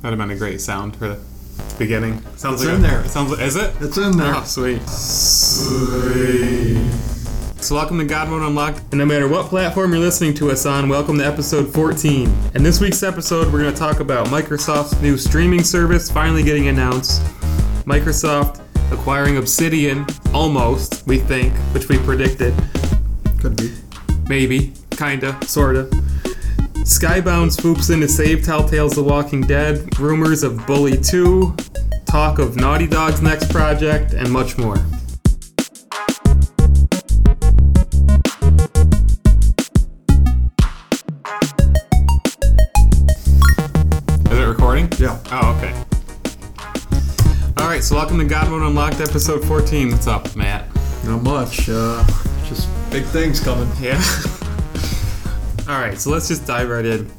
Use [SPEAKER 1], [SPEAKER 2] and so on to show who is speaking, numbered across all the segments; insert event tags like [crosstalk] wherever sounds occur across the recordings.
[SPEAKER 1] That'd have been a great sound for the beginning. Sounds
[SPEAKER 2] It's
[SPEAKER 1] like
[SPEAKER 2] in
[SPEAKER 1] a-
[SPEAKER 2] there.
[SPEAKER 1] Sounds like, is it?
[SPEAKER 2] It's in there.
[SPEAKER 1] Oh, sweet. So welcome to God Mode Unlocked. And no matter what platform you're listening to us on, welcome to episode 14. In this week's episode, we're going to talk about Microsoft's new streaming service finally getting announced. Microsoft acquiring Obsidian, almost, we think, which we predicted.
[SPEAKER 2] Could be.
[SPEAKER 1] Maybe. Kinda. Sorta. Skybound swoops in to save Telltale's The Walking Dead, rumors of Bully 2, talk of Naughty Dog's next project, and much more. Is it recording?
[SPEAKER 2] Yeah.
[SPEAKER 1] Oh, okay. Alright, so welcome to God Mode Unlocked episode 14. What's up, Matt?
[SPEAKER 2] Not much. Uh, just big things coming.
[SPEAKER 1] Yeah. [laughs] All right, so let's just dive right in.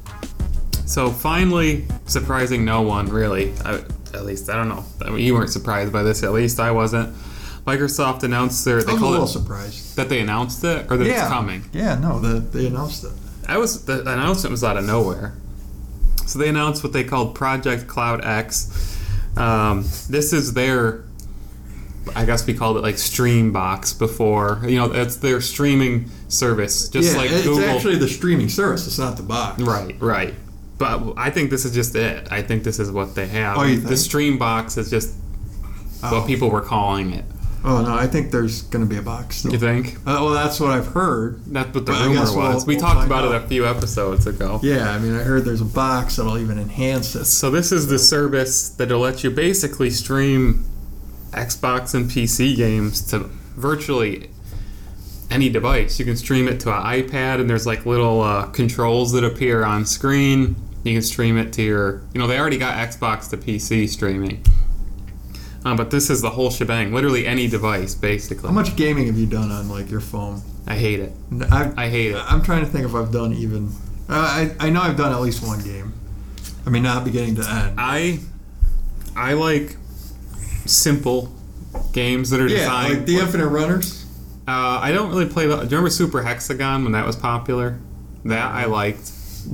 [SPEAKER 1] So finally, surprising no one really. I, at least I don't know. I mean, you weren't surprised by this. At least I wasn't. Microsoft announced their.
[SPEAKER 2] I
[SPEAKER 1] They
[SPEAKER 2] was a little
[SPEAKER 1] called it
[SPEAKER 2] surprised.
[SPEAKER 1] that they announced it or that
[SPEAKER 2] yeah.
[SPEAKER 1] it's coming.
[SPEAKER 2] Yeah. No, the, they announced it.
[SPEAKER 1] I was the announcement was out of nowhere. So they announced what they called Project Cloud X. Um, this is their, I guess we called it like Stream Box before. You know, it's their streaming service, just
[SPEAKER 2] yeah,
[SPEAKER 1] like
[SPEAKER 2] it's
[SPEAKER 1] Google.
[SPEAKER 2] actually the streaming service. It's not the box.
[SPEAKER 1] Right, right. But I think this is just it. I think this is what they have.
[SPEAKER 2] Oh, you
[SPEAKER 1] the
[SPEAKER 2] think?
[SPEAKER 1] stream box is just
[SPEAKER 2] Oh.
[SPEAKER 1] what people were calling it.
[SPEAKER 2] Oh no, I think there's going to be a box. Still.
[SPEAKER 1] You think?
[SPEAKER 2] Uh, well, that's what I've heard.
[SPEAKER 1] That's what the
[SPEAKER 2] Well, I
[SPEAKER 1] rumor was.
[SPEAKER 2] guess we'll-
[SPEAKER 1] we
[SPEAKER 2] we'll
[SPEAKER 1] talked
[SPEAKER 2] find
[SPEAKER 1] about it
[SPEAKER 2] out.
[SPEAKER 1] a few episodes ago.
[SPEAKER 2] Yeah, I mean, I heard there's a box that'll even enhance it.
[SPEAKER 1] So this is the service that'll let you basically stream Xbox and PC games to virtually any device. You can stream it to an iPad, and there's like little uh, controls that appear on screen. You can stream it to your, you know, they already got Xbox to PC streaming, um, but this is the whole shebang. Literally any device, basically.
[SPEAKER 2] How much gaming have you done on like your phone?
[SPEAKER 1] I hate it.
[SPEAKER 2] N- I've,
[SPEAKER 1] I hate it.
[SPEAKER 2] I'm trying to think if I've done even. Uh, I I know I've done at least one game. I mean, not beginning to end.
[SPEAKER 1] I I like simple games that are
[SPEAKER 2] yeah,
[SPEAKER 1] designed
[SPEAKER 2] like the Infinite Runners.
[SPEAKER 1] Uh, I don't really play. The, do you remember Super Hexagon when that was popular? That I liked.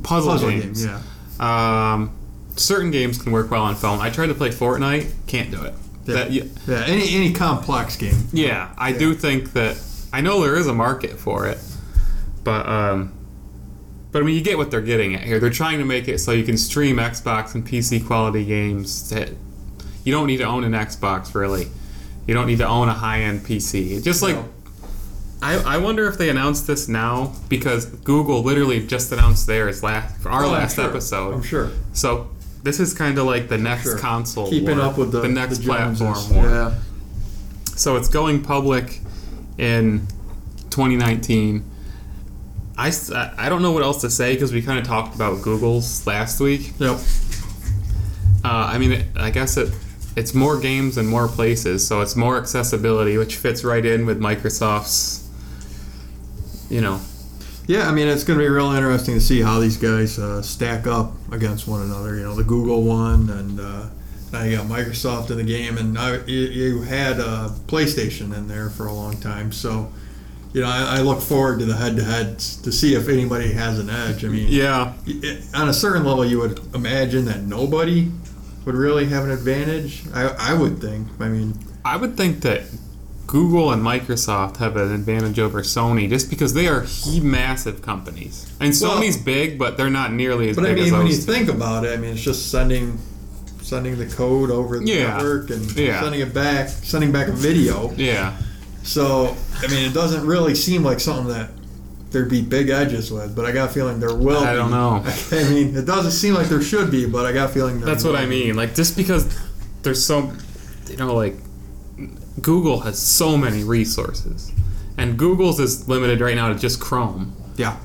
[SPEAKER 1] Puzzle,
[SPEAKER 2] Puzzle
[SPEAKER 1] games.
[SPEAKER 2] games. Yeah.
[SPEAKER 1] yeah. Um, certain games can work well on phone. I tried to play Fortnite. Can't do it.
[SPEAKER 2] Yeah.
[SPEAKER 1] That, yeah,
[SPEAKER 2] Yeah, any any complex game.
[SPEAKER 1] yeah, I do think that I know there is a market for it, but um, but I mean you get what they're getting at here. They're trying to make it so you can stream Xbox and PC quality games. That you don't need to own an Xbox really. You don't need to own a high end PC. Just like
[SPEAKER 2] No.
[SPEAKER 1] I, I wonder if they announced this now because Google literally just announced theirs last for our
[SPEAKER 2] Oh, I'm
[SPEAKER 1] last
[SPEAKER 2] sure.
[SPEAKER 1] episode.
[SPEAKER 2] I'm sure.
[SPEAKER 1] So this is kind of like the next
[SPEAKER 2] Sure.
[SPEAKER 1] console,
[SPEAKER 2] Keeping
[SPEAKER 1] war,
[SPEAKER 2] up with the,
[SPEAKER 1] the next
[SPEAKER 2] the Joneses.
[SPEAKER 1] platform war.
[SPEAKER 2] Yeah.
[SPEAKER 1] So it's going public in 2019. I, s- I- I don't know what else to say because we kind of talked about Google's last week.
[SPEAKER 2] Yep.
[SPEAKER 1] Uh, I mean, it, I guess it it's more games and more places, so it's more accessibility, which fits right in with Microsoft's, you know,
[SPEAKER 2] Yeah, I mean it's going to be real interesting to see how these guys uh, stack up against one another. You know, the Google one, and uh, now you got Microsoft in the game, and now you, you had uh, PlayStation in there for a long time. So, you know, I, I look forward to the head-to-heads to see if anybody has an edge. I mean,
[SPEAKER 1] yeah,
[SPEAKER 2] it- on a certain level, you would imagine that nobody would really have an advantage. I, I would think. I mean,
[SPEAKER 1] I would think that Google and Microsoft have an advantage over Sony just because they are he massive companies. And
[SPEAKER 2] Well-
[SPEAKER 1] Sony's big, but they're not nearly as
[SPEAKER 2] but I
[SPEAKER 1] big
[SPEAKER 2] mean,
[SPEAKER 1] as
[SPEAKER 2] when you
[SPEAKER 1] those. two.
[SPEAKER 2] think about it, I mean, it's just sending sending the code over the
[SPEAKER 1] Yeah.
[SPEAKER 2] network and
[SPEAKER 1] Yeah.
[SPEAKER 2] sending it back, sending back a video.
[SPEAKER 1] yeah,
[SPEAKER 2] So I mean, it doesn't really seem like something that there'd be big edges with. But I got a feeling there will.
[SPEAKER 1] I
[SPEAKER 2] be.
[SPEAKER 1] don't know.
[SPEAKER 2] [laughs] I mean, it doesn't seem like there should be, but I got a feeling there
[SPEAKER 1] that's what
[SPEAKER 2] will
[SPEAKER 1] I
[SPEAKER 2] be.
[SPEAKER 1] mean. Like just because there's so, you know, like Google has so many resources, and Google's is limited right now to just Chrome.
[SPEAKER 2] Yeah.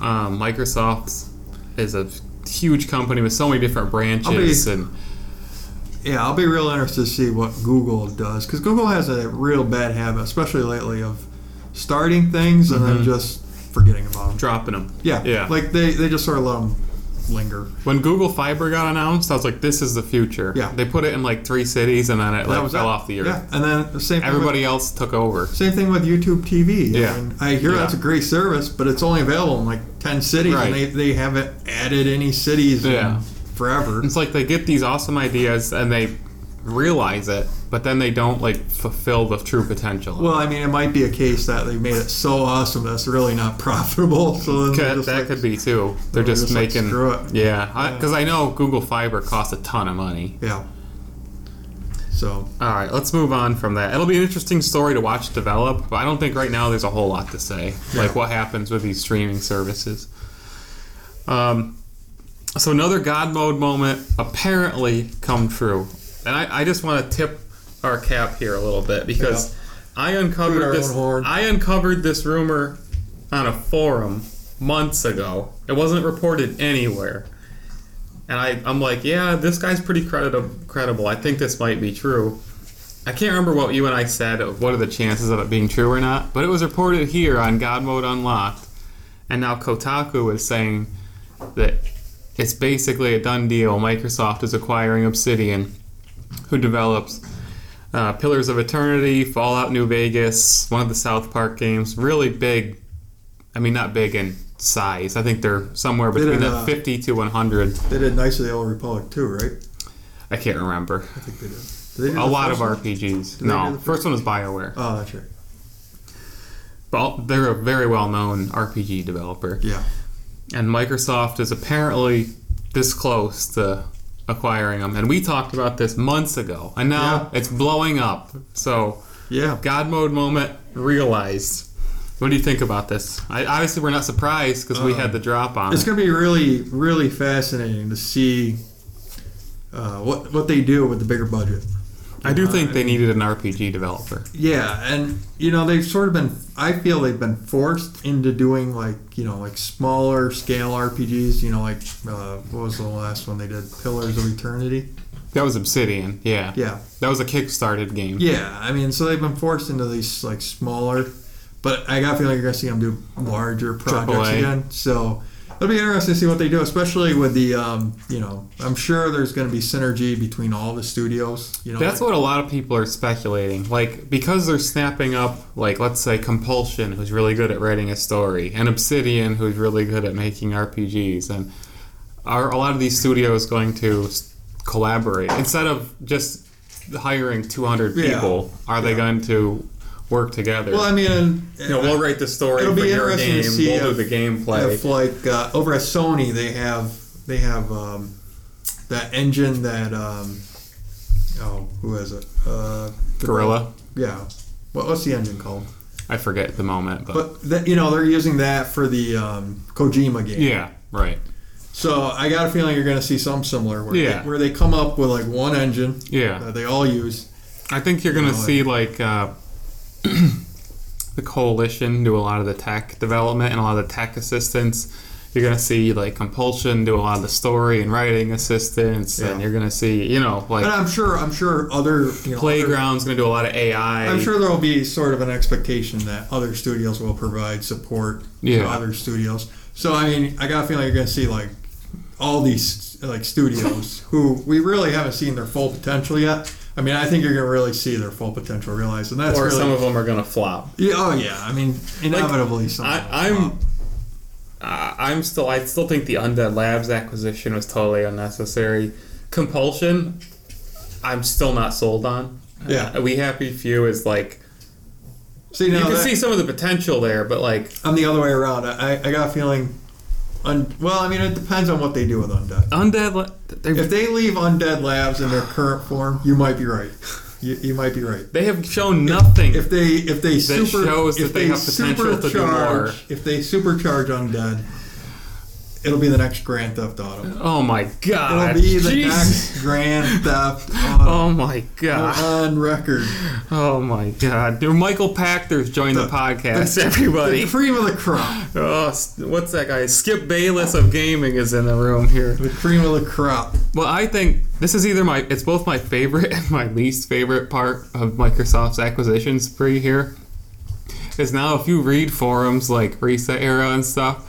[SPEAKER 1] Um, Microsoft's is a huge company with so many different
[SPEAKER 2] be-
[SPEAKER 1] branches, and
[SPEAKER 2] Yeah, I'll be real interested to see what Google does because Google has a real bad habit, especially lately, of starting things and then just forgetting about them.
[SPEAKER 1] dropping them.
[SPEAKER 2] Yeah,
[SPEAKER 1] Mm-hmm. yeah.
[SPEAKER 2] Like they, they just sort of let them linger.
[SPEAKER 1] When Google Fiber got announced, I was like, "This is the future."
[SPEAKER 2] Yeah.
[SPEAKER 1] They put it in like three cities, and then it like, fell
[SPEAKER 2] it.
[SPEAKER 1] off the earth.
[SPEAKER 2] Yeah, and then the same thing
[SPEAKER 1] Everybody else took over.
[SPEAKER 2] With, same thing with YouTube TV.
[SPEAKER 1] Yeah.
[SPEAKER 2] I, mean, I hear
[SPEAKER 1] Yeah.
[SPEAKER 2] that's a great service, but it's only available in like ten cities,
[SPEAKER 1] Right.
[SPEAKER 2] and they, they haven't added any cities
[SPEAKER 1] Yeah.
[SPEAKER 2] in forever.
[SPEAKER 1] It's like they get these awesome ideas and they realize it, but then they don't like fulfill the true potential.
[SPEAKER 2] Well, I mean, it might be a case that they made it so awesome that's really not [laughs] profitable. So then they're
[SPEAKER 1] Could-
[SPEAKER 2] just
[SPEAKER 1] that
[SPEAKER 2] like,
[SPEAKER 1] could be too. They're
[SPEAKER 2] they're
[SPEAKER 1] just,
[SPEAKER 2] just like,
[SPEAKER 1] making
[SPEAKER 2] "Screw it."
[SPEAKER 1] yeah. Because I know Google Fiber costs a ton of money.
[SPEAKER 2] yeah. So
[SPEAKER 1] All right, let's move on from that. It'll be an interesting story to watch develop, but I don't think right now there's a whole lot to say. Like what happens with these streaming services. Um, so another God mode moment apparently come true, and I, I just want to tip our cap here a little bit because I
[SPEAKER 2] Toot our
[SPEAKER 1] uncovered this.
[SPEAKER 2] own horn.
[SPEAKER 1] I uncovered this rumor on a forum months ago. It wasn't reported anywhere. And I, I'm like, yeah, this guy's pretty credit- credible. I think this might be true. I can't remember what you and I said of what are the chances of it being true or not, but it was reported here on God Mode Unlocked. And now Kotaku is saying that it's basically a done deal. Microsoft is acquiring Obsidian, who develops uh, Pillars of Eternity, Fallout New Vegas, one of the South Park games. Really big. I mean, not big in size. I think they're somewhere
[SPEAKER 2] They did,
[SPEAKER 1] between
[SPEAKER 2] uh,
[SPEAKER 1] that 50 to 100.
[SPEAKER 2] they did Knights of the Old Republic too, right?
[SPEAKER 1] I can't remember.
[SPEAKER 2] I think they did. Did they do
[SPEAKER 1] A
[SPEAKER 2] the
[SPEAKER 1] lot of
[SPEAKER 2] first one?
[SPEAKER 1] RPGs.
[SPEAKER 2] they do
[SPEAKER 1] No,
[SPEAKER 2] the
[SPEAKER 1] first, one was BioWare.
[SPEAKER 2] Oh, that's right.
[SPEAKER 1] But they're a very well known RPG developer.
[SPEAKER 2] Yeah.
[SPEAKER 1] And Microsoft is apparently this close to acquiring them. And we talked about this months ago. And now it's blowing up. So,
[SPEAKER 2] Yeah.
[SPEAKER 1] God mode moment realized. What do you think about this? I, obviously, we're not surprised because we had the drop on
[SPEAKER 2] It's
[SPEAKER 1] it.
[SPEAKER 2] going to be really, really fascinating to see uh, what what they do with the bigger budget.
[SPEAKER 1] I do think they needed an RPG developer.
[SPEAKER 2] Yeah, and you know they've sort of been. I feel they've been forced into doing like you know like smaller scale RPGs. You know like uh, what was the last one they did? Pillars of Eternity.
[SPEAKER 1] That was Obsidian. Yeah.
[SPEAKER 2] Yeah,
[SPEAKER 1] That was a kickstarted game.
[SPEAKER 2] yeah. I mean, so they've been forced into these like smaller, but I got a feeling you're gonna see them do larger projects
[SPEAKER 1] AAA.
[SPEAKER 2] again. So it'll be interesting to see what they do, especially with the um, you know I'm sure there's gonna be synergy between all the studios. You know,
[SPEAKER 1] That's what a lot of people are speculating. Like because they're snapping up, like let's say Compulsion, who's really good at writing a story, and Obsidian, who's really good at making RPGs, and are a lot of these studios going to s- collaborate instead of just hiring 200
[SPEAKER 2] Yeah.
[SPEAKER 1] people? Are they going to work together?
[SPEAKER 2] well, I mean,
[SPEAKER 1] you know, we'll write the story
[SPEAKER 2] It'll
[SPEAKER 1] for
[SPEAKER 2] be
[SPEAKER 1] your
[SPEAKER 2] interesting to
[SPEAKER 1] game.
[SPEAKER 2] see
[SPEAKER 1] we'll
[SPEAKER 2] if-
[SPEAKER 1] do the
[SPEAKER 2] If
[SPEAKER 1] gameplay.
[SPEAKER 2] like uh, over at Sony, they have they have um, that engine that um, oh who is it? Uh,
[SPEAKER 1] Gorilla.
[SPEAKER 2] Yeah. What, what's the engine called?
[SPEAKER 1] I forget the moment, but,
[SPEAKER 2] But that, you know they're using that for the um, Kojima game.
[SPEAKER 1] yeah, right.
[SPEAKER 2] So I got a feeling you're going to see something similar where
[SPEAKER 1] Yeah.
[SPEAKER 2] they, where they come up with like one engine
[SPEAKER 1] Yeah.
[SPEAKER 2] that they all use.
[SPEAKER 1] I think you're gonna
[SPEAKER 2] You know,
[SPEAKER 1] see like uh, [clears throat] the coalition do a lot of the tech development and a lot of the tech assistance. You're gonna see like compulsion do a lot of the story and writing assistance, and
[SPEAKER 2] Yeah.
[SPEAKER 1] you're gonna see you know like
[SPEAKER 2] And I'm sure I'm sure other you know, other-
[SPEAKER 1] playgrounds gonna do a lot of AI.
[SPEAKER 2] I'm sure there'll be sort of an expectation that other studios will provide support
[SPEAKER 1] Yeah.
[SPEAKER 2] to other studios. So I mean, I got a feeling you're going to see like all these
[SPEAKER 1] [laughs]
[SPEAKER 2] like studios who we really haven't seen their full potential yet. I mean, I think you're going to really see their full potential realized, and that's
[SPEAKER 1] or
[SPEAKER 2] really
[SPEAKER 1] some of them are gonna flop.
[SPEAKER 2] yeah, oh yeah. I mean, inevitably something.
[SPEAKER 1] I, I'm. Uh, I'm still. I still think the Undead Labs acquisition was totally unnecessary. Compulsion, I'm still not sold on.
[SPEAKER 2] Yeah.
[SPEAKER 1] Uh, we happy few is like
[SPEAKER 2] see, now
[SPEAKER 1] you can
[SPEAKER 2] that-
[SPEAKER 1] see some of the potential there, but like
[SPEAKER 2] I'm the other way around. I, I got a feeling. Un- well, I mean, it depends on what they do with undead.
[SPEAKER 1] undead, la- they
[SPEAKER 2] If they leave undead labs in their current form, you might be right. You, you might be right.
[SPEAKER 1] they have shown nothing.
[SPEAKER 2] If they if they
[SPEAKER 1] That
[SPEAKER 2] super
[SPEAKER 1] shows
[SPEAKER 2] if
[SPEAKER 1] that they have potential to do
[SPEAKER 2] supercharge-
[SPEAKER 1] more.
[SPEAKER 2] if they supercharge undead, it'll be the next Grand Theft Auto.
[SPEAKER 1] oh my god!
[SPEAKER 2] It'll be the
[SPEAKER 1] Jesus.
[SPEAKER 2] next Grand Theft
[SPEAKER 1] [laughs]
[SPEAKER 2] Auto
[SPEAKER 1] Oh my god!
[SPEAKER 2] on record.
[SPEAKER 1] Oh my god! Dude, Michael Pactor's joined the,
[SPEAKER 2] The-
[SPEAKER 1] podcast.
[SPEAKER 2] the-
[SPEAKER 1] everybody,
[SPEAKER 2] The [laughs] cream of the crop.
[SPEAKER 1] oh, s- what's that guy? Skip Bayless of gaming is in the room here.
[SPEAKER 2] The cream of the crop.
[SPEAKER 1] Well, I think this is either my it's both my favorite [laughs] and my least favorite part of Microsoft's acquisition spree here. Is now if you read forums like Reset Era and stuff,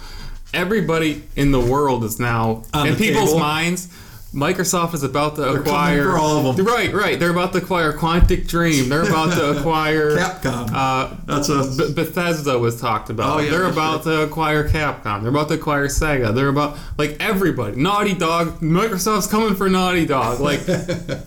[SPEAKER 1] everybody in the world is now
[SPEAKER 2] On
[SPEAKER 1] in
[SPEAKER 2] the
[SPEAKER 1] people's
[SPEAKER 2] table.
[SPEAKER 1] minds Microsoft is about to
[SPEAKER 2] coming
[SPEAKER 1] acquire
[SPEAKER 2] for all of 'em.
[SPEAKER 1] Right, right. They're about to acquire Quantic Dream. They're about
[SPEAKER 2] [laughs]
[SPEAKER 1] to acquire
[SPEAKER 2] Capcom.
[SPEAKER 1] Uh,
[SPEAKER 2] That's a
[SPEAKER 1] B- Bethesda was talked about.
[SPEAKER 2] Oh, yeah,
[SPEAKER 1] They're
[SPEAKER 2] for
[SPEAKER 1] about to acquire Capcom. They're about to acquire Sega. They're about like everybody. Naughty Dog. Microsoft's coming for Naughty Dog.
[SPEAKER 2] [laughs]
[SPEAKER 1] Like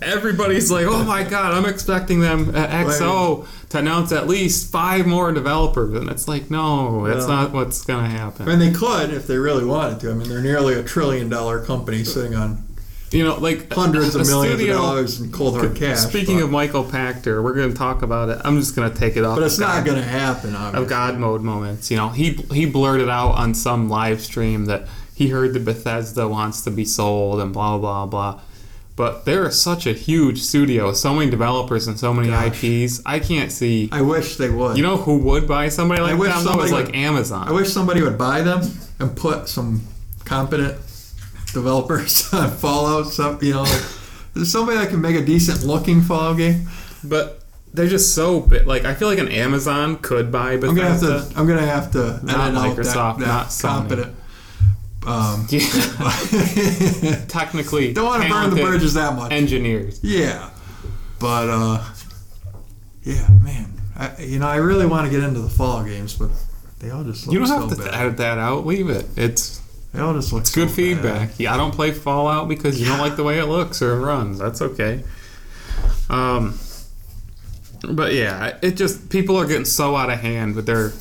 [SPEAKER 1] everybody's like, oh my god, I'm expecting them uh, XO to announce at least five more developers, and it's like, no, that's
[SPEAKER 2] No.
[SPEAKER 1] not what's gonna
[SPEAKER 2] I
[SPEAKER 1] happen.
[SPEAKER 2] mean, they could if they really wanted to. I mean, they're nearly a trillion dollar company sitting on
[SPEAKER 1] You know, like [laughs]
[SPEAKER 2] hundreds
[SPEAKER 1] a
[SPEAKER 2] of millions
[SPEAKER 1] studio-
[SPEAKER 2] of dollars in cold hard cash.
[SPEAKER 1] Speaking
[SPEAKER 2] but,
[SPEAKER 1] of Michael Pachter, we're gonna talk about it. I'm just gonna take it off.
[SPEAKER 2] but it's
[SPEAKER 1] the
[SPEAKER 2] not
[SPEAKER 1] top.
[SPEAKER 2] going to happen.
[SPEAKER 1] of
[SPEAKER 2] Obviously.
[SPEAKER 1] God mode moments. You know, he he blurted out on some live stream that he heard that Bethesda wants to be sold and blah blah blah. But they're such a huge studio, so many developers and so many
[SPEAKER 2] Gosh.
[SPEAKER 1] IPs. I can't see.
[SPEAKER 2] I wish they would.
[SPEAKER 1] You know who would buy somebody like
[SPEAKER 2] wish
[SPEAKER 1] that? though, is
[SPEAKER 2] somebody
[SPEAKER 1] like
[SPEAKER 2] would-
[SPEAKER 1] Amazon.
[SPEAKER 2] I wish somebody would buy them and put some competent developers [laughs] on Fallout. Some you know, like, there's somebody that can make a decent looking Fallout game.
[SPEAKER 1] but they're just so big. Like I feel like an Amazon could buy Bethesda.
[SPEAKER 2] I'm gonna have to. I'm gonna have to.
[SPEAKER 1] Not
[SPEAKER 2] edit out
[SPEAKER 1] Microsoft,
[SPEAKER 2] that,
[SPEAKER 1] not
[SPEAKER 2] that
[SPEAKER 1] Sony.
[SPEAKER 2] competent.
[SPEAKER 1] [laughs]
[SPEAKER 2] Um, [laughs]
[SPEAKER 1] Yeah, technically,
[SPEAKER 2] don't want to burn the
[SPEAKER 1] talented
[SPEAKER 2] bridges that much.
[SPEAKER 1] Engineers.
[SPEAKER 2] Yeah, but uh, yeah, man, I, you know, I really want to get into the fall games, but they all just look
[SPEAKER 1] You don't
[SPEAKER 2] so
[SPEAKER 1] have to
[SPEAKER 2] bad.
[SPEAKER 1] edit that out. Leave it. It's
[SPEAKER 2] they all just look
[SPEAKER 1] It's good feedback. Yeah, I don't play Fallout because you don't like the way it looks or it runs. That's okay. Um, but yeah, it just people are getting so out of hand with their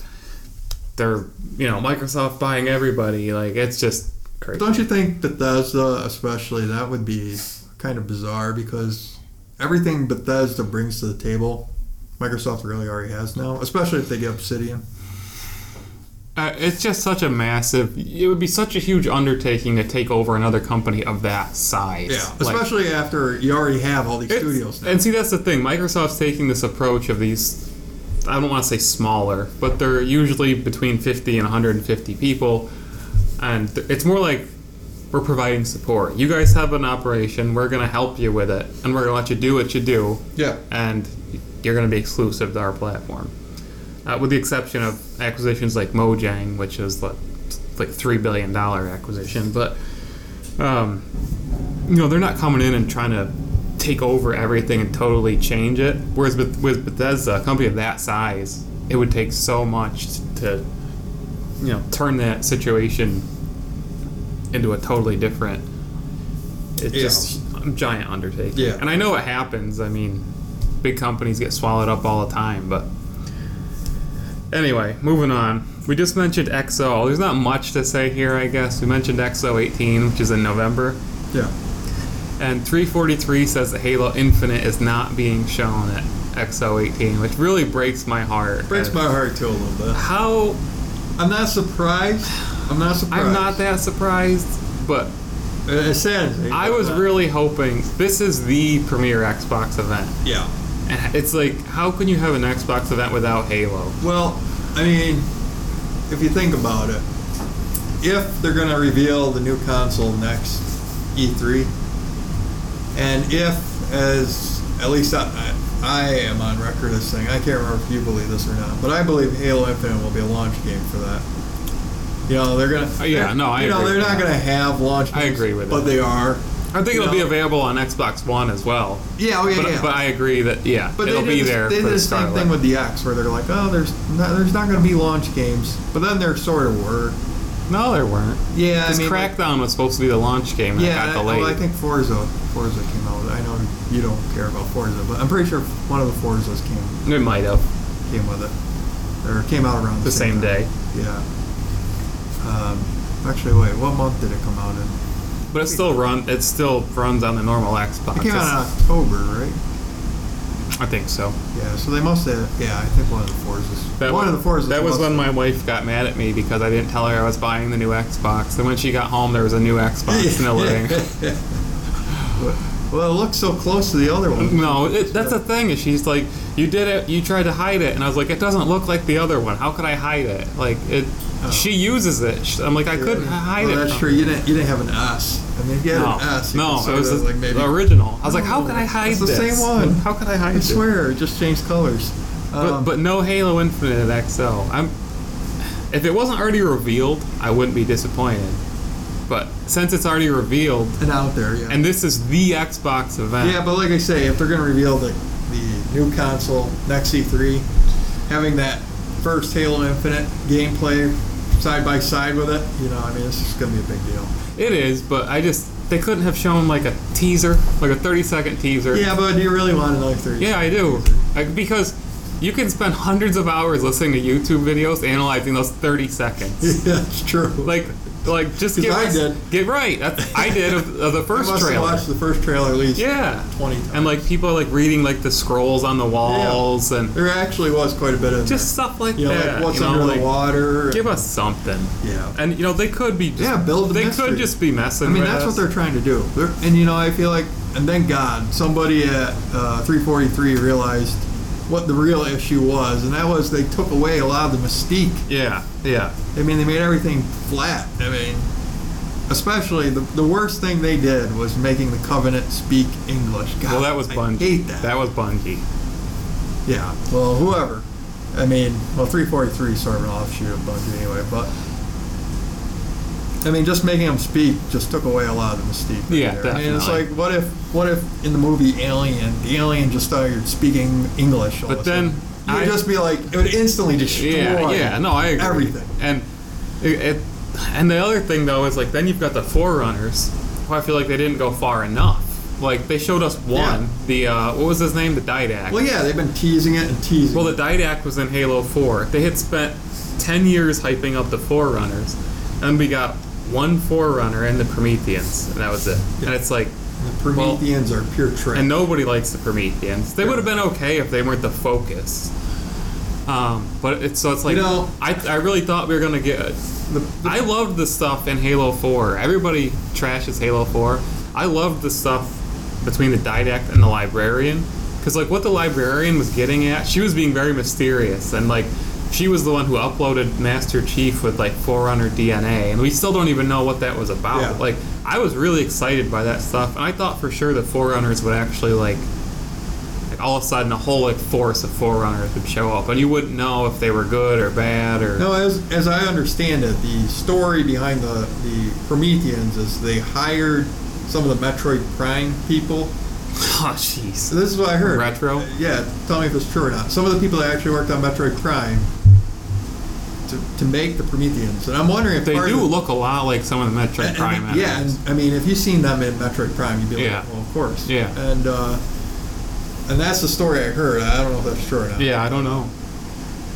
[SPEAKER 1] their you know Microsoft buying everybody. Like it's just crazy.
[SPEAKER 2] Don't you think Bethesda, especially, that would be kind of bizarre because everything Bethesda brings to the table, Microsoft really already has now, especially if they get Obsidian.
[SPEAKER 1] Uh, it's just such a massive. It would be such a huge undertaking to take over another company of that size. Like,
[SPEAKER 2] especially after you already have all these
[SPEAKER 1] It's-
[SPEAKER 2] studios now.
[SPEAKER 1] And see, that's the thing. Microsoft's taking this approach of these. I don't want to say smaller, but they're usually between 50 and 150 people, and th- it's more like we're providing support. You guys have an operation. We're gonna help you with it, and we're gonna let you do what you do,
[SPEAKER 2] Yeah,
[SPEAKER 1] and you're gonna be exclusive to our platform, uh, with the exception of acquisitions like Mojang, which is like like three billion dollar acquisition, but um, you know, they're not coming in and trying to take over everything and totally change it. Whereas with, with Bethesda, a company of that size, it would take so much to, you know, turn that situation into a totally different. It's
[SPEAKER 2] Yeah.
[SPEAKER 1] just a giant undertaking.
[SPEAKER 2] Yeah.
[SPEAKER 1] And I know it happens. I mean, big companies get swallowed up all the time, but. Anyway, moving on. We just mentioned XO. There's not much to say here, I guess. We mentioned XO 18, which is in November.
[SPEAKER 2] yeah.
[SPEAKER 1] And 343 says that Halo Infinite is not being shown at XO18, which really breaks my heart.
[SPEAKER 2] Breaks my heart too a little bit.
[SPEAKER 1] How
[SPEAKER 2] I'm not surprised. I'm not surprised.
[SPEAKER 1] I'm not that surprised, but
[SPEAKER 2] It it saddens me.
[SPEAKER 1] I
[SPEAKER 2] but uh,
[SPEAKER 1] was
[SPEAKER 2] not-
[SPEAKER 1] really hoping this is the premier Xbox event.
[SPEAKER 2] Yeah.
[SPEAKER 1] And [laughs] it's like, how can you have an Xbox event without Halo?
[SPEAKER 2] Well, I mean, if you think about it, if they're going to reveal the new console next E3, and if, as at least I, I, I am on record as saying, I can't remember if you believe this or not, but I believe Halo Infinite will be a launch game for that. You know, they're gonna.
[SPEAKER 1] Oh, yeah,
[SPEAKER 2] they're-
[SPEAKER 1] no, I
[SPEAKER 2] You know,
[SPEAKER 1] agree
[SPEAKER 2] they're
[SPEAKER 1] with
[SPEAKER 2] not
[SPEAKER 1] that.
[SPEAKER 2] gonna have launch.
[SPEAKER 1] I
[SPEAKER 2] games,
[SPEAKER 1] agree with
[SPEAKER 2] But
[SPEAKER 1] that.
[SPEAKER 2] they are.
[SPEAKER 1] I think
[SPEAKER 2] You
[SPEAKER 1] it'll be
[SPEAKER 2] know?
[SPEAKER 1] available on Xbox One as well.
[SPEAKER 2] Yeah, oh yeah,
[SPEAKER 1] but,
[SPEAKER 2] yeah.
[SPEAKER 1] but I agree that, yeah,
[SPEAKER 2] But
[SPEAKER 1] it'll
[SPEAKER 2] they did
[SPEAKER 1] be
[SPEAKER 2] the-
[SPEAKER 1] there
[SPEAKER 2] They
[SPEAKER 1] for
[SPEAKER 2] did
[SPEAKER 1] the
[SPEAKER 2] the same
[SPEAKER 1] Scarlet.
[SPEAKER 2] thing with the X, where they're like, "Oh, there's not, there's not going to be launch games," but then there sort of were.
[SPEAKER 1] no, there weren't.
[SPEAKER 2] Yeah,
[SPEAKER 1] Because Crackdown was supposed to be the launch game and
[SPEAKER 2] yeah,
[SPEAKER 1] it got
[SPEAKER 2] I,
[SPEAKER 1] delayed.
[SPEAKER 2] well, I think Forza, Forza came out. I know you don't care about Forza, but I'm pretty sure one of the Forzas came
[SPEAKER 1] it might have.
[SPEAKER 2] came with it, or came out around the,
[SPEAKER 1] The same
[SPEAKER 2] time.
[SPEAKER 1] day.
[SPEAKER 2] Yeah. Um, actually, wait, what month did it come out in?
[SPEAKER 1] But it still run. It still runs on the normal Xbox.
[SPEAKER 2] It came out in
[SPEAKER 1] It's-
[SPEAKER 2] October, right?
[SPEAKER 1] I think so.
[SPEAKER 2] Yeah. So they must have. Yeah, I think one of the Forzas.
[SPEAKER 1] That
[SPEAKER 2] one
[SPEAKER 1] wa-
[SPEAKER 2] of the Forzas.
[SPEAKER 1] That was
[SPEAKER 2] must
[SPEAKER 1] when
[SPEAKER 2] have-
[SPEAKER 1] my wife got mad at me because I didn't tell her I was buying the new Xbox. And when she got home, there was a new
[SPEAKER 2] [laughs]
[SPEAKER 1] Xbox in the living. room.
[SPEAKER 2] well, it looks so close to the other one.
[SPEAKER 1] No, it, that's the thing. Is she's like, you did it. You tried to hide it, and I was like, it doesn't look like the other one. How could I hide it? Like it.
[SPEAKER 2] Oh.
[SPEAKER 1] She uses it. She- I'm like, I couldn't hide
[SPEAKER 2] well,
[SPEAKER 1] it.
[SPEAKER 2] That's
[SPEAKER 1] from
[SPEAKER 2] true.
[SPEAKER 1] her.
[SPEAKER 2] You didn't. Ah, You didn't have an S. I mean, if you had
[SPEAKER 1] No,
[SPEAKER 2] an S. You
[SPEAKER 1] no,
[SPEAKER 2] could
[SPEAKER 1] it was
[SPEAKER 2] sorta,
[SPEAKER 1] the
[SPEAKER 2] like maybe.
[SPEAKER 1] original. I was like,
[SPEAKER 2] No,
[SPEAKER 1] how could I hide
[SPEAKER 2] it's the same
[SPEAKER 1] this?
[SPEAKER 2] one.
[SPEAKER 1] How could I hide
[SPEAKER 2] I
[SPEAKER 1] this?
[SPEAKER 2] swear, it just changed colors.
[SPEAKER 1] But,
[SPEAKER 2] Um,
[SPEAKER 1] but no Halo Infinite at XL. I'm. If it wasn't already revealed, I wouldn't be disappointed. but since it's already revealed,
[SPEAKER 2] and out there, yeah.
[SPEAKER 1] and this is the Xbox event,
[SPEAKER 2] yeah, but like I say, if they're going to reveal the, the new console next E3, having that first Halo Infinite gameplay side by side with it, you know, I mean, it's just going to be a big deal.
[SPEAKER 1] it is. But I just they couldn't have shown like a teaser, like a thirty second teaser.
[SPEAKER 2] Yeah, but do you really want another 30?
[SPEAKER 1] Yeah, I do.
[SPEAKER 2] [laughs]
[SPEAKER 1] Like, because you can spend hundreds of hours listening to YouTube videos analyzing those 30 seconds.
[SPEAKER 2] Yeah, it's true.
[SPEAKER 1] like, like just
[SPEAKER 2] 'Cause
[SPEAKER 1] get,
[SPEAKER 2] I
[SPEAKER 1] us-
[SPEAKER 2] did.
[SPEAKER 1] get right. That's, I did of, of the
[SPEAKER 2] [laughs] I
[SPEAKER 1] first
[SPEAKER 2] must have
[SPEAKER 1] trailer.
[SPEAKER 2] watched the first trailer at least
[SPEAKER 1] Yeah.
[SPEAKER 2] 20 times.
[SPEAKER 1] And like people are like reading like the scrolls on the walls and
[SPEAKER 2] there actually was quite a bit of
[SPEAKER 1] just stuff like
[SPEAKER 2] you know,
[SPEAKER 1] that.
[SPEAKER 2] like what's
[SPEAKER 1] you know,
[SPEAKER 2] under
[SPEAKER 1] like,
[SPEAKER 2] the water.
[SPEAKER 1] Give us something.
[SPEAKER 2] yeah.
[SPEAKER 1] And you know they could be just,
[SPEAKER 2] Yeah, build the
[SPEAKER 1] they
[SPEAKER 2] mystery.
[SPEAKER 1] could just be messing.
[SPEAKER 2] I mean,
[SPEAKER 1] with
[SPEAKER 2] that's what
[SPEAKER 1] us.
[SPEAKER 2] they're trying to do. They're, and you know, I feel like, and thank God, somebody at uh, 343 realized what the real issue was, and that was they took away a lot of the mystique.
[SPEAKER 1] Yeah, yeah,
[SPEAKER 2] I mean, they made everything flat. I mean, especially the, the worst thing they did was making the Covenant speak English. God,
[SPEAKER 1] Well, that was
[SPEAKER 2] I
[SPEAKER 1] Bungie.
[SPEAKER 2] hate that.
[SPEAKER 1] That was Bungie.
[SPEAKER 2] Yeah. Well, whoever. I mean, well, 343 is sort of an offshoot of Bungie anyway, but. I mean, just making them speak just took away a lot of the mystique. right
[SPEAKER 1] Yeah,
[SPEAKER 2] there. I mean, it's
[SPEAKER 1] definitely.
[SPEAKER 2] like, what if, what if in the movie Alien, the alien just started speaking English? All
[SPEAKER 1] But
[SPEAKER 2] of a sudden?
[SPEAKER 1] then
[SPEAKER 2] you would
[SPEAKER 1] I-
[SPEAKER 2] just be like, it would instantly destroy.
[SPEAKER 1] Yeah, yeah, no, I agree.
[SPEAKER 2] Everything.
[SPEAKER 1] And it, it, and the other thing though is like then you've got the forerunners. Who I feel like they didn't go far enough. Like they showed us one,
[SPEAKER 2] Yeah.
[SPEAKER 1] the uh, what was his name, the Didac.
[SPEAKER 2] Well, yeah, they've been teasing it and teasing.
[SPEAKER 1] Well,
[SPEAKER 2] it.
[SPEAKER 1] the Didac was in Halo Four. They had spent ten years hyping up the forerunners, and we got one forerunner and the Prometheans, and that was it. And it's like.
[SPEAKER 2] The Prometheans are pure trash.
[SPEAKER 1] And nobody likes the Prometheans. They would have been okay if they weren't the focus. Um, but it's so it's like
[SPEAKER 2] You know-
[SPEAKER 1] I, I really thought we were gonna get.
[SPEAKER 2] the,
[SPEAKER 1] I loved the stuff in Halo Four. Everybody trashes Halo Four. I loved the stuff between the didact and the librarian because like what the librarian was getting at, she was being very mysterious and like she was the one who uploaded Master Chief with like Forerunner DNA, and we still don't even know what that was about.
[SPEAKER 2] Yeah.
[SPEAKER 1] Like I was really excited by that stuff, and I thought for sure the Forerunners would actually like like all of a sudden a whole like force of forerunners would show up and you wouldn't know if they were good or bad or
[SPEAKER 2] No, as, as I understand it, the story behind the, the Prometheans is they hired some of the Metroid Prime people.
[SPEAKER 1] [laughs] oh jeez
[SPEAKER 2] So this is what I heard.
[SPEAKER 1] Retro?
[SPEAKER 2] Yeah, tell me if it's true or not. Some of the people that actually worked on Metroid Prime to, to make the Prometheans. And I'm wondering if
[SPEAKER 1] they
[SPEAKER 2] part
[SPEAKER 1] do
[SPEAKER 2] of,
[SPEAKER 1] look a lot like some of the Metroid
[SPEAKER 2] and-
[SPEAKER 1] Prime
[SPEAKER 2] and- Yeah,
[SPEAKER 1] enemies.
[SPEAKER 2] and, I mean, if you've seen them in Metroid Prime, you'd be like,
[SPEAKER 1] Yeah.
[SPEAKER 2] well, of course.
[SPEAKER 1] Yeah.
[SPEAKER 2] And, uh, and that's the story I heard. I don't know if that's true or not.
[SPEAKER 1] yeah I don't know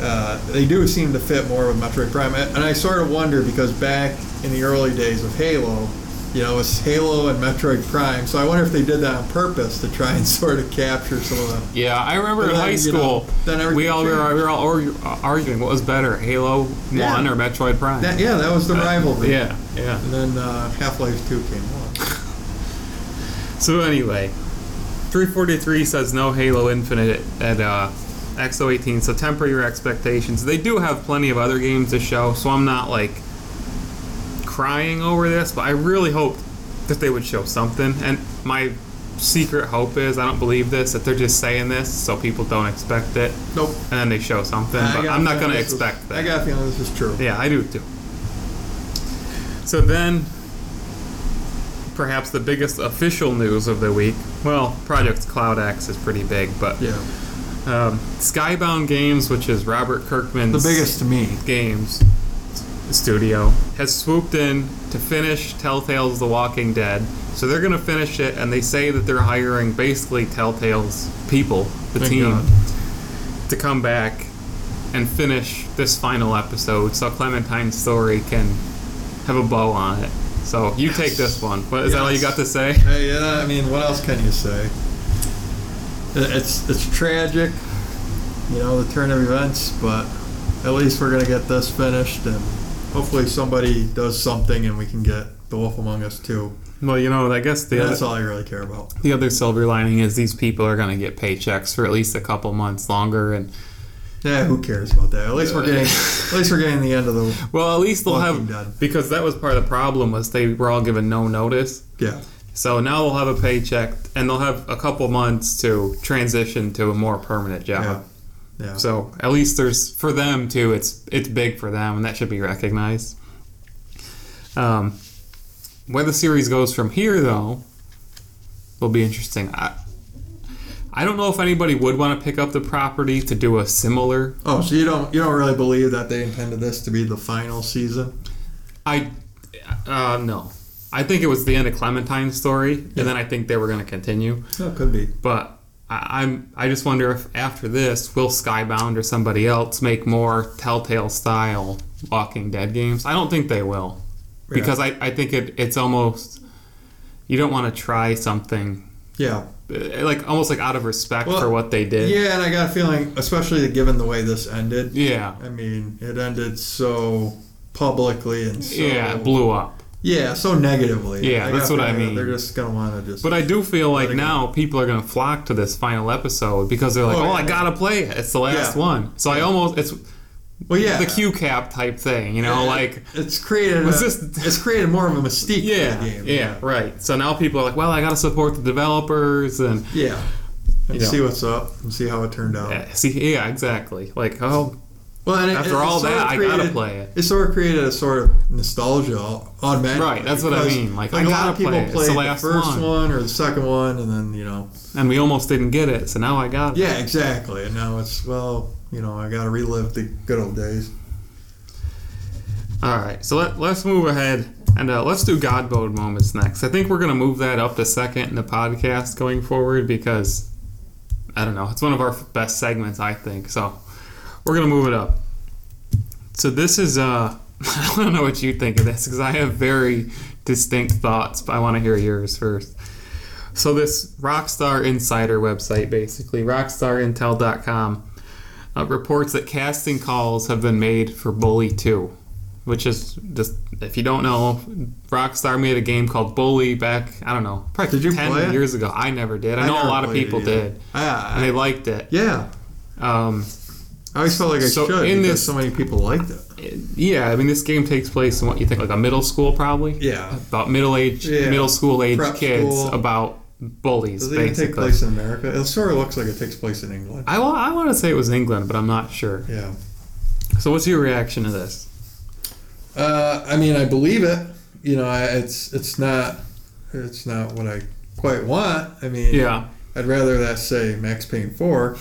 [SPEAKER 2] uh, they do seem to fit more with Metroid Prime. And and I sort of wonder because back in the early days of Halo, you know, it's Halo and Metroid Prime. So I wonder if they did that on purpose to try and [laughs] sort of capture some of the.
[SPEAKER 1] yeah I remember in
[SPEAKER 2] But then,
[SPEAKER 1] high
[SPEAKER 2] you know,
[SPEAKER 1] school
[SPEAKER 2] then everything
[SPEAKER 1] we all we were,
[SPEAKER 2] changed.
[SPEAKER 1] we were all or, arguing what was better Halo
[SPEAKER 2] Yeah.
[SPEAKER 1] 1 or Metroid Prime
[SPEAKER 2] That, yeah, that was the
[SPEAKER 1] Uh,
[SPEAKER 2] rivalry.
[SPEAKER 1] yeah yeah
[SPEAKER 2] And then uh, Half Life 2 came along.
[SPEAKER 1] So anyway, 343 says no Halo Infinite at uh, XO18, so temper your expectations. They do have plenty of other games to show, so I'm not like crying over this, but I really hoped that they would show something. And my secret hope is I don't believe this that they're just saying this so people don't expect it,
[SPEAKER 2] Nope.
[SPEAKER 1] and then they show something.
[SPEAKER 2] I
[SPEAKER 1] but
[SPEAKER 2] got a
[SPEAKER 1] I'm not
[SPEAKER 2] feeling
[SPEAKER 1] gonna
[SPEAKER 2] this is-
[SPEAKER 1] expect that.
[SPEAKER 2] I got a feeling this is true.
[SPEAKER 1] Yeah, I do too. So then, perhaps the biggest official news of the week. Well, Project Cloud X is pretty big, but
[SPEAKER 2] Yeah.
[SPEAKER 1] um, Skybound Games, which is Robert
[SPEAKER 2] The
[SPEAKER 1] Kirkman's
[SPEAKER 2] biggest to me.
[SPEAKER 1] games studio, has swooped in to finish Telltale's The Walking Dead. So they're going to finish it, and they say that they're hiring basically Telltale's people, the
[SPEAKER 2] Thank
[SPEAKER 1] team,
[SPEAKER 2] God.
[SPEAKER 1] to come back and finish this final episode so Clementine's story can have a bow on it. So you take this one. What, is that all you
[SPEAKER 2] Yes.
[SPEAKER 1] got to say?
[SPEAKER 2] Hey, yeah, I mean, what else can you say? It- It's it's tragic, you know, the turn of events, but at least we're gonna get this finished, and hopefully somebody does something, and we can get The Wolf Among Us too.
[SPEAKER 1] Well, you know, I guess the
[SPEAKER 2] That's
[SPEAKER 1] other,
[SPEAKER 2] all I really care about.
[SPEAKER 1] the other silver lining is these people are going to get paychecks for at least a couple months longer and
[SPEAKER 2] Yeah, who cares about that? At least we're
[SPEAKER 1] Yeah.
[SPEAKER 2] getting at least we're getting the end of the
[SPEAKER 1] Well, at least they'll
[SPEAKER 2] Walking
[SPEAKER 1] have
[SPEAKER 2] Dead.
[SPEAKER 1] because that was part of the problem was they were all given no notice.
[SPEAKER 2] yeah.
[SPEAKER 1] So now they'll have a paycheck and they'll have a couple months to transition to a more permanent
[SPEAKER 2] Yeah.
[SPEAKER 1] job.
[SPEAKER 2] Yeah.
[SPEAKER 1] So at least there's for them too. It's it's big for them and that should be recognized. Um, where the series goes from here, though, will be interesting. I, I don't know if anybody would want to pick up the property to do a similar.
[SPEAKER 2] Oh, so you don't you don't really believe that they intended this to be the final season?
[SPEAKER 1] I, uh, no. I think it was the end of Clementine's story, and then I think they were going to continue.
[SPEAKER 2] No, it could be.
[SPEAKER 1] But I, I'm I just wonder if after this, will Skybound or somebody else make more Telltale style Walking Dead games? I don't think they will, because I, I think it, it's almost you don't want to try something
[SPEAKER 2] Yeah.
[SPEAKER 1] uh, like almost like out of respect
[SPEAKER 2] Well,
[SPEAKER 1] for what they did.
[SPEAKER 2] Yeah, and I got a feeling, especially given the way this ended.
[SPEAKER 1] yeah,
[SPEAKER 2] I mean, it ended so publicly and so
[SPEAKER 1] yeah, it blew up.
[SPEAKER 2] yeah, so negatively.
[SPEAKER 1] Yeah,
[SPEAKER 2] got a
[SPEAKER 1] that's what I
[SPEAKER 2] feeling that
[SPEAKER 1] mean.
[SPEAKER 2] They're just gonna want to just.
[SPEAKER 1] But I do feel like now people are going to flock to this final episode because they're like,
[SPEAKER 2] Oh,
[SPEAKER 1] "Oh,
[SPEAKER 2] yeah.
[SPEAKER 1] I gotta play it. It's the last
[SPEAKER 2] Yeah.
[SPEAKER 1] one." So I almost it's
[SPEAKER 2] well, yeah,
[SPEAKER 1] the Q cap type thing, you know,
[SPEAKER 2] It-
[SPEAKER 1] like
[SPEAKER 2] it's created.
[SPEAKER 1] Was
[SPEAKER 2] a-
[SPEAKER 1] this-
[SPEAKER 2] it's created more of a mystique. for
[SPEAKER 1] yeah,
[SPEAKER 2] the game,
[SPEAKER 1] yeah, right. So now people are like, "Well, I gotta support the developers and
[SPEAKER 2] yeah. And
[SPEAKER 1] You know.
[SPEAKER 2] see what's up and see how it turned out.
[SPEAKER 1] yeah, see, yeah, exactly." Like, oh,
[SPEAKER 2] Well, and it,
[SPEAKER 1] After
[SPEAKER 2] it- it
[SPEAKER 1] all
[SPEAKER 2] sort of
[SPEAKER 1] that, I gotta
[SPEAKER 2] created-
[SPEAKER 1] play it.
[SPEAKER 2] It sort of created a sort of nostalgia au- automatically.
[SPEAKER 1] Right, that's what I
[SPEAKER 2] because,
[SPEAKER 1] mean, like, I
[SPEAKER 2] a lot
[SPEAKER 1] gotta
[SPEAKER 2] of people
[SPEAKER 1] play it, it's the
[SPEAKER 2] played
[SPEAKER 1] last
[SPEAKER 2] first
[SPEAKER 1] one.
[SPEAKER 2] or the second one, and then you know.
[SPEAKER 1] and we almost didn't get it, so now I got it.
[SPEAKER 2] Yeah, exactly. And now it's well, you know, I gotta relive the good old days.
[SPEAKER 1] All right, so let, let's move ahead and uh, let's do God mode moments next. I think we're going to move that up to second in the podcast going forward because I don't know, it's one of our best segments, I think. So we're going to move it up. So this is uh, [laughs] I don't know what you think of this because I have very distinct thoughts, but I want to hear yours first. So this Rockstar Insider website, basically RockstarIntel.com, uh, reports that casting calls have been made for Bully 2, which is just if you don't know, Rockstar made a game called Bully back I don't know, probably
[SPEAKER 2] Did you
[SPEAKER 1] ten
[SPEAKER 2] play it?
[SPEAKER 1] years ago. I never did. I, know
[SPEAKER 2] never
[SPEAKER 1] a lot of
[SPEAKER 2] played it
[SPEAKER 1] people
[SPEAKER 2] either.
[SPEAKER 1] did, and
[SPEAKER 2] Yeah,
[SPEAKER 1] they liked it.
[SPEAKER 2] yeah.
[SPEAKER 1] Um,
[SPEAKER 2] I always felt like I
[SPEAKER 1] So
[SPEAKER 2] should
[SPEAKER 1] in
[SPEAKER 2] because
[SPEAKER 1] this-
[SPEAKER 2] so many people liked it.
[SPEAKER 1] yeah, I mean this game takes place in what you think like a middle school probably.
[SPEAKER 2] Yeah.
[SPEAKER 1] about middle aged
[SPEAKER 2] Yeah.
[SPEAKER 1] middle school age
[SPEAKER 2] Prep
[SPEAKER 1] kids
[SPEAKER 2] school.
[SPEAKER 1] about bullies
[SPEAKER 2] Does it even
[SPEAKER 1] basically.
[SPEAKER 2] take place in America? It sort of looks like it takes place in England.
[SPEAKER 1] I, wa- I want to say it was England, but I'm not sure.
[SPEAKER 2] Yeah.
[SPEAKER 1] So what's your reaction to this?
[SPEAKER 2] Uh, I mean, I believe it. You know, I, it's it's not it's not what I quite want. I mean,
[SPEAKER 1] Yeah,
[SPEAKER 2] I'd rather that say Max
[SPEAKER 1] [laughs]
[SPEAKER 2] Payne Four,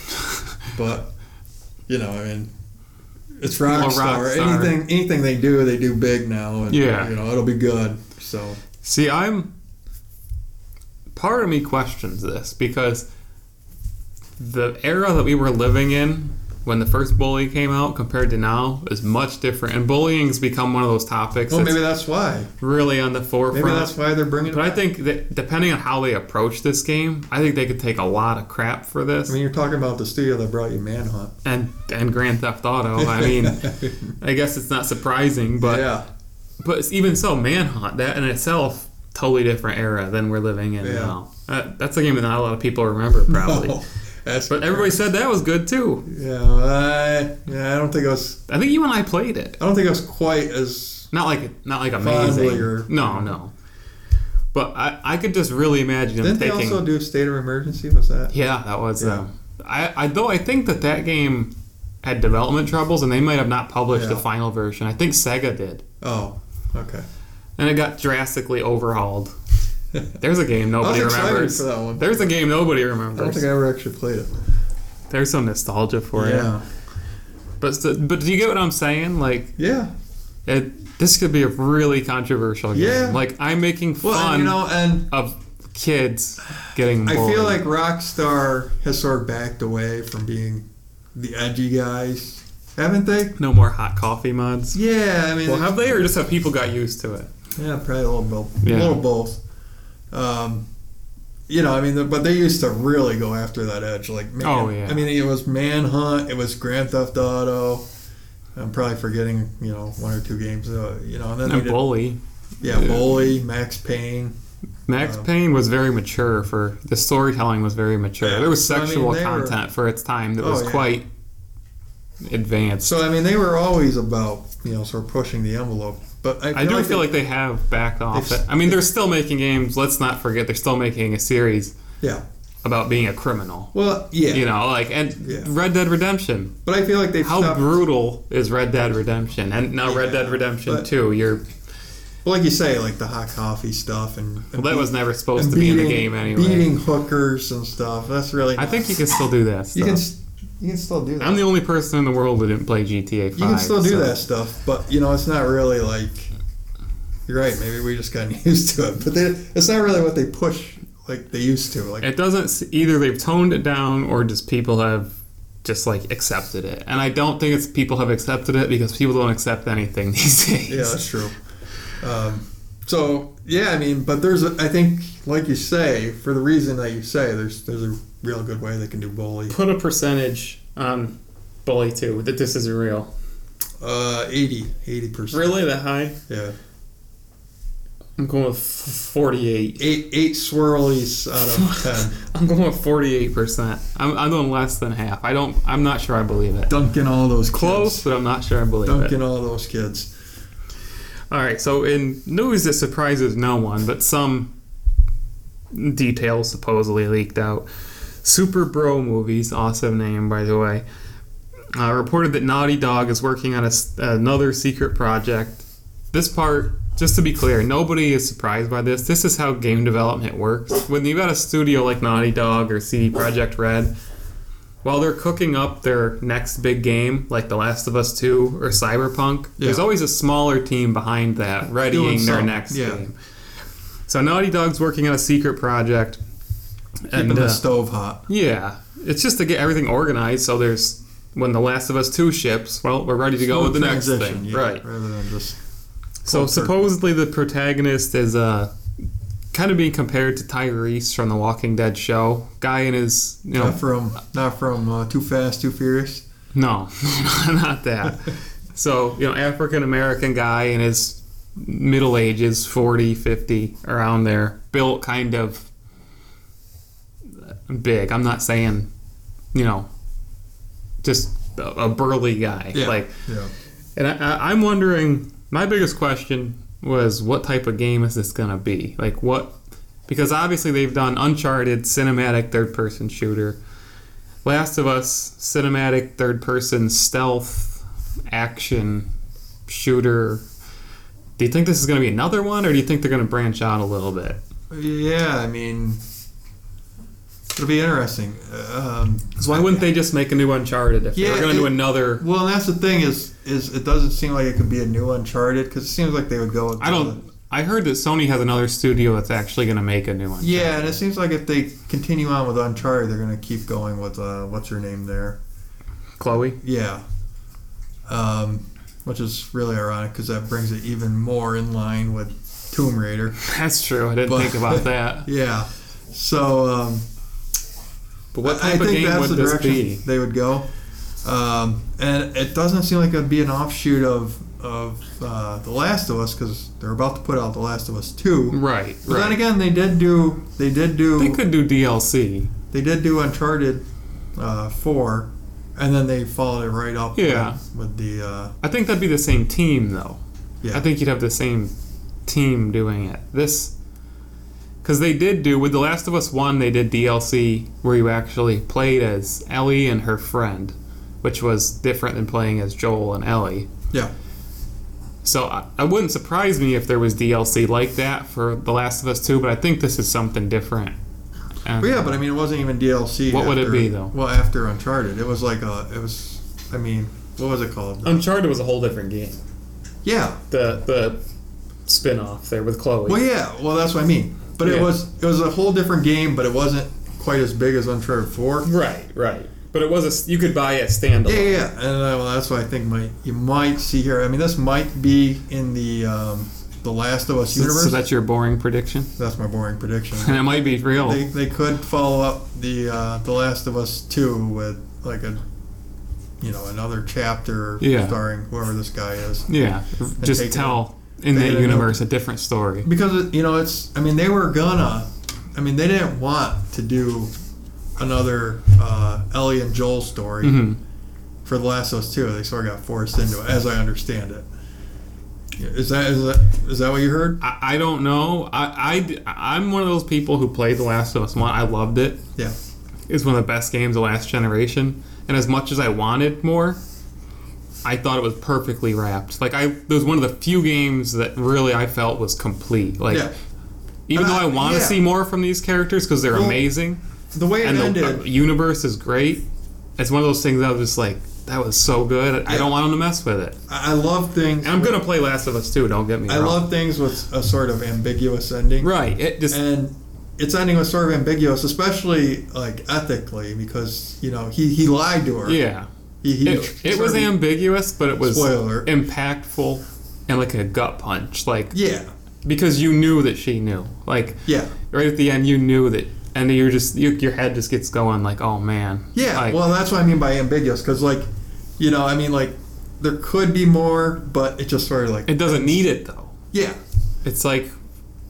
[SPEAKER 2] but you know, I mean, it's Rockstar.
[SPEAKER 1] Rockstar.
[SPEAKER 2] Anything anything they do, they do big now, and
[SPEAKER 1] Yeah.
[SPEAKER 2] you know, it'll be good. So
[SPEAKER 1] See, I'm. Part of me questions this because the era that we were living in when the first bully came out compared to now is much different, and bullying's become one of those topics
[SPEAKER 2] well,
[SPEAKER 1] that's
[SPEAKER 2] maybe that's why.
[SPEAKER 1] really on the forefront.
[SPEAKER 2] Maybe that's why they're bringing.
[SPEAKER 1] but
[SPEAKER 2] it
[SPEAKER 1] I
[SPEAKER 2] back.
[SPEAKER 1] think that depending on how they approach this game, I think they could take a lot of crap for this.
[SPEAKER 2] I mean, you're talking about the studio that brought you Manhunt.
[SPEAKER 1] and and Grand Theft Auto. I
[SPEAKER 2] [laughs]
[SPEAKER 1] mean, I guess it's not surprising, but
[SPEAKER 2] yeah, [laughs]
[SPEAKER 1] but even so, Manhunt that in itself totally different era than we're living in
[SPEAKER 2] Yeah.
[SPEAKER 1] now. Uh, that's a game that not a lot of people remember probably.
[SPEAKER 2] Oh, that's
[SPEAKER 1] [laughs] But everybody said that was good too.
[SPEAKER 2] yeah, I, yeah. I don't think I was.
[SPEAKER 1] I think you and I played it.
[SPEAKER 2] I don't think I was quite as
[SPEAKER 1] Not like not like
[SPEAKER 2] Fondly
[SPEAKER 1] amazing.
[SPEAKER 2] or-
[SPEAKER 1] no, no. But I, I could just really imagine them
[SPEAKER 2] Didn't they
[SPEAKER 1] taking.
[SPEAKER 2] also do State of Emergency? Was that?
[SPEAKER 1] yeah, that was.
[SPEAKER 2] Yeah.
[SPEAKER 1] Um, I, I though I think that that game had development troubles and they might have not published the
[SPEAKER 2] Yeah.
[SPEAKER 1] final version. I think Sega did.
[SPEAKER 2] Oh, okay.
[SPEAKER 1] and it got drastically
[SPEAKER 2] [laughs]
[SPEAKER 1] overhauled. There's a game
[SPEAKER 2] I was
[SPEAKER 1] nobody
[SPEAKER 2] excited
[SPEAKER 1] remembers.
[SPEAKER 2] for that one.
[SPEAKER 1] There's a game nobody
[SPEAKER 2] I don't
[SPEAKER 1] remembers.
[SPEAKER 2] think I ever actually played it.
[SPEAKER 1] There's some nostalgia for it.
[SPEAKER 2] yeah,
[SPEAKER 1] But s- but do you get what I'm saying? Like
[SPEAKER 2] yeah.
[SPEAKER 1] it, this could be a really controversial game.
[SPEAKER 2] Yeah.
[SPEAKER 1] Like I'm making
[SPEAKER 2] Well,
[SPEAKER 1] fun
[SPEAKER 2] and, you know, and
[SPEAKER 1] of kids getting
[SPEAKER 2] I
[SPEAKER 1] bullied.
[SPEAKER 2] feel like Rockstar has sort of backed away from being the edgy guys, haven't they?
[SPEAKER 1] no more hot coffee mods.
[SPEAKER 2] Yeah, I mean,
[SPEAKER 1] Well, have they or just have people got used to it?
[SPEAKER 2] yeah, probably a little both,
[SPEAKER 1] Yeah.
[SPEAKER 2] a little both. Um, you know, I mean, the, but they used to really go after that edge, like man,
[SPEAKER 1] Oh, yeah.
[SPEAKER 2] I mean, it was Manhunt, it was Grand Theft Auto. I'm probably forgetting, you know, one or two games. Uh, you know, and then
[SPEAKER 1] No
[SPEAKER 2] they did,
[SPEAKER 1] bully.
[SPEAKER 2] yeah, Bully, Max Payne.
[SPEAKER 1] Max
[SPEAKER 2] Uh,
[SPEAKER 1] Payne was very mature for the storytelling was very mature.
[SPEAKER 2] Yeah.
[SPEAKER 1] There was
[SPEAKER 2] So, I mean,
[SPEAKER 1] sexual
[SPEAKER 2] they were-
[SPEAKER 1] content for its time that
[SPEAKER 2] Oh,
[SPEAKER 1] was
[SPEAKER 2] yeah.
[SPEAKER 1] quite advanced.
[SPEAKER 2] So I mean, they were always about, you know, sort of pushing the envelope. But I,
[SPEAKER 1] I do
[SPEAKER 2] they-
[SPEAKER 1] feel like they have backed off.
[SPEAKER 2] They've-
[SPEAKER 1] it. I mean, they're still making games. Let's not forget, they're still making a series
[SPEAKER 2] yeah.
[SPEAKER 1] about being a criminal.
[SPEAKER 2] Well, yeah,
[SPEAKER 1] You know, like and
[SPEAKER 2] Yeah.
[SPEAKER 1] Red Dead Redemption.
[SPEAKER 2] But I feel like they've
[SPEAKER 1] How
[SPEAKER 2] stopped.
[SPEAKER 1] brutal is Red Dead Redemption? And now Red
[SPEAKER 2] Yeah,
[SPEAKER 1] Dead Redemption
[SPEAKER 2] but-
[SPEAKER 1] Two. You're
[SPEAKER 2] But like you say, like the hot coffee stuff and, and
[SPEAKER 1] Well, that was never supposed
[SPEAKER 2] and
[SPEAKER 1] to be in the
[SPEAKER 2] beating-
[SPEAKER 1] game anyway.
[SPEAKER 2] Beating hookers and stuff. That's really.
[SPEAKER 1] I think you can still do that. Stuff.
[SPEAKER 2] you can s- you can still do that.
[SPEAKER 1] I'm the only person in the world that didn't play GTA 5.
[SPEAKER 2] you can still do
[SPEAKER 1] so-
[SPEAKER 2] that stuff, but you know it's not really like. You're right. Maybe we just gotten [laughs] used to it, but they, it's not really what they push like they used to. Like
[SPEAKER 1] It doesn't. s- Either they've toned it down, or just people have just like accepted it. And I don't think it's people have accepted it because people don't accept anything [laughs] these days.
[SPEAKER 2] Yeah, that's true. Um, so yeah, I mean, but there's, a, I think, like you say, for the reason that you say, there's there's a real good way they can do bully.
[SPEAKER 1] Put a percentage on Bully 2 that this isn't real.
[SPEAKER 2] Uh, 80, 80 percent.
[SPEAKER 1] Really that high?
[SPEAKER 2] Yeah,
[SPEAKER 1] I'm going with f- 48.
[SPEAKER 2] eight eight swirlies
[SPEAKER 1] [laughs]
[SPEAKER 2] [laughs] out of ten.
[SPEAKER 1] I'm going with 48 percent. I'm, I'm doing less than half. I don't. I'm not sure I believe it.
[SPEAKER 2] Dunking all those
[SPEAKER 1] Close,
[SPEAKER 2] Kids.
[SPEAKER 1] but I'm not sure I believe it.
[SPEAKER 2] Dunking all those kids.
[SPEAKER 1] All right, so in news that surprises no one, but some details supposedly leaked out. Super Bro Movies, awesome name by the way, uh, reported that Naughty Dog is working on a s another secret project. This part, just to be clear, nobody is surprised by this. This is how game development works. When you've got a studio like Naughty Dog or CD Projekt Red, while they're cooking up their next big game, like The Last of Us 2 or Cyberpunk, there's
[SPEAKER 2] Yeah.
[SPEAKER 1] always a smaller team behind that readying their
[SPEAKER 2] some-
[SPEAKER 1] next
[SPEAKER 2] yeah.
[SPEAKER 1] game. So Naughty Dog's working on a secret project.
[SPEAKER 2] Keeping
[SPEAKER 1] uh,
[SPEAKER 2] the stove hot.
[SPEAKER 1] yeah, it's just to get everything organized. So there's when the Last of Us two ships. Well, we're ready to go with the next
[SPEAKER 2] Transition,
[SPEAKER 1] thing,
[SPEAKER 2] yeah,
[SPEAKER 1] right?
[SPEAKER 2] Rather than just
[SPEAKER 1] So
[SPEAKER 2] Cold turkey.
[SPEAKER 1] supposedly the protagonist is uh, kind of being compared to Tyrese from the Walking Dead show. Guy in his you know
[SPEAKER 2] not from not from uh, Too Fast, Too Furious.
[SPEAKER 1] No, [laughs] not that. so, you know, African American guy in his middle ages, 40, 50, around there, built kind of big. I'm not saying, you know, just a, a burly guy.
[SPEAKER 2] Yeah.
[SPEAKER 1] Like,
[SPEAKER 2] Yeah.
[SPEAKER 1] and I, I, I'm wondering. My biggest question was, what type of game is this gonna be? Like, what? Because obviously they've done Uncharted cinematic third-person shooter, Last of Us cinematic third-person stealth action shooter. Do you think this is gonna be another one, or do you think they're gonna branch out a little bit?
[SPEAKER 2] Yeah, I mean, it'll be interesting. Um,
[SPEAKER 1] So why wouldn't they just make a new Uncharted if
[SPEAKER 2] Yeah,
[SPEAKER 1] they're gonna do
[SPEAKER 2] it-
[SPEAKER 1] another?
[SPEAKER 2] Well, and that's the thing is, is it doesn't seem like it could be a new Uncharted because it seems like they would go. With
[SPEAKER 1] I don't. I heard that Sony has another studio that's actually gonna make a new one.
[SPEAKER 2] yeah, and it seems like if they continue on with Uncharted, they're gonna keep going with uh, what's her name there.
[SPEAKER 1] Chloe.
[SPEAKER 2] Yeah, um, which is really ironic because that brings it even more in line with Tomb Raider.
[SPEAKER 1] That's true. I didn't
[SPEAKER 2] But-
[SPEAKER 1] think about that.
[SPEAKER 2] Yeah, so um,
[SPEAKER 1] [laughs] But what
[SPEAKER 2] I
[SPEAKER 1] type of
[SPEAKER 2] think
[SPEAKER 1] game
[SPEAKER 2] that's
[SPEAKER 1] would
[SPEAKER 2] the
[SPEAKER 1] this
[SPEAKER 2] direction
[SPEAKER 1] be?
[SPEAKER 2] they would go. Um, and it doesn't seem like it'd be an offshoot of of uh, The Last of Us because they're about to put out The Last of Us two.
[SPEAKER 1] Right,
[SPEAKER 2] But then
[SPEAKER 1] right.
[SPEAKER 2] again, they did do they did do
[SPEAKER 1] They
[SPEAKER 2] they,
[SPEAKER 1] could do DLC.
[SPEAKER 2] did do Uncharted uh, four, and then they followed it right up.
[SPEAKER 1] Yeah.
[SPEAKER 2] With, with the uh,
[SPEAKER 1] I think that'd be the same team though.
[SPEAKER 2] yeah
[SPEAKER 1] I think you'd have the same team doing it. This because they did do with The Last of Us One, they did DLC where you actually played as Ellie and her friend, which was different than playing as Joel and Ellie.
[SPEAKER 2] yeah
[SPEAKER 1] So I, I wouldn't surprise me if there was DLC like that for The Last of Us Two, but I think this is something different. Um, And-
[SPEAKER 2] but yeah. But I mean, it wasn't even DLC.
[SPEAKER 1] What would it
[SPEAKER 2] after-
[SPEAKER 1] be, though?
[SPEAKER 2] Well, after Uncharted, it was like a it was I mean what was it called?
[SPEAKER 1] Uncharted was a whole different game.
[SPEAKER 2] yeah.
[SPEAKER 1] the the spin-off there with Chloe.
[SPEAKER 2] Well, yeah. Well, that's what I mean. But
[SPEAKER 1] Yeah.
[SPEAKER 2] it was it was a whole different game, but it wasn't quite as big as Uncharted four.
[SPEAKER 1] Right, right. But it was a you could buy it standalone.
[SPEAKER 2] Yeah, yeah, yeah. and uh, well, that's what I think might you might see here. I mean, this might be in the um, the Last of Us
[SPEAKER 1] So,
[SPEAKER 2] universe.
[SPEAKER 1] so that's your boring
[SPEAKER 2] [laughs]
[SPEAKER 1] prediction,
[SPEAKER 2] That's my boring
[SPEAKER 1] [laughs]
[SPEAKER 2] prediction.
[SPEAKER 1] and it might be real.
[SPEAKER 2] they, they could follow up the uh, the Last of Us two with like a you know another chapter
[SPEAKER 1] Yeah.
[SPEAKER 2] starring whoever this guy is
[SPEAKER 1] yeah, just
[SPEAKER 2] take it
[SPEAKER 1] tell in
[SPEAKER 2] They
[SPEAKER 1] that
[SPEAKER 2] didn't
[SPEAKER 1] universe a different story.
[SPEAKER 2] because it, you know it's I mean they were gonna I mean they didn't want to do another uh, Ellie and Joel story
[SPEAKER 1] hmm
[SPEAKER 2] for the Last of Us two they sort of got forced into it as I understand it. Yeah, Is that is that is that what you heard?
[SPEAKER 1] I, I don't know. I, I am one of those people who played The Last of Us One. I loved it.
[SPEAKER 2] Yeah.
[SPEAKER 1] It's one of the best games of last generation. And as much as I wanted more, I thought it was perfectly wrapped. Like I, it was one of the few games that really I felt was complete. Like
[SPEAKER 2] Yeah.
[SPEAKER 1] even
[SPEAKER 2] And
[SPEAKER 1] though
[SPEAKER 2] I-
[SPEAKER 1] I want to
[SPEAKER 2] yeah.
[SPEAKER 1] see more from these characters because they're
[SPEAKER 2] Well,
[SPEAKER 1] amazing
[SPEAKER 2] The way it
[SPEAKER 1] and
[SPEAKER 2] ended.
[SPEAKER 1] the uh, universe is great. It's one of those things that I was just like, that was so good. I
[SPEAKER 2] Yeah.
[SPEAKER 1] don't want them to mess with it.
[SPEAKER 2] I I love things.
[SPEAKER 1] And I'm
[SPEAKER 2] with-
[SPEAKER 1] gonna play Last of Us too. Don't get me
[SPEAKER 2] I
[SPEAKER 1] wrong.
[SPEAKER 2] love things with a sort of ambiguous ending.
[SPEAKER 1] right. It just
[SPEAKER 2] and its ending was sort of ambiguous, especially like ethically, because you know he, he lied to her.
[SPEAKER 1] yeah.
[SPEAKER 2] he, he
[SPEAKER 1] It, it
[SPEAKER 2] sort
[SPEAKER 1] was
[SPEAKER 2] of-
[SPEAKER 1] ambiguous, but it was
[SPEAKER 2] Spoiler.
[SPEAKER 1] impactful and like a gut punch. Like
[SPEAKER 2] Yeah,
[SPEAKER 1] because you knew that she knew. Like
[SPEAKER 2] yeah,
[SPEAKER 1] right at the end, you knew that, and you're just you, your head just gets going like, oh man.
[SPEAKER 2] yeah.
[SPEAKER 1] Like,
[SPEAKER 2] well, that's what I mean by ambiguous, because like, you know, I mean like there could be more, but it just sort of like
[SPEAKER 1] it doesn't need it though.
[SPEAKER 2] yeah,
[SPEAKER 1] It's like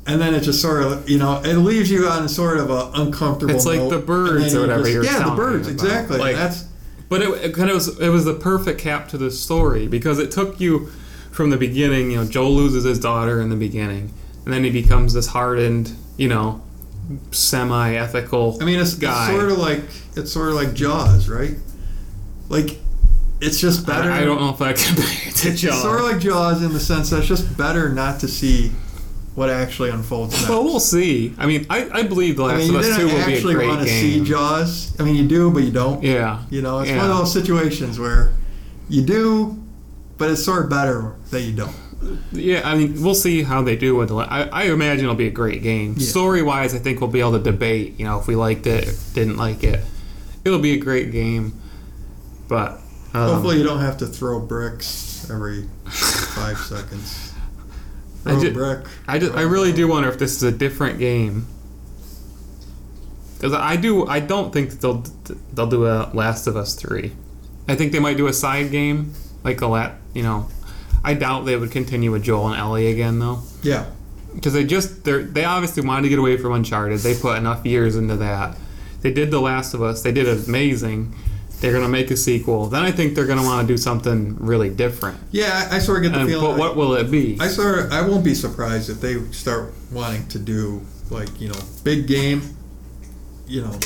[SPEAKER 2] and then it just sort of you know it leaves you on sort of a uncomfortable.
[SPEAKER 1] It's like
[SPEAKER 2] note,
[SPEAKER 1] the birds or
[SPEAKER 2] and then you
[SPEAKER 1] whatever
[SPEAKER 2] just-
[SPEAKER 1] you were
[SPEAKER 2] Yeah, the
[SPEAKER 1] talking
[SPEAKER 2] birds
[SPEAKER 1] about.
[SPEAKER 2] exactly.
[SPEAKER 1] Like-
[SPEAKER 2] that's
[SPEAKER 1] But it, it kind of was, it was the perfect cap to the story because it took you from the beginning. You know, Joel loses his daughter in the beginning, and then he becomes this hardened, you know, semi-ethical.
[SPEAKER 2] I mean, it's,
[SPEAKER 1] guy.
[SPEAKER 2] it's sort of like it's sort of like Jaws, right? Like it's just better.
[SPEAKER 1] I, I don't know if I compare it to
[SPEAKER 2] It's
[SPEAKER 1] Jaws.
[SPEAKER 2] sort of like Jaws in the sense that it's just better not to see what actually unfolds next.
[SPEAKER 1] well, we'll see. I mean, I, I believe The
[SPEAKER 2] I
[SPEAKER 1] Last
[SPEAKER 2] mean, you
[SPEAKER 1] of Us Two
[SPEAKER 2] didn't
[SPEAKER 1] will be a
[SPEAKER 2] actually
[SPEAKER 1] great
[SPEAKER 2] want to see
[SPEAKER 1] game.
[SPEAKER 2] Jaws. I mean, you do, but you don't.
[SPEAKER 1] yeah,
[SPEAKER 2] You know, it's
[SPEAKER 1] yeah.
[SPEAKER 2] one of those situations where you do, but it's sort of better that you don't.
[SPEAKER 1] Uh-huh. Yeah, I mean, we'll see how they do with. The, I, I imagine it'll be a great game.
[SPEAKER 2] Yeah.
[SPEAKER 1] Story wise, I think we'll be able to debate. You know, if we liked it, didn't like it. It'll be a great game, but um,
[SPEAKER 2] Hopefully, you don't have to throw bricks every
[SPEAKER 1] [laughs]
[SPEAKER 2] five seconds.
[SPEAKER 1] I
[SPEAKER 2] Throw a
[SPEAKER 1] ju-
[SPEAKER 2] brick.
[SPEAKER 1] I just, I really do wonder if this is a different game. Because I do, I don't think that they'll they'll do a Last of Us three. I think they might do a side game, like a lat. You know, I doubt they would continue with Joel and Ellie again though.
[SPEAKER 2] Yeah.
[SPEAKER 1] because they just they they obviously wanted to get away from Uncharted. They put enough years into that. They did The Last of Us. They did amazing. They're gonna make a sequel. Then I think they're gonna want to do something really different.
[SPEAKER 2] Yeah, I, I sort of get the
[SPEAKER 1] And,
[SPEAKER 2] feeling.
[SPEAKER 1] Um, but what
[SPEAKER 2] like-
[SPEAKER 1] will it be?
[SPEAKER 2] I sort of, I won't be surprised if they start wanting to do like you know big game, you know,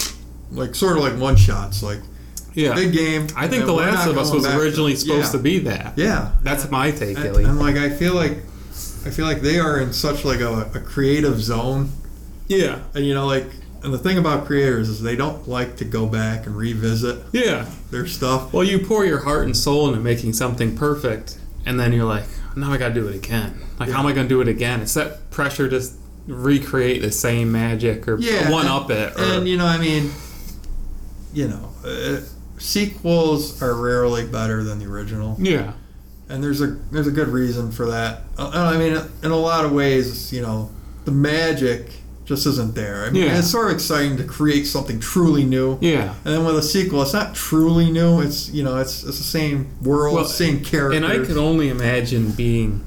[SPEAKER 2] like sort of like one shots, like
[SPEAKER 1] yeah,
[SPEAKER 2] big game.
[SPEAKER 1] I think
[SPEAKER 2] and
[SPEAKER 1] The
[SPEAKER 2] we're
[SPEAKER 1] Last
[SPEAKER 2] not
[SPEAKER 1] of Us
[SPEAKER 2] going
[SPEAKER 1] was
[SPEAKER 2] back
[SPEAKER 1] originally supposed
[SPEAKER 2] yeah.
[SPEAKER 1] to be that.
[SPEAKER 2] Yeah,
[SPEAKER 1] That's my take,
[SPEAKER 2] I,
[SPEAKER 1] Billy.
[SPEAKER 2] I'm like I feel like I feel like they are in such like a, a creative zone,
[SPEAKER 1] Yeah,
[SPEAKER 2] and you know like and the thing about creators is they don't like to go back and revisit
[SPEAKER 1] yeah.
[SPEAKER 2] their stuff.
[SPEAKER 1] Well, you pour your heart and soul into making something perfect, and then you're like, now I gotta do it again. Like, how am I gonna do it again? It's that pressure to s- recreate the same magic or
[SPEAKER 2] Yeah,
[SPEAKER 1] one
[SPEAKER 2] and-
[SPEAKER 1] up it. Or,
[SPEAKER 2] And you know I mean, you know. Uh, Sequels are rarely better than the original.
[SPEAKER 1] yeah.
[SPEAKER 2] and there's a there's a good reason for that. Uh, I mean, in a lot of ways, you know, the magic just isn't there. I mean,
[SPEAKER 1] Yeah.
[SPEAKER 2] it's sort of exciting to create something truly new,
[SPEAKER 1] Yeah.
[SPEAKER 2] and then with a sequel, it's not truly new. It's you know, it's it's the same world,
[SPEAKER 1] Well,
[SPEAKER 2] same characters.
[SPEAKER 1] And I could only imagine being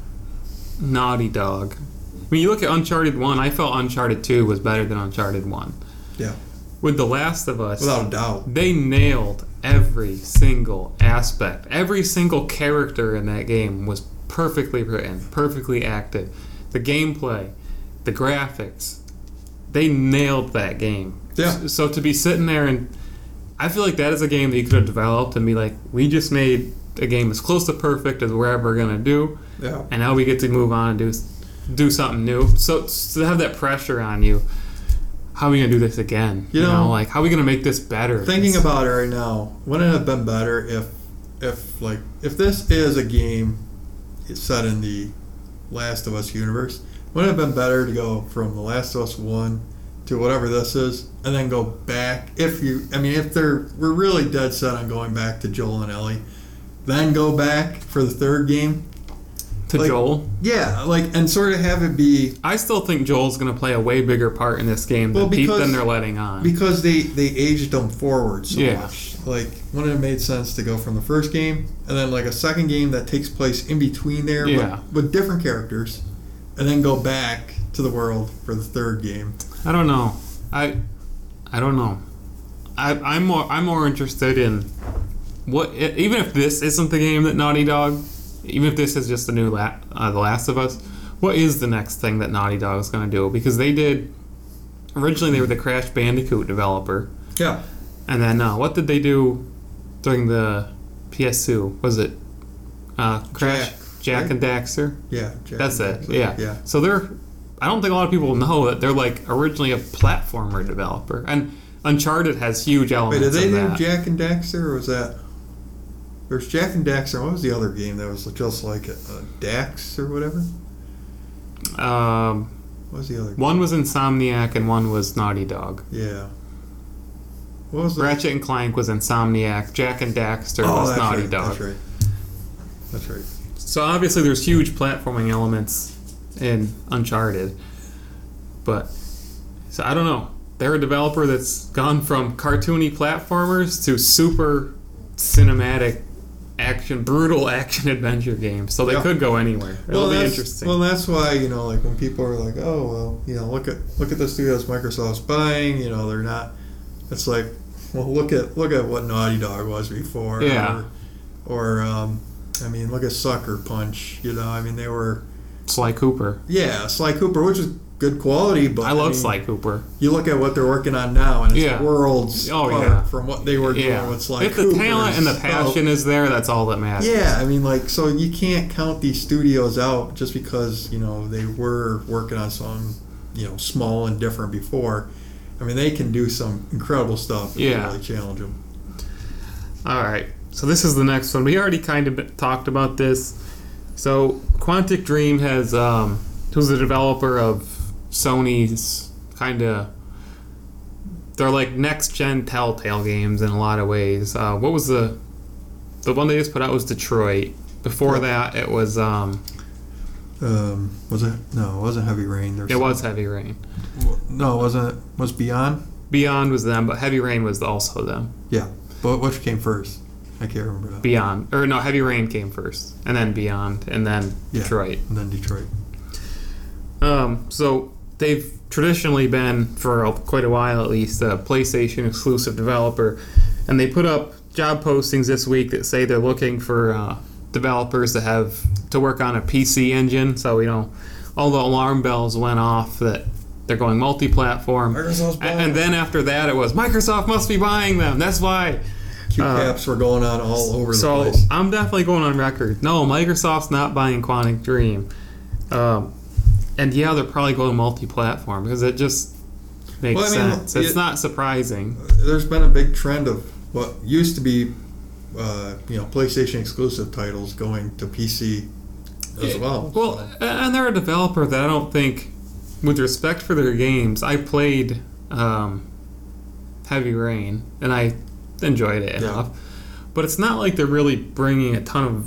[SPEAKER 1] Naughty Dog. I mean, you look at Uncharted 1, I felt Uncharted 2 was better than Uncharted 1.
[SPEAKER 2] yeah,
[SPEAKER 1] With The Last of Us,
[SPEAKER 2] without a doubt.
[SPEAKER 1] they nailed every single aspect. Every single character in that game was perfectly written, perfectly acted. The gameplay, the graphics, they nailed that game.
[SPEAKER 2] Yeah.
[SPEAKER 1] So to be sitting there and I feel like that is a game that you could have developed and be like, we just made a game as close to perfect as we're ever gonna do,
[SPEAKER 2] Yeah,
[SPEAKER 1] and now we get to move on and do do something new. So to have that pressure on you, how are we gonna do this again?
[SPEAKER 2] You know,
[SPEAKER 1] like how are we gonna make this better?
[SPEAKER 2] thinking
[SPEAKER 1] It's-
[SPEAKER 2] about it right now, wouldn't it have been better if if like if this is a game set in the Last of Us universe, wouldn't it have been better to go from the Last of Us one to whatever this is, and then go back if you I mean if they're we're really dead set on going back to Joel and Ellie, then go back for the third game.
[SPEAKER 1] to
[SPEAKER 2] like-
[SPEAKER 1] Joel.
[SPEAKER 2] Yeah, like and sort of have it be
[SPEAKER 1] I still think Joel's going to play a way bigger part in this game
[SPEAKER 2] Well,
[SPEAKER 1] than, peop-
[SPEAKER 2] because-
[SPEAKER 1] than they're letting on.
[SPEAKER 2] because they they aged them forward so
[SPEAKER 1] Yeah.
[SPEAKER 2] much. Like, wouldn't it made sense to go from the first game and then like a second game that takes place in between there,
[SPEAKER 1] Yeah.
[SPEAKER 2] but with different characters, and then go back to the world for the third game.
[SPEAKER 1] I don't know. I I don't know. I, I'm more I'm more interested in what e- even if this isn't the game that Naughty Dog, even if this is just the new La- uh, The Last of Us, what is the next thing that Naughty Dog is going to do? Because they did originally they were the Crash Bandicoot developer,
[SPEAKER 2] Yeah,
[SPEAKER 1] and then uh, what did they do during the PS2? Was it uh, Crash, Jack,
[SPEAKER 2] right?
[SPEAKER 1] and Daxter.
[SPEAKER 2] Yeah, Jack
[SPEAKER 1] That's
[SPEAKER 2] and
[SPEAKER 1] it.
[SPEAKER 2] Daxter.
[SPEAKER 1] Yeah.
[SPEAKER 2] yeah.
[SPEAKER 1] So they're. I don't think a lot of people know that they're like originally a platformer developer, and Uncharted has huge
[SPEAKER 2] Wait,
[SPEAKER 1] elements
[SPEAKER 2] did they
[SPEAKER 1] of
[SPEAKER 2] do
[SPEAKER 1] that.
[SPEAKER 2] Jack and Daxter, or was that? There's Jack and Daxter. What was the other game that was just like a, a Dax or whatever?
[SPEAKER 1] um,
[SPEAKER 2] What was the other?
[SPEAKER 1] one was Insomniac and one was Naughty Dog.
[SPEAKER 2] Yeah. What was the?
[SPEAKER 1] Ratchet and Clank was Insomniac. Jack and Daxter
[SPEAKER 2] oh,
[SPEAKER 1] was
[SPEAKER 2] that's
[SPEAKER 1] Naughty
[SPEAKER 2] right.
[SPEAKER 1] Dog.
[SPEAKER 2] That's right. That's right.
[SPEAKER 1] So obviously, there's huge platforming elements in Uncharted, but so I don't know. They're a developer that's gone from cartoony platformers to super cinematic action, brutal [laughs] action adventure games. So they
[SPEAKER 2] Yeah.
[SPEAKER 1] could go anywhere. It'll be
[SPEAKER 2] that's,
[SPEAKER 1] interesting.
[SPEAKER 2] Well, that's why you know, like when people are like, "Oh, well, you know, look at look at the studios Microsoft's buying." You know, they're not. It's like, well, look at look at what Naughty Dog was before.
[SPEAKER 1] Yeah.
[SPEAKER 2] Or, or um, I mean, look at Sucker Punch. You know, I mean, they were
[SPEAKER 1] Sly Cooper.
[SPEAKER 2] yeah, Sly Cooper, which is good quality, but
[SPEAKER 1] I love
[SPEAKER 2] mean,
[SPEAKER 1] Sly Cooper.
[SPEAKER 2] You look at what they're working on now, and it's
[SPEAKER 1] Yeah.
[SPEAKER 2] worlds
[SPEAKER 1] Oh,
[SPEAKER 2] apart
[SPEAKER 1] yeah.
[SPEAKER 2] from what they were
[SPEAKER 1] Yeah.
[SPEAKER 2] doing with Sly
[SPEAKER 1] If
[SPEAKER 2] Cooper. Oh.
[SPEAKER 1] the talent and the
[SPEAKER 2] So-
[SPEAKER 1] passion is there, that's all that matters.
[SPEAKER 2] yeah, I mean, like, so you can't count these studios out just because you know they were working on some, you know, small and different before. I mean, they can do some incredible stuff. If
[SPEAKER 1] Yeah.
[SPEAKER 2] you really challenge them.
[SPEAKER 1] All right. So this is the next one. We already kind of talked about this. So Quantic Dream has um, who's the developer of Sony's kind of they're like next gen Telltale games in a lot of ways. Uh, what was the the one they just put out was Detroit. Before that, it was um,
[SPEAKER 2] Um, was it? No, it wasn't Heavy Rain. There's
[SPEAKER 1] it was Heavy Rain.
[SPEAKER 2] No, it wasn't. Was Beyond?
[SPEAKER 1] Beyond was them, but Heavy Rain was also them.
[SPEAKER 2] Yeah, but which came first? I can't remember that.
[SPEAKER 1] Beyond or no, Heavy Rain came first, and then Beyond, and then
[SPEAKER 2] Yeah.
[SPEAKER 1] Detroit.
[SPEAKER 2] and then Detroit.
[SPEAKER 1] Um, so they've traditionally been for a, quite a while, at least, a PlayStation exclusive developer, and they put up job postings this week that say they're looking for uh, developers to have to work on a PC engine. So you know, all the alarm bells went off that they're going multi-platform.
[SPEAKER 2] Microsoft's
[SPEAKER 1] A- and then after that, it was Microsoft must be buying them. That's why.
[SPEAKER 2] Q caps were going on all over the
[SPEAKER 1] uh, So
[SPEAKER 2] place.
[SPEAKER 1] I'm definitely going on record. No, Microsoft's not buying Quantic Dream. Um, and yeah, they're probably going multi-platform because it just makes
[SPEAKER 2] Well, I mean,
[SPEAKER 1] sense. it's
[SPEAKER 2] it-
[SPEAKER 1] not surprising.
[SPEAKER 2] there's been a big trend of what used to be, uh, you know, PlayStation exclusive titles going to PC as well.
[SPEAKER 1] Well, a- and they're a developer that I don't think, with respect for their games, I played um, Heavy Rain and I enjoyed it
[SPEAKER 2] Yeah.
[SPEAKER 1] enough. But it's not like they're really bringing a ton of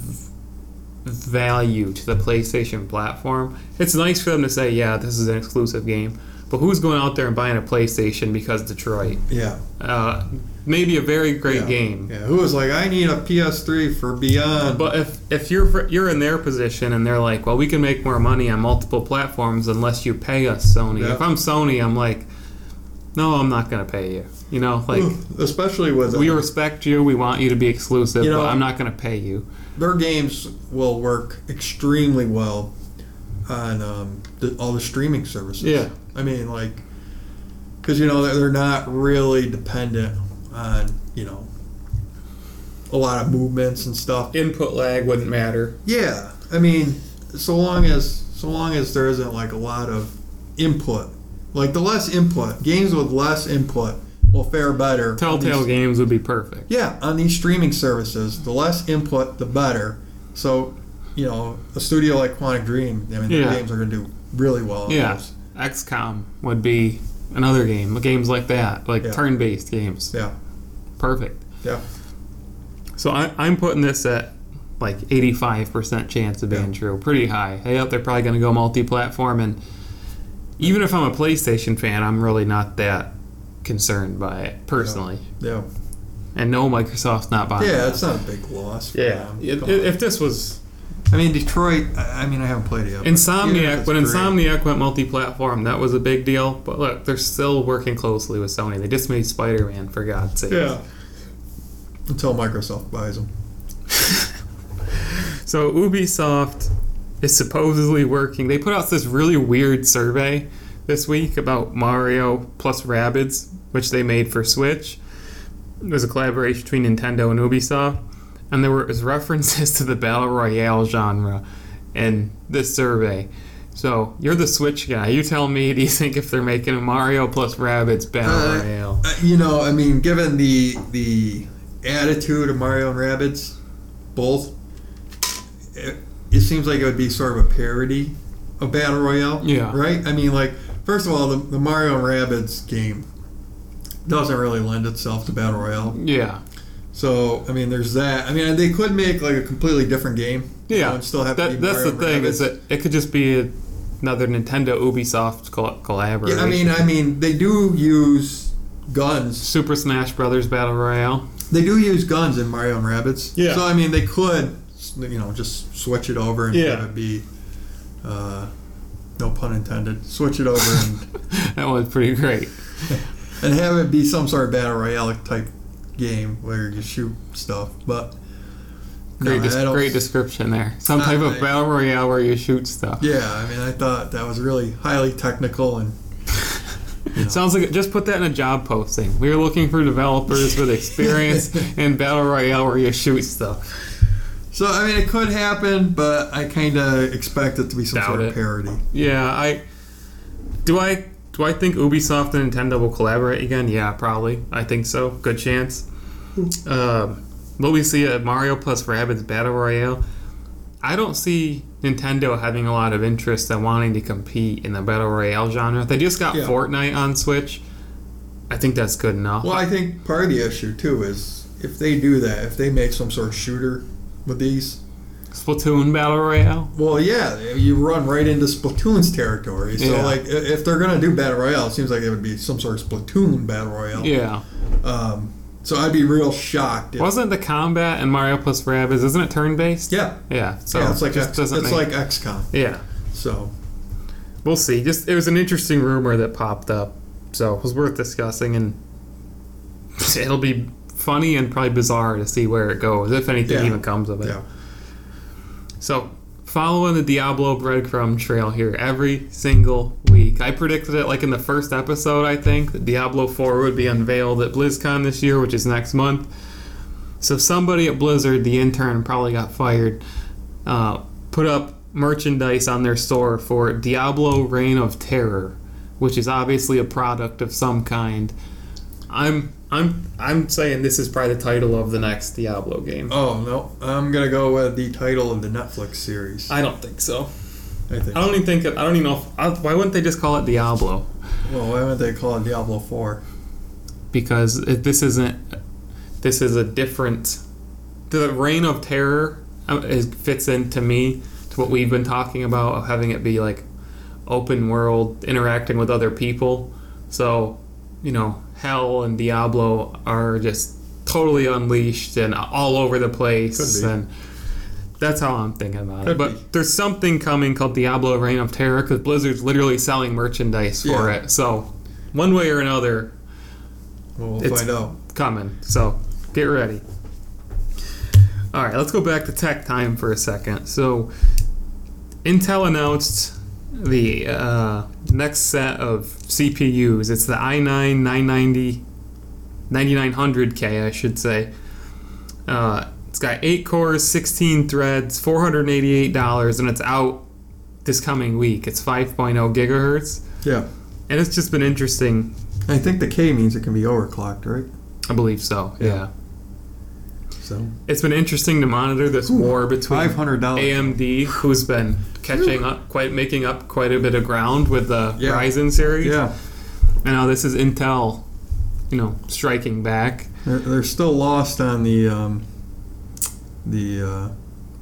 [SPEAKER 1] value to the PlayStation platform. It's nice for them to say, yeah, this is an exclusive game. But who's going out there and buying a PlayStation because Detroit?
[SPEAKER 2] yeah,
[SPEAKER 1] Uh, maybe a very great
[SPEAKER 2] yeah,
[SPEAKER 1] game.
[SPEAKER 2] Yeah, who was like, I need a PS3 for Beyond.
[SPEAKER 1] But if if you're you're in their position and they're like, well, we can make more money on multiple platforms unless you pay us, Sony.
[SPEAKER 2] Yeah.
[SPEAKER 1] If I'm Sony, I'm like, no, I'm not gonna pay you. You know, like
[SPEAKER 2] Hmm. especially with uh,
[SPEAKER 1] we respect you, we want you to be exclusive,
[SPEAKER 2] You know-
[SPEAKER 1] but I'm not gonna pay you.
[SPEAKER 2] their games will work extremely well on um, the, all the streaming services.
[SPEAKER 1] Yeah.
[SPEAKER 2] I mean, like, because you know they're, they're not really dependent on you know a lot of movements and stuff.
[SPEAKER 1] Input lag wouldn't matter.
[SPEAKER 2] Yeah, I mean, so long as so long as there isn't like a lot of input, like the less input, games with less input will fare better. on
[SPEAKER 1] Telltale
[SPEAKER 2] these-
[SPEAKER 1] games would be perfect.
[SPEAKER 2] Yeah, on these streaming services, the less input, the better. So, you know, a studio like Quantic Dream, I mean, their
[SPEAKER 1] Yeah.
[SPEAKER 2] games are going to do really well. on
[SPEAKER 1] Yeah,
[SPEAKER 2] those.
[SPEAKER 1] XCOM would be another game. Games like that, like
[SPEAKER 2] Yeah.
[SPEAKER 1] turn-based games,
[SPEAKER 2] yeah,
[SPEAKER 1] perfect.
[SPEAKER 2] yeah.
[SPEAKER 1] So I, I'm putting this at like 85% chance of being
[SPEAKER 2] Yeah.
[SPEAKER 1] true. Pretty high. I doubt they're probably going to go multi platform. And even if I'm a PlayStation fan, I'm really not that concerned by it personally.
[SPEAKER 2] Yeah,
[SPEAKER 1] And no, Microsoft's not buying
[SPEAKER 2] yeah,
[SPEAKER 1] it.
[SPEAKER 2] it's not a big loss. for them.
[SPEAKER 1] If,
[SPEAKER 2] Come on.
[SPEAKER 1] if this was
[SPEAKER 2] I mean, Detroit. I I mean, I haven't played it. yet, but even if
[SPEAKER 1] Insomniac,
[SPEAKER 2] it's
[SPEAKER 1] when
[SPEAKER 2] great-
[SPEAKER 1] Insomniac went multi platform, that was a big deal. But look, they're still working closely with Sony. They just made Spider Man, for God's sake.
[SPEAKER 2] yeah, until Microsoft buys them.
[SPEAKER 1] [laughs] So Ubisoft is supposedly working. They put out this really weird survey this week about Mario plus Rabbids, which they made for Switch. It was a collaboration between Nintendo and Ubisoft. and there was references [laughs] to the battle royale genre in this survey. So you're the Switch guy. You tell me. Do you think if they're making a Mario plus Rabbids battle
[SPEAKER 2] Uh,
[SPEAKER 1] royale?
[SPEAKER 2] Uh, you know, I mean, given the the attitude of Mario and Rabbids, both, it, it seems like it would be sort of a parody of Battle Royale.
[SPEAKER 1] Yeah.
[SPEAKER 2] Right? I mean, like, first of all, the, the Mario and Rabbids game doesn't really lend itself to Battle Royale.
[SPEAKER 1] Yeah,
[SPEAKER 2] So, I mean, there's that. I mean, they could make, like, a completely different game. you know,
[SPEAKER 1] yeah.
[SPEAKER 2] and still have to
[SPEAKER 1] That-
[SPEAKER 2] be
[SPEAKER 1] that's
[SPEAKER 2] Mario
[SPEAKER 1] the
[SPEAKER 2] and
[SPEAKER 1] thing is
[SPEAKER 2] Rabbids.
[SPEAKER 1] that it could just be a, another Nintendo Ubisoft col- collaboration.
[SPEAKER 2] Yeah, I mean, I mean, they do use guns
[SPEAKER 1] Super Smash Brothers battle royale. [laughs]
[SPEAKER 2] They do use guns in Mario and Rabbits.
[SPEAKER 1] Yeah.
[SPEAKER 2] So I mean, they could, you know, just switch it over and
[SPEAKER 1] Yeah.
[SPEAKER 2] have it be, uh, no pun intended, switch it over
[SPEAKER 1] [laughs]
[SPEAKER 2] and,
[SPEAKER 1] That was pretty great.
[SPEAKER 2] and have it be some sort of battle royale type game where you shoot stuff. But no,
[SPEAKER 1] Great,
[SPEAKER 2] I
[SPEAKER 1] des-
[SPEAKER 2] don't-
[SPEAKER 1] great description there. Some
[SPEAKER 2] Uh,
[SPEAKER 1] type of
[SPEAKER 2] I-
[SPEAKER 1] battle royale where you shoot stuff.
[SPEAKER 2] Yeah, I mean, I thought that was really highly technical and Yeah.
[SPEAKER 1] Sounds like just put that in a job posting. We are looking for developers with
[SPEAKER 2] [laughs]
[SPEAKER 1] experience in battle royale where you shoot stuff.
[SPEAKER 2] so I mean, it could happen, but I kind of expect it to be some
[SPEAKER 1] Doubt
[SPEAKER 2] sort of
[SPEAKER 1] it.
[SPEAKER 2] parody.
[SPEAKER 1] Yeah, I do. I do. I think Ubisoft and Nintendo will collaborate again. Yeah, probably. I think so. Good chance.
[SPEAKER 2] Hmm.
[SPEAKER 1] Um, but we see a Mario plus Rabbids battle royale. I don't see Nintendo having a lot of interest in wanting to compete in the battle royale genre. They just got
[SPEAKER 2] Yeah.
[SPEAKER 1] Fortnite on Switch. I think that's good enough.
[SPEAKER 2] Well, I think part of the issue too is if they do that, if they make some sort of shooter with these.
[SPEAKER 1] Splatoon battle royale.
[SPEAKER 2] Well, yeah, you run right into Splatoon's territory. So,
[SPEAKER 1] Yeah.
[SPEAKER 2] like, i- if they're gonna do battle royale, it seems like it would be some sort of Splatoon battle royale.
[SPEAKER 1] Yeah.
[SPEAKER 2] Um, so I'd be real shocked. If,
[SPEAKER 1] Wasn't the combat in Mario plus Rabbids? Isn't it turn based?
[SPEAKER 2] yeah,
[SPEAKER 1] Yeah. So
[SPEAKER 2] yeah, it's like
[SPEAKER 1] just
[SPEAKER 2] X, it's
[SPEAKER 1] doesn't make-
[SPEAKER 2] like XCOM.
[SPEAKER 1] yeah.
[SPEAKER 2] So
[SPEAKER 1] We'll see. Just it was an interesting rumor that popped up, so it was worth discussing, and [laughs] it'll be funny and probably bizarre to see where it goes, if anything
[SPEAKER 2] Yeah.
[SPEAKER 1] even comes of it.
[SPEAKER 2] yeah,
[SPEAKER 1] So, following the Diablo breadcrumb trail here every single week. I predicted it like in the first episode, I think, that Diablo 4 would be unveiled at BlizzCon this year, which is next month. So, somebody at Blizzard, the intern, probably got fired, uh, put up merchandise on their store for Diablo Reign of Terror, which is obviously a product of some kind. I'm. I'm I'm saying this is probably the title of the next Diablo game.
[SPEAKER 2] oh no, I'm gonna go with the title of the Netflix series. I,
[SPEAKER 1] I don't think so.
[SPEAKER 2] think.
[SPEAKER 1] I don't even think it, I don't even know. If, I, why wouldn't they just call it Diablo?
[SPEAKER 2] well, why wouldn't they call it Diablo Four?
[SPEAKER 1] Because it, this isn't. This is a different. The reign of terror uh, is, fits into me to what we've been talking about of having it be like open world interacting with other people. So, you know, Hell and Diablo are just totally unleashed and all over the place
[SPEAKER 2] Could be.
[SPEAKER 1] and. That's how I'm thinking about it.
[SPEAKER 2] Could
[SPEAKER 1] But
[SPEAKER 2] be.
[SPEAKER 1] there's something coming called Diablo Reign of Terror because Blizzard's literally selling merchandise for
[SPEAKER 2] Yeah.
[SPEAKER 1] it. So, one way or another,
[SPEAKER 2] Well, we'll
[SPEAKER 1] It's-
[SPEAKER 2] find out.
[SPEAKER 1] coming. So, get ready. All right, let's go back to tech time for a second. So, Intel announced the uh, next set of CPUs. It's the i9 990 9900K, I should say. Uh, it's got eight cores, 16 threads, $488, and it's out this coming week. It's 5.0 gigahertz,
[SPEAKER 2] Yeah,
[SPEAKER 1] and it's just been interesting.
[SPEAKER 2] I think the K means it can be overclocked, right?
[SPEAKER 1] I believe so.
[SPEAKER 2] Yeah.
[SPEAKER 1] yeah.
[SPEAKER 2] So
[SPEAKER 1] It's been interesting to monitor this war between
[SPEAKER 2] five hundred dollars.
[SPEAKER 1] AMD, who's been catching up, quite making up quite a bit of ground with the
[SPEAKER 2] Yeah.
[SPEAKER 1] Ryzen series.
[SPEAKER 2] Yeah,
[SPEAKER 1] And now this is Intel, you know, striking back.
[SPEAKER 2] They're, they're still lost on the um, the uh,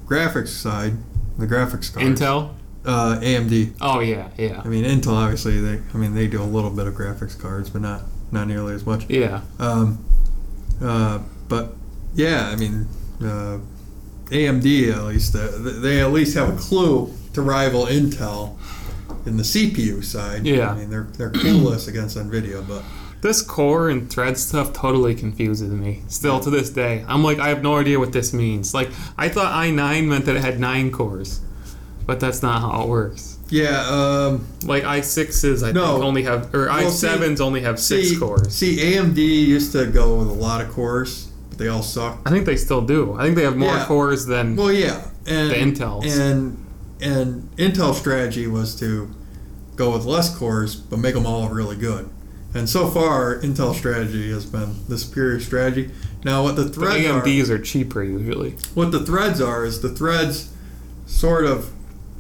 [SPEAKER 2] graphics side, the graphics card.
[SPEAKER 1] Intel.
[SPEAKER 2] uh, AMD.
[SPEAKER 1] Oh yeah, yeah,
[SPEAKER 2] I mean, Intel obviously. They, I mean, they do a little bit of graphics cards, but not not nearly as much.
[SPEAKER 1] yeah.
[SPEAKER 2] Um, uh, but yeah, I mean, uh, AMD at least uh, th- they at least have a clue to rival Intel in the CPU side.
[SPEAKER 1] Yeah.
[SPEAKER 2] I mean, they're they're clueless against Nvidia, but
[SPEAKER 1] This core and thread stuff totally confuses me. Still to this day, I'm like, I have no idea what this means. Like, I thought i9 meant that it had nine cores, but that's not how it works.
[SPEAKER 2] yeah. Um,
[SPEAKER 1] Like i6s, I
[SPEAKER 2] No.
[SPEAKER 1] think only have, or
[SPEAKER 2] Well, see-
[SPEAKER 1] i7s only have six
[SPEAKER 2] see,
[SPEAKER 1] cores.
[SPEAKER 2] See, AMD used to go with a lot of cores. but they all suck.
[SPEAKER 1] I think they still do. I think they have more
[SPEAKER 2] Yeah.
[SPEAKER 1] cores than
[SPEAKER 2] Well, yeah, and
[SPEAKER 1] The Intels.
[SPEAKER 2] and and Intel's strategy was to go with less cores but make them all really good. And so far, Intel's strategy has been the superior strategy. Now, what the
[SPEAKER 1] the
[SPEAKER 2] threads are,
[SPEAKER 1] AMDs are cheaper usually.
[SPEAKER 2] what the threads are is the threads sort of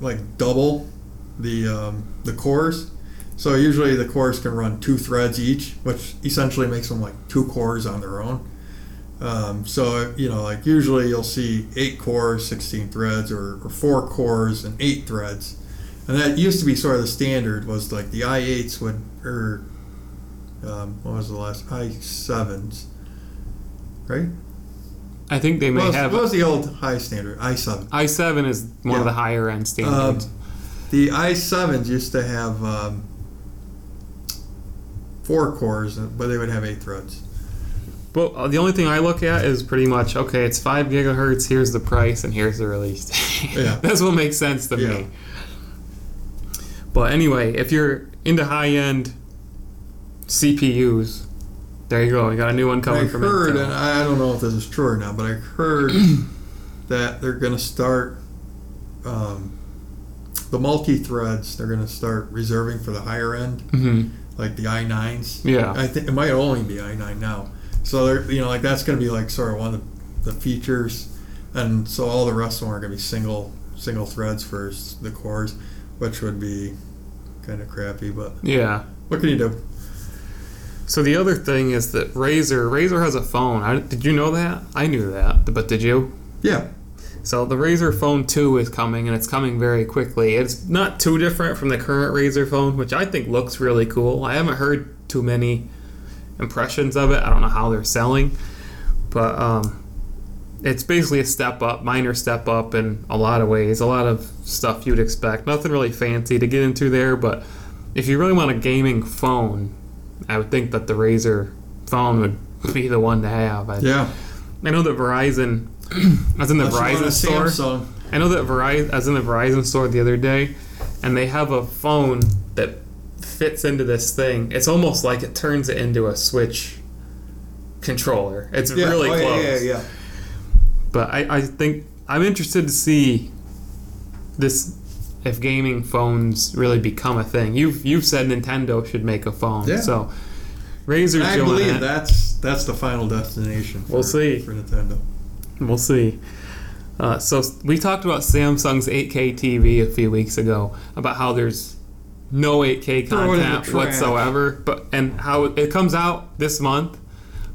[SPEAKER 2] like double the um, the cores. So usually the cores can run two threads each, which essentially makes them like two cores on their own. Um, so you know, like usually you'll see eight cores, sixteen threads, or, or four cores and eight threads, and that used to be sort of the standard. Was like the i8s would, or um, what was the last i7s, right?
[SPEAKER 1] I think they may
[SPEAKER 2] What was,
[SPEAKER 1] have
[SPEAKER 2] what was the old high standard? i7.
[SPEAKER 1] i7 is one of
[SPEAKER 2] Yeah. Um,
[SPEAKER 1] the higher end standards.
[SPEAKER 2] The i7s used to have um, four cores, but they would have eight threads.
[SPEAKER 1] Well, uh, the only thing I look at is pretty much okay. It's five gigahertz. Here's the price, and here's the release. [laughs] date.
[SPEAKER 2] Yeah.
[SPEAKER 1] that's what makes sense to
[SPEAKER 2] Yeah.
[SPEAKER 1] me. But anyway, if you're into high end CPUs, there you go. You got a new one coming
[SPEAKER 2] I
[SPEAKER 1] from
[SPEAKER 2] heard,
[SPEAKER 1] Intel.
[SPEAKER 2] and I I don't know if this is true or not, but I
[SPEAKER 1] [clears throat]
[SPEAKER 2] heard that they're going to start um, the multi threads. They're going to start reserving for the higher end,
[SPEAKER 1] Mhm.
[SPEAKER 2] like the i9s.
[SPEAKER 1] Yeah.
[SPEAKER 2] I think it might only be i9 now. So they're you know like that's going to be like sort of one of the features, and so all the rest of them are going to be single single threads for s- the cores, which would be kind of crappy. But
[SPEAKER 1] yeah.
[SPEAKER 2] what can you do?
[SPEAKER 1] So the other thing is that Razer Razer has a phone. I, did you know that? I knew that, but did you?
[SPEAKER 2] Yeah,
[SPEAKER 1] So the Razer Phone 2 is coming, and it's coming very quickly. It's not too different from the current Razer phone, which I think looks really cool. I haven't heard too many impressions of it. I don't know how they're selling, but um, it's basically a step up, minor step up in a lot of ways. A lot of stuff you'd expect. Nothing really fancy to get into there, but if you really want a gaming phone, I would think that the Razer phone would be the one to have. I,
[SPEAKER 2] yeah.
[SPEAKER 1] I know that Verizon. [clears throat] I was in the
[SPEAKER 2] Unless you want a
[SPEAKER 1] Verizon store.
[SPEAKER 2] Samsung.
[SPEAKER 1] I know that Verizon. I was in the Verizon store the other day, and they have a phone that fits into this thing. It's almost like it turns it into a Switch controller. It's really
[SPEAKER 2] oh,
[SPEAKER 1] close.
[SPEAKER 2] Yeah, yeah, yeah.
[SPEAKER 1] But I, I think I'm interested to see this if gaming phones really become a thing. You've you've said Nintendo should make a phone.
[SPEAKER 2] Yeah.
[SPEAKER 1] So Razer's
[SPEAKER 2] I
[SPEAKER 1] doing
[SPEAKER 2] believe
[SPEAKER 1] it.
[SPEAKER 2] that's that's the final destination. For,
[SPEAKER 1] We'll see.
[SPEAKER 2] for Nintendo.
[SPEAKER 1] We'll see. Uh, so s- we talked about Samsung's 8K TV a few weeks ago about how there's no 8K
[SPEAKER 2] Throw it in the
[SPEAKER 1] content
[SPEAKER 2] trash.
[SPEAKER 1] whatsoever, but and how it, it comes out this month,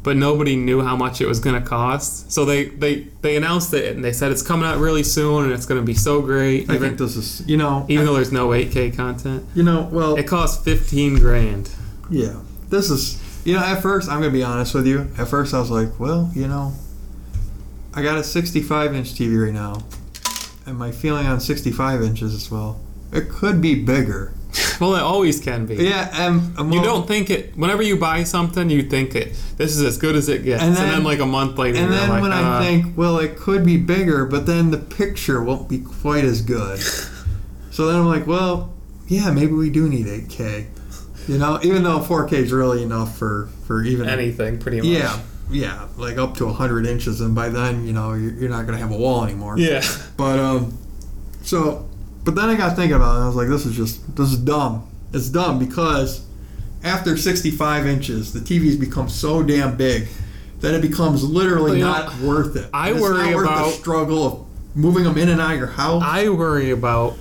[SPEAKER 1] but nobody knew how much it was going to cost. So they, they they announced it and they said it's coming out really soon and it's going to be so great.
[SPEAKER 2] I
[SPEAKER 1] Even,
[SPEAKER 2] think this is you know
[SPEAKER 1] even though there's no 8K content,
[SPEAKER 2] you know well
[SPEAKER 1] it costs 15 grand.
[SPEAKER 2] yeah this is you know at first I'm gonna be honest with you at first I was like well you know I got a 65 inch TV right now and my feeling on 65 inches as well it could be bigger
[SPEAKER 1] Well, it always can be.
[SPEAKER 2] yeah and, and
[SPEAKER 1] You
[SPEAKER 2] well,
[SPEAKER 1] don't think it. Whenever you buy something, you think it. This is as good as it gets, and
[SPEAKER 2] And
[SPEAKER 1] then,
[SPEAKER 2] then-
[SPEAKER 1] like a month later,
[SPEAKER 2] and
[SPEAKER 1] you're
[SPEAKER 2] then
[SPEAKER 1] like,
[SPEAKER 2] when
[SPEAKER 1] "Uh,
[SPEAKER 2] I think well it could be bigger but then the picture won't be quite
[SPEAKER 1] [laughs]
[SPEAKER 2] as good so then I'm like well yeah maybe we do need 8K you know even though 4K is really enough for for even
[SPEAKER 1] anything pretty much.
[SPEAKER 2] Yeah, yeah, like up to 100 inches, and by then, you know, you're, you're not going to have a wall anymore.
[SPEAKER 1] Yeah.
[SPEAKER 2] But, um, so, but then I got thinking about it, and I was like, this is just, this is dumb. It's dumb because after 65 inches, the TV's become so damn big that it becomes literally
[SPEAKER 1] But, you know,
[SPEAKER 2] not worth it.
[SPEAKER 1] I
[SPEAKER 2] it's
[SPEAKER 1] worry
[SPEAKER 2] not worth
[SPEAKER 1] about-
[SPEAKER 2] the struggle of moving them in and out of your house.
[SPEAKER 1] I worry about.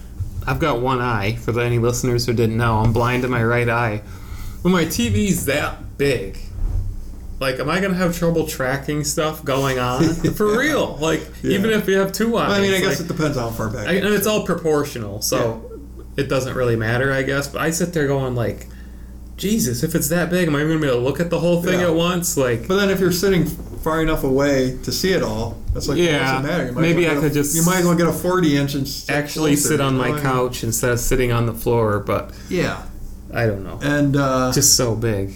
[SPEAKER 1] I've got one eye. For the- any listeners who didn't know, I'm blind in my right eye. When my TV's that big, like, am I gonna have trouble tracking stuff going
[SPEAKER 2] [laughs]
[SPEAKER 1] on for real? Like,
[SPEAKER 2] Yeah.
[SPEAKER 1] even if you have two eyes,
[SPEAKER 2] I mean, I
[SPEAKER 1] like-
[SPEAKER 2] guess it depends how far back.
[SPEAKER 1] I, and it's all proportional, so it doesn't really matter, I guess. But I sit there going like, Jesus, if it's that big, am I even gonna be able to look at the whole thing
[SPEAKER 2] Yeah.
[SPEAKER 1] at once? Like,
[SPEAKER 2] But then if you're sitting far enough away to see it all, that's like,
[SPEAKER 1] Yeah,
[SPEAKER 2] yeah, doesn't matter. You might
[SPEAKER 1] maybe
[SPEAKER 2] as well
[SPEAKER 1] I
[SPEAKER 2] get
[SPEAKER 1] could
[SPEAKER 2] a,
[SPEAKER 1] just
[SPEAKER 2] You might as well get a 40 inch and sit
[SPEAKER 1] actually
[SPEAKER 2] closer,
[SPEAKER 1] sit on
[SPEAKER 2] you
[SPEAKER 1] my
[SPEAKER 2] know, I mean,
[SPEAKER 1] couch instead of sitting on the floor. But
[SPEAKER 2] Yeah.
[SPEAKER 1] I don't know.
[SPEAKER 2] And, uh,
[SPEAKER 1] Just so big.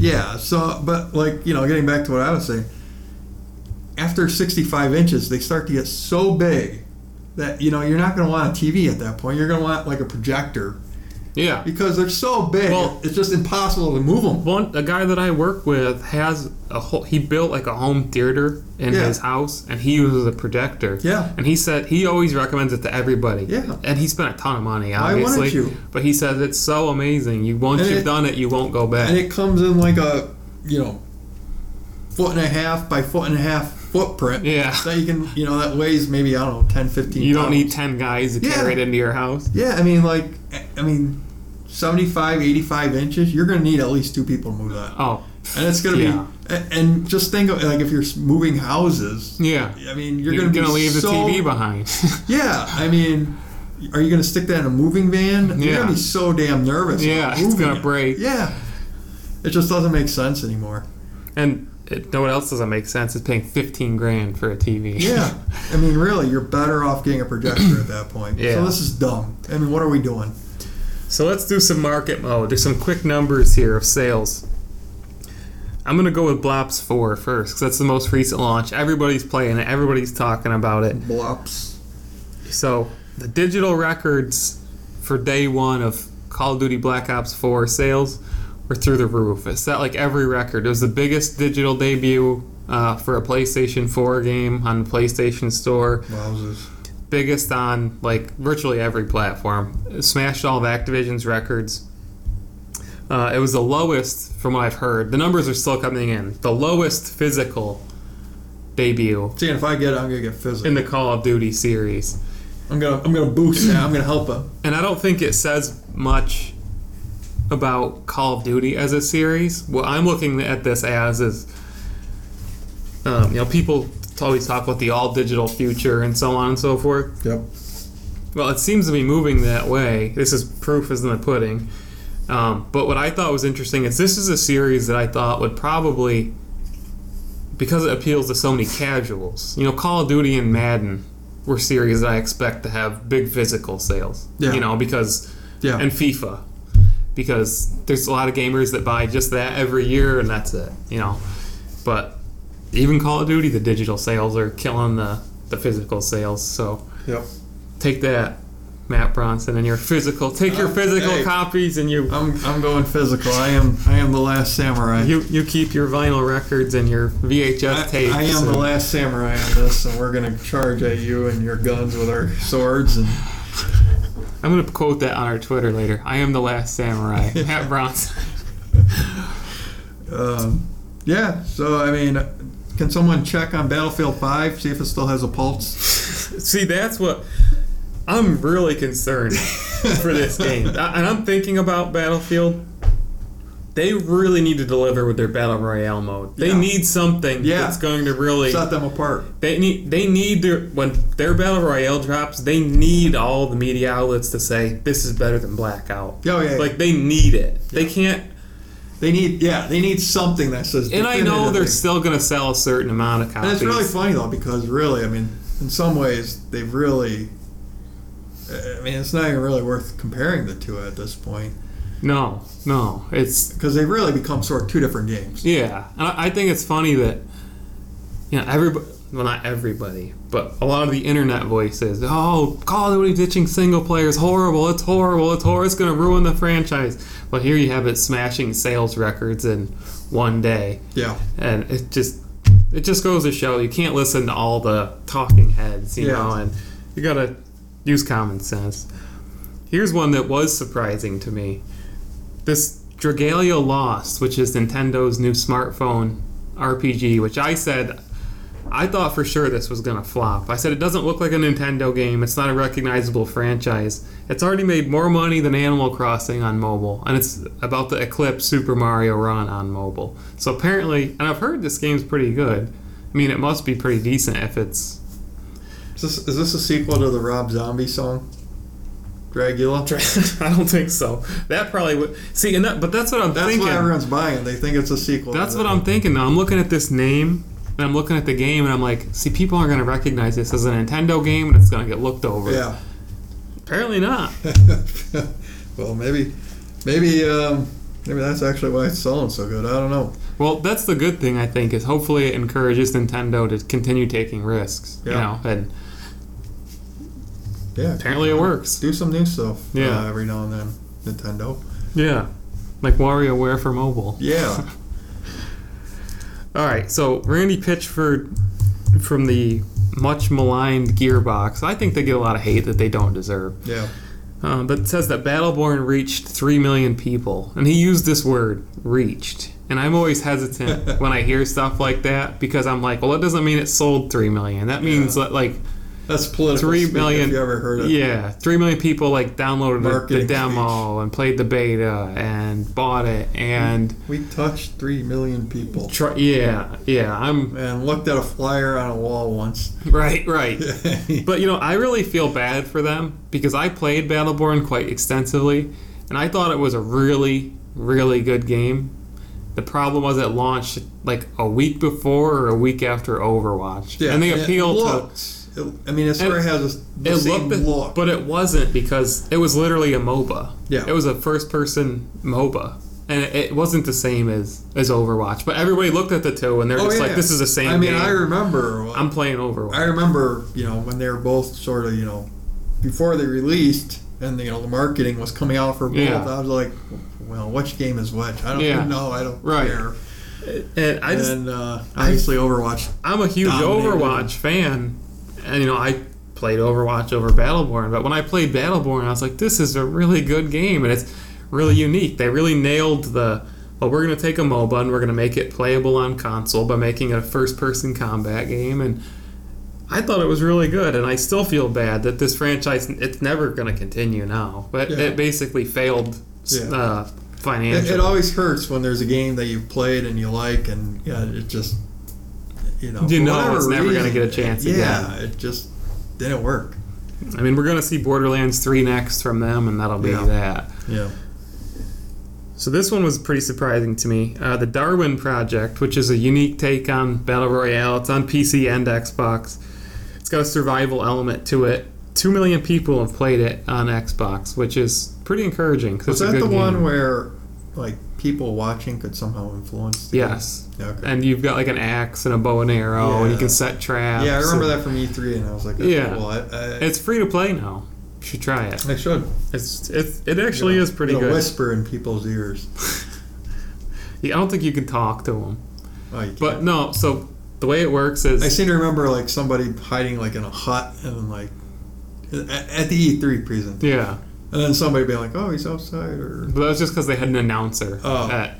[SPEAKER 2] yeah, so, but like, you know, getting back to what I was saying, after 65 inches, they start to get so big that, you know, you're not going to want a TV at that point. You're going to want like a projector.
[SPEAKER 1] Yeah.
[SPEAKER 2] because they're so big.
[SPEAKER 1] Well-
[SPEAKER 2] it's just impossible to move them.
[SPEAKER 1] One a guy that I work with has a whole. He built like a home theater in
[SPEAKER 2] Yeah.
[SPEAKER 1] his house, and he uses a projector.
[SPEAKER 2] Yeah.
[SPEAKER 1] And he said he always recommends it to everybody.
[SPEAKER 2] Yeah.
[SPEAKER 1] And he spent a ton of money,
[SPEAKER 2] Why wouldn't
[SPEAKER 1] obviously.
[SPEAKER 2] you?
[SPEAKER 1] But he says it's so amazing. You once
[SPEAKER 2] And
[SPEAKER 1] you've
[SPEAKER 2] it-
[SPEAKER 1] done it, you won't go back.
[SPEAKER 2] and it comes in like a you know foot and a half by foot and a half footprint
[SPEAKER 1] Yeah.
[SPEAKER 2] that you can you know that weighs maybe i don't know 10 15
[SPEAKER 1] you don't
[SPEAKER 2] pounds.
[SPEAKER 1] need ten guys to
[SPEAKER 2] Yeah.
[SPEAKER 1] carry it into your house.
[SPEAKER 2] yeah i mean like i mean 75 85 inches you're gonna need at least two people to move that
[SPEAKER 1] Oh.
[SPEAKER 2] and it's gonna
[SPEAKER 1] Yeah.
[SPEAKER 2] be a- and just think of like if you're moving houses
[SPEAKER 1] Yeah.
[SPEAKER 2] i mean you're,
[SPEAKER 1] You're,
[SPEAKER 2] gonna,
[SPEAKER 1] gonna,
[SPEAKER 2] be
[SPEAKER 1] leave the
[SPEAKER 2] so-
[SPEAKER 1] TV behind. [laughs]
[SPEAKER 2] yeah i mean are you gonna stick that in a moving van you're
[SPEAKER 1] Yeah.
[SPEAKER 2] gonna be so damn nervous
[SPEAKER 1] Yeah,
[SPEAKER 2] about
[SPEAKER 1] it's
[SPEAKER 2] moving
[SPEAKER 1] gonna
[SPEAKER 2] it.
[SPEAKER 1] break.
[SPEAKER 2] yeah it just doesn't make sense anymore
[SPEAKER 1] and it, no one else doesn't make sense. Is paying fifteen grand for a TV. [laughs]
[SPEAKER 2] Yeah, I mean, really, you're better off getting a projector at that point.
[SPEAKER 1] Yeah.
[SPEAKER 2] So this is dumb. I mean, what are we doing?
[SPEAKER 1] So let's do some market mode. There's some quick numbers here of sales. I'm going to go with Blops 4 first because that's the most recent launch. Everybody's playing it, everybody's talking about it.
[SPEAKER 2] Blops.
[SPEAKER 1] So the digital records for day one of Call of Duty Black Ops 4 sales were through the roof. It's set like every record. It was the biggest digital debut uh, for a PlayStation 4 game on the PlayStation Store
[SPEAKER 2] Wowzers.
[SPEAKER 1] biggest on like virtually every platform. It smashed all of Activision's records. Uh, it was the lowest, from what I've heard. The numbers are still coming in. The lowest physical debut
[SPEAKER 2] See, and if I get it, I'm gonna get physical.
[SPEAKER 1] in the Call of Duty series,
[SPEAKER 2] I'm gonna, I'm gonna boost that. I'm gonna help it.
[SPEAKER 1] and I don't think it says much about Call of Duty as a series. What I'm looking at this as is, um, you know, people always talk about the all digital future and so on and so forth.
[SPEAKER 2] Yep.
[SPEAKER 1] Well, it seems to be moving that way. This is proof is in the pudding. Um, but what I thought was interesting is this is a series that I thought would probably, because it appeals to so many casuals. You know, Call of Duty and Madden were series that I expect to have big physical sales.
[SPEAKER 2] Yeah.
[SPEAKER 1] You know, because
[SPEAKER 2] Yeah.
[SPEAKER 1] and FIFA, because there's a lot of gamers that buy just that every year and that's it. You know, but even Call of Duty, the digital sales are killing the the physical sales. So.
[SPEAKER 2] yep.
[SPEAKER 1] Take that, Matt Bronson, and your physical. Take your
[SPEAKER 2] Uh,
[SPEAKER 1] physical
[SPEAKER 2] hey.
[SPEAKER 1] copies, and you
[SPEAKER 2] I'm, I'm going physical. I am, I am the last samurai.
[SPEAKER 1] you you keep your vinyl records and your VHS
[SPEAKER 2] I,
[SPEAKER 1] tapes.
[SPEAKER 2] I am
[SPEAKER 1] and-
[SPEAKER 2] the last samurai on this, and we're gonna charge at you and your guns with our swords. And
[SPEAKER 1] I'm gonna quote that on our Twitter later. I am the last
[SPEAKER 2] [laughs]
[SPEAKER 1] samurai, Matt Bronson.
[SPEAKER 2] um, yeah. So I mean, can someone check on Battlefield Five, see if it still has a pulse?
[SPEAKER 1] See, that's what I'm really concerned for this
[SPEAKER 2] [laughs]
[SPEAKER 1] game, I, and I'm thinking about Battlefield. They really need to deliver with their battle royale mode. They
[SPEAKER 2] Yeah.
[SPEAKER 1] need something
[SPEAKER 2] Yeah.
[SPEAKER 1] that's going to really
[SPEAKER 2] Set them apart.
[SPEAKER 1] They need they need their when their battle royale drops, they need all the media outlets to say this is better than Blackout.
[SPEAKER 2] Oh, yeah, yeah.
[SPEAKER 1] Like they need it. They can't.
[SPEAKER 2] They need, yeah, they need something that says.
[SPEAKER 1] And I know
[SPEAKER 2] definitively.
[SPEAKER 1] they're still gonna sell a certain amount of
[SPEAKER 2] And
[SPEAKER 1] copies.
[SPEAKER 2] it's really funny though, because really, I mean, in some ways, they've really. I mean, it's not even really worth comparing the two at this point,
[SPEAKER 1] no, no, it's
[SPEAKER 2] because they've really become sort of two different games.
[SPEAKER 1] yeah. And I, I think it's funny that you know everybody. Well, not everybody, but a lot of the internet voices. Oh, Call of Duty ditching single player is horrible. It's horrible. It's horrible. It's going to ruin the franchise. But here you have it smashing sales records in one day.
[SPEAKER 2] Yeah,
[SPEAKER 1] and it just it just goes to show you can't listen to all the talking heads you
[SPEAKER 2] Yeah.
[SPEAKER 1] know and you gotta use common sense here's one that was surprising to me this dragalia lost which is nintendo's new smartphone rpg which i said i thought for sure this was gonna flop i said it doesn't look like a nintendo game it's not a recognizable franchise it's already made more money than animal crossing on mobile and it's about to eclipse super mario run on mobile so apparently and i've heard this game's pretty good i mean it must be pretty decent if it's
[SPEAKER 2] is this, is this a sequel to the Rob Zombie song, Dragula?
[SPEAKER 1] [laughs] i don't think so that probably would see and that, but that's what i'm
[SPEAKER 2] That's
[SPEAKER 1] thinking
[SPEAKER 2] why everyone's buying. They think it's a sequel. to
[SPEAKER 1] That's
[SPEAKER 2] the-
[SPEAKER 1] what I'm thinking though. I'm looking at this name and I'm looking at the game and I'm like, see, people aren't going to recognize this as a Nintendo game and it's going to get looked over.
[SPEAKER 2] Yeah.
[SPEAKER 1] Apparently not.
[SPEAKER 2] [laughs] well, maybe, maybe, um, maybe that's actually why it's selling so good. I don't know.
[SPEAKER 1] Well, that's the good thing I think is hopefully it encourages Nintendo to continue taking risks. You
[SPEAKER 2] Yeah.
[SPEAKER 1] know, and
[SPEAKER 2] Yeah.
[SPEAKER 1] apparently it works.
[SPEAKER 2] do some new stuff uh,
[SPEAKER 1] Yeah.
[SPEAKER 2] every now and then. Nintendo.
[SPEAKER 1] Yeah. Like WarioWare for mobile. [laughs]
[SPEAKER 2] Yeah.
[SPEAKER 1] All right, so Randy Pitchford from the much maligned Gearbox. I think they get a lot of hate that they don't deserve.
[SPEAKER 2] yeah.
[SPEAKER 1] Um, but it says that Battleborn reached 3 million people. And he used this word, reached. And I'm always
[SPEAKER 2] [laughs]
[SPEAKER 1] hesitant when I hear stuff like that because I'm like, well, that doesn't mean it sold 3 million. That means
[SPEAKER 2] Yeah.
[SPEAKER 1] that, like,
[SPEAKER 2] That's political.
[SPEAKER 1] Three
[SPEAKER 2] speak
[SPEAKER 1] million-
[SPEAKER 2] If you ever heard it.
[SPEAKER 1] yeah, 3 million people, like, downloaded the- the,
[SPEAKER 2] Marketing
[SPEAKER 1] demo and played the beta and bought it. And,
[SPEAKER 2] We touched three million people.
[SPEAKER 1] tr- yeah, yeah, I'm
[SPEAKER 2] And looked at a flyer on a wall once. [laughs]
[SPEAKER 1] right, right. But you know, I really feel bad for them because I played Battleborn quite extensively, and I thought it was a really, really good game. The problem was it launched like a week before or a week after Overwatch, and they appealed
[SPEAKER 2] It
[SPEAKER 1] to.
[SPEAKER 2] looked, it, I mean, it sort of has a, the
[SPEAKER 1] It
[SPEAKER 2] same
[SPEAKER 1] looked,
[SPEAKER 2] look.
[SPEAKER 1] but it wasn't because it was literally a MOBA.
[SPEAKER 2] Yeah.
[SPEAKER 1] it was a first-person MOBA, and it, it wasn't the same as as Overwatch. But everybody looked at the two, and they're just like, "This is the same."
[SPEAKER 2] Oh, I mean,
[SPEAKER 1] game.
[SPEAKER 2] I remember.
[SPEAKER 1] I'm playing Overwatch.
[SPEAKER 2] I remember, you know, when they were both sort of, you know, before they released and, you know, the marketing was coming out for both,
[SPEAKER 1] Yeah.
[SPEAKER 2] I was like, well, which game is which? I don't
[SPEAKER 1] Yeah.
[SPEAKER 2] know. I don't
[SPEAKER 1] Right.
[SPEAKER 2] care.
[SPEAKER 1] and I just
[SPEAKER 2] and uh, obviously, Overwatch.
[SPEAKER 1] I'm a huge
[SPEAKER 2] Dominated.
[SPEAKER 1] Overwatch fan, and you know I played Overwatch over Battleborn. But when I played Battleborn, I was like, this is a really good game, and it's really unique. They really nailed the. Well, we're going to take a MOBA and we're going to make it playable on console by making it a first-person combat game, and I thought it was really good. And I still feel bad that this franchise it's never going to continue now, but
[SPEAKER 2] Yeah.
[SPEAKER 1] it basically failed
[SPEAKER 2] Yeah.
[SPEAKER 1] uh,
[SPEAKER 2] It,
[SPEAKER 1] financially.
[SPEAKER 2] it always hurts when there's a game that you've played and you like, and yeah, it just, you know,
[SPEAKER 1] You
[SPEAKER 2] for
[SPEAKER 1] know
[SPEAKER 2] whatever
[SPEAKER 1] it's never gonna
[SPEAKER 2] reason,
[SPEAKER 1] get a chance
[SPEAKER 2] Yeah, it just didn't work.
[SPEAKER 1] I mean, we're going to see Borderlands three next from them, and that'll be
[SPEAKER 2] Yeah.
[SPEAKER 1] that.
[SPEAKER 2] Yeah.
[SPEAKER 1] So this one was pretty surprising to me. Uh, the Darwin Project, which is a unique take on battle royale, it's on PC and Xbox. It's got a survival element to it. Two million people have played it on Xbox, which is pretty encouraging. 'cause
[SPEAKER 2] Was
[SPEAKER 1] it's a
[SPEAKER 2] that the
[SPEAKER 1] good
[SPEAKER 2] one
[SPEAKER 1] game.
[SPEAKER 2] where, like, people watching could somehow influence? The
[SPEAKER 1] Yes,
[SPEAKER 2] Game? Okay.
[SPEAKER 1] and you've got like an axe and a bow and arrow, and you
[SPEAKER 2] Yeah.
[SPEAKER 1] can set traps.
[SPEAKER 2] Yeah, I remember
[SPEAKER 1] and-
[SPEAKER 2] that from E3, and I was like, that's
[SPEAKER 1] Yeah.
[SPEAKER 2] cool. I, I,
[SPEAKER 1] It's free to play now. You should try it.
[SPEAKER 2] I should.
[SPEAKER 1] It's it's it actually
[SPEAKER 2] You know,
[SPEAKER 1] is pretty
[SPEAKER 2] it'll
[SPEAKER 1] good.
[SPEAKER 2] whisper in people's ears.
[SPEAKER 1] Yeah, I don't think you can talk to them,
[SPEAKER 2] Oh, you
[SPEAKER 1] but
[SPEAKER 2] can't.
[SPEAKER 1] no. So the way it works is
[SPEAKER 2] I seem to remember like somebody hiding like in a hut and like at, at the E3 presentation,
[SPEAKER 1] yeah.
[SPEAKER 2] and then somebody being like, "Oh, he's outside," or
[SPEAKER 1] But that was just because they had an announcer.
[SPEAKER 2] Oh.
[SPEAKER 1] at-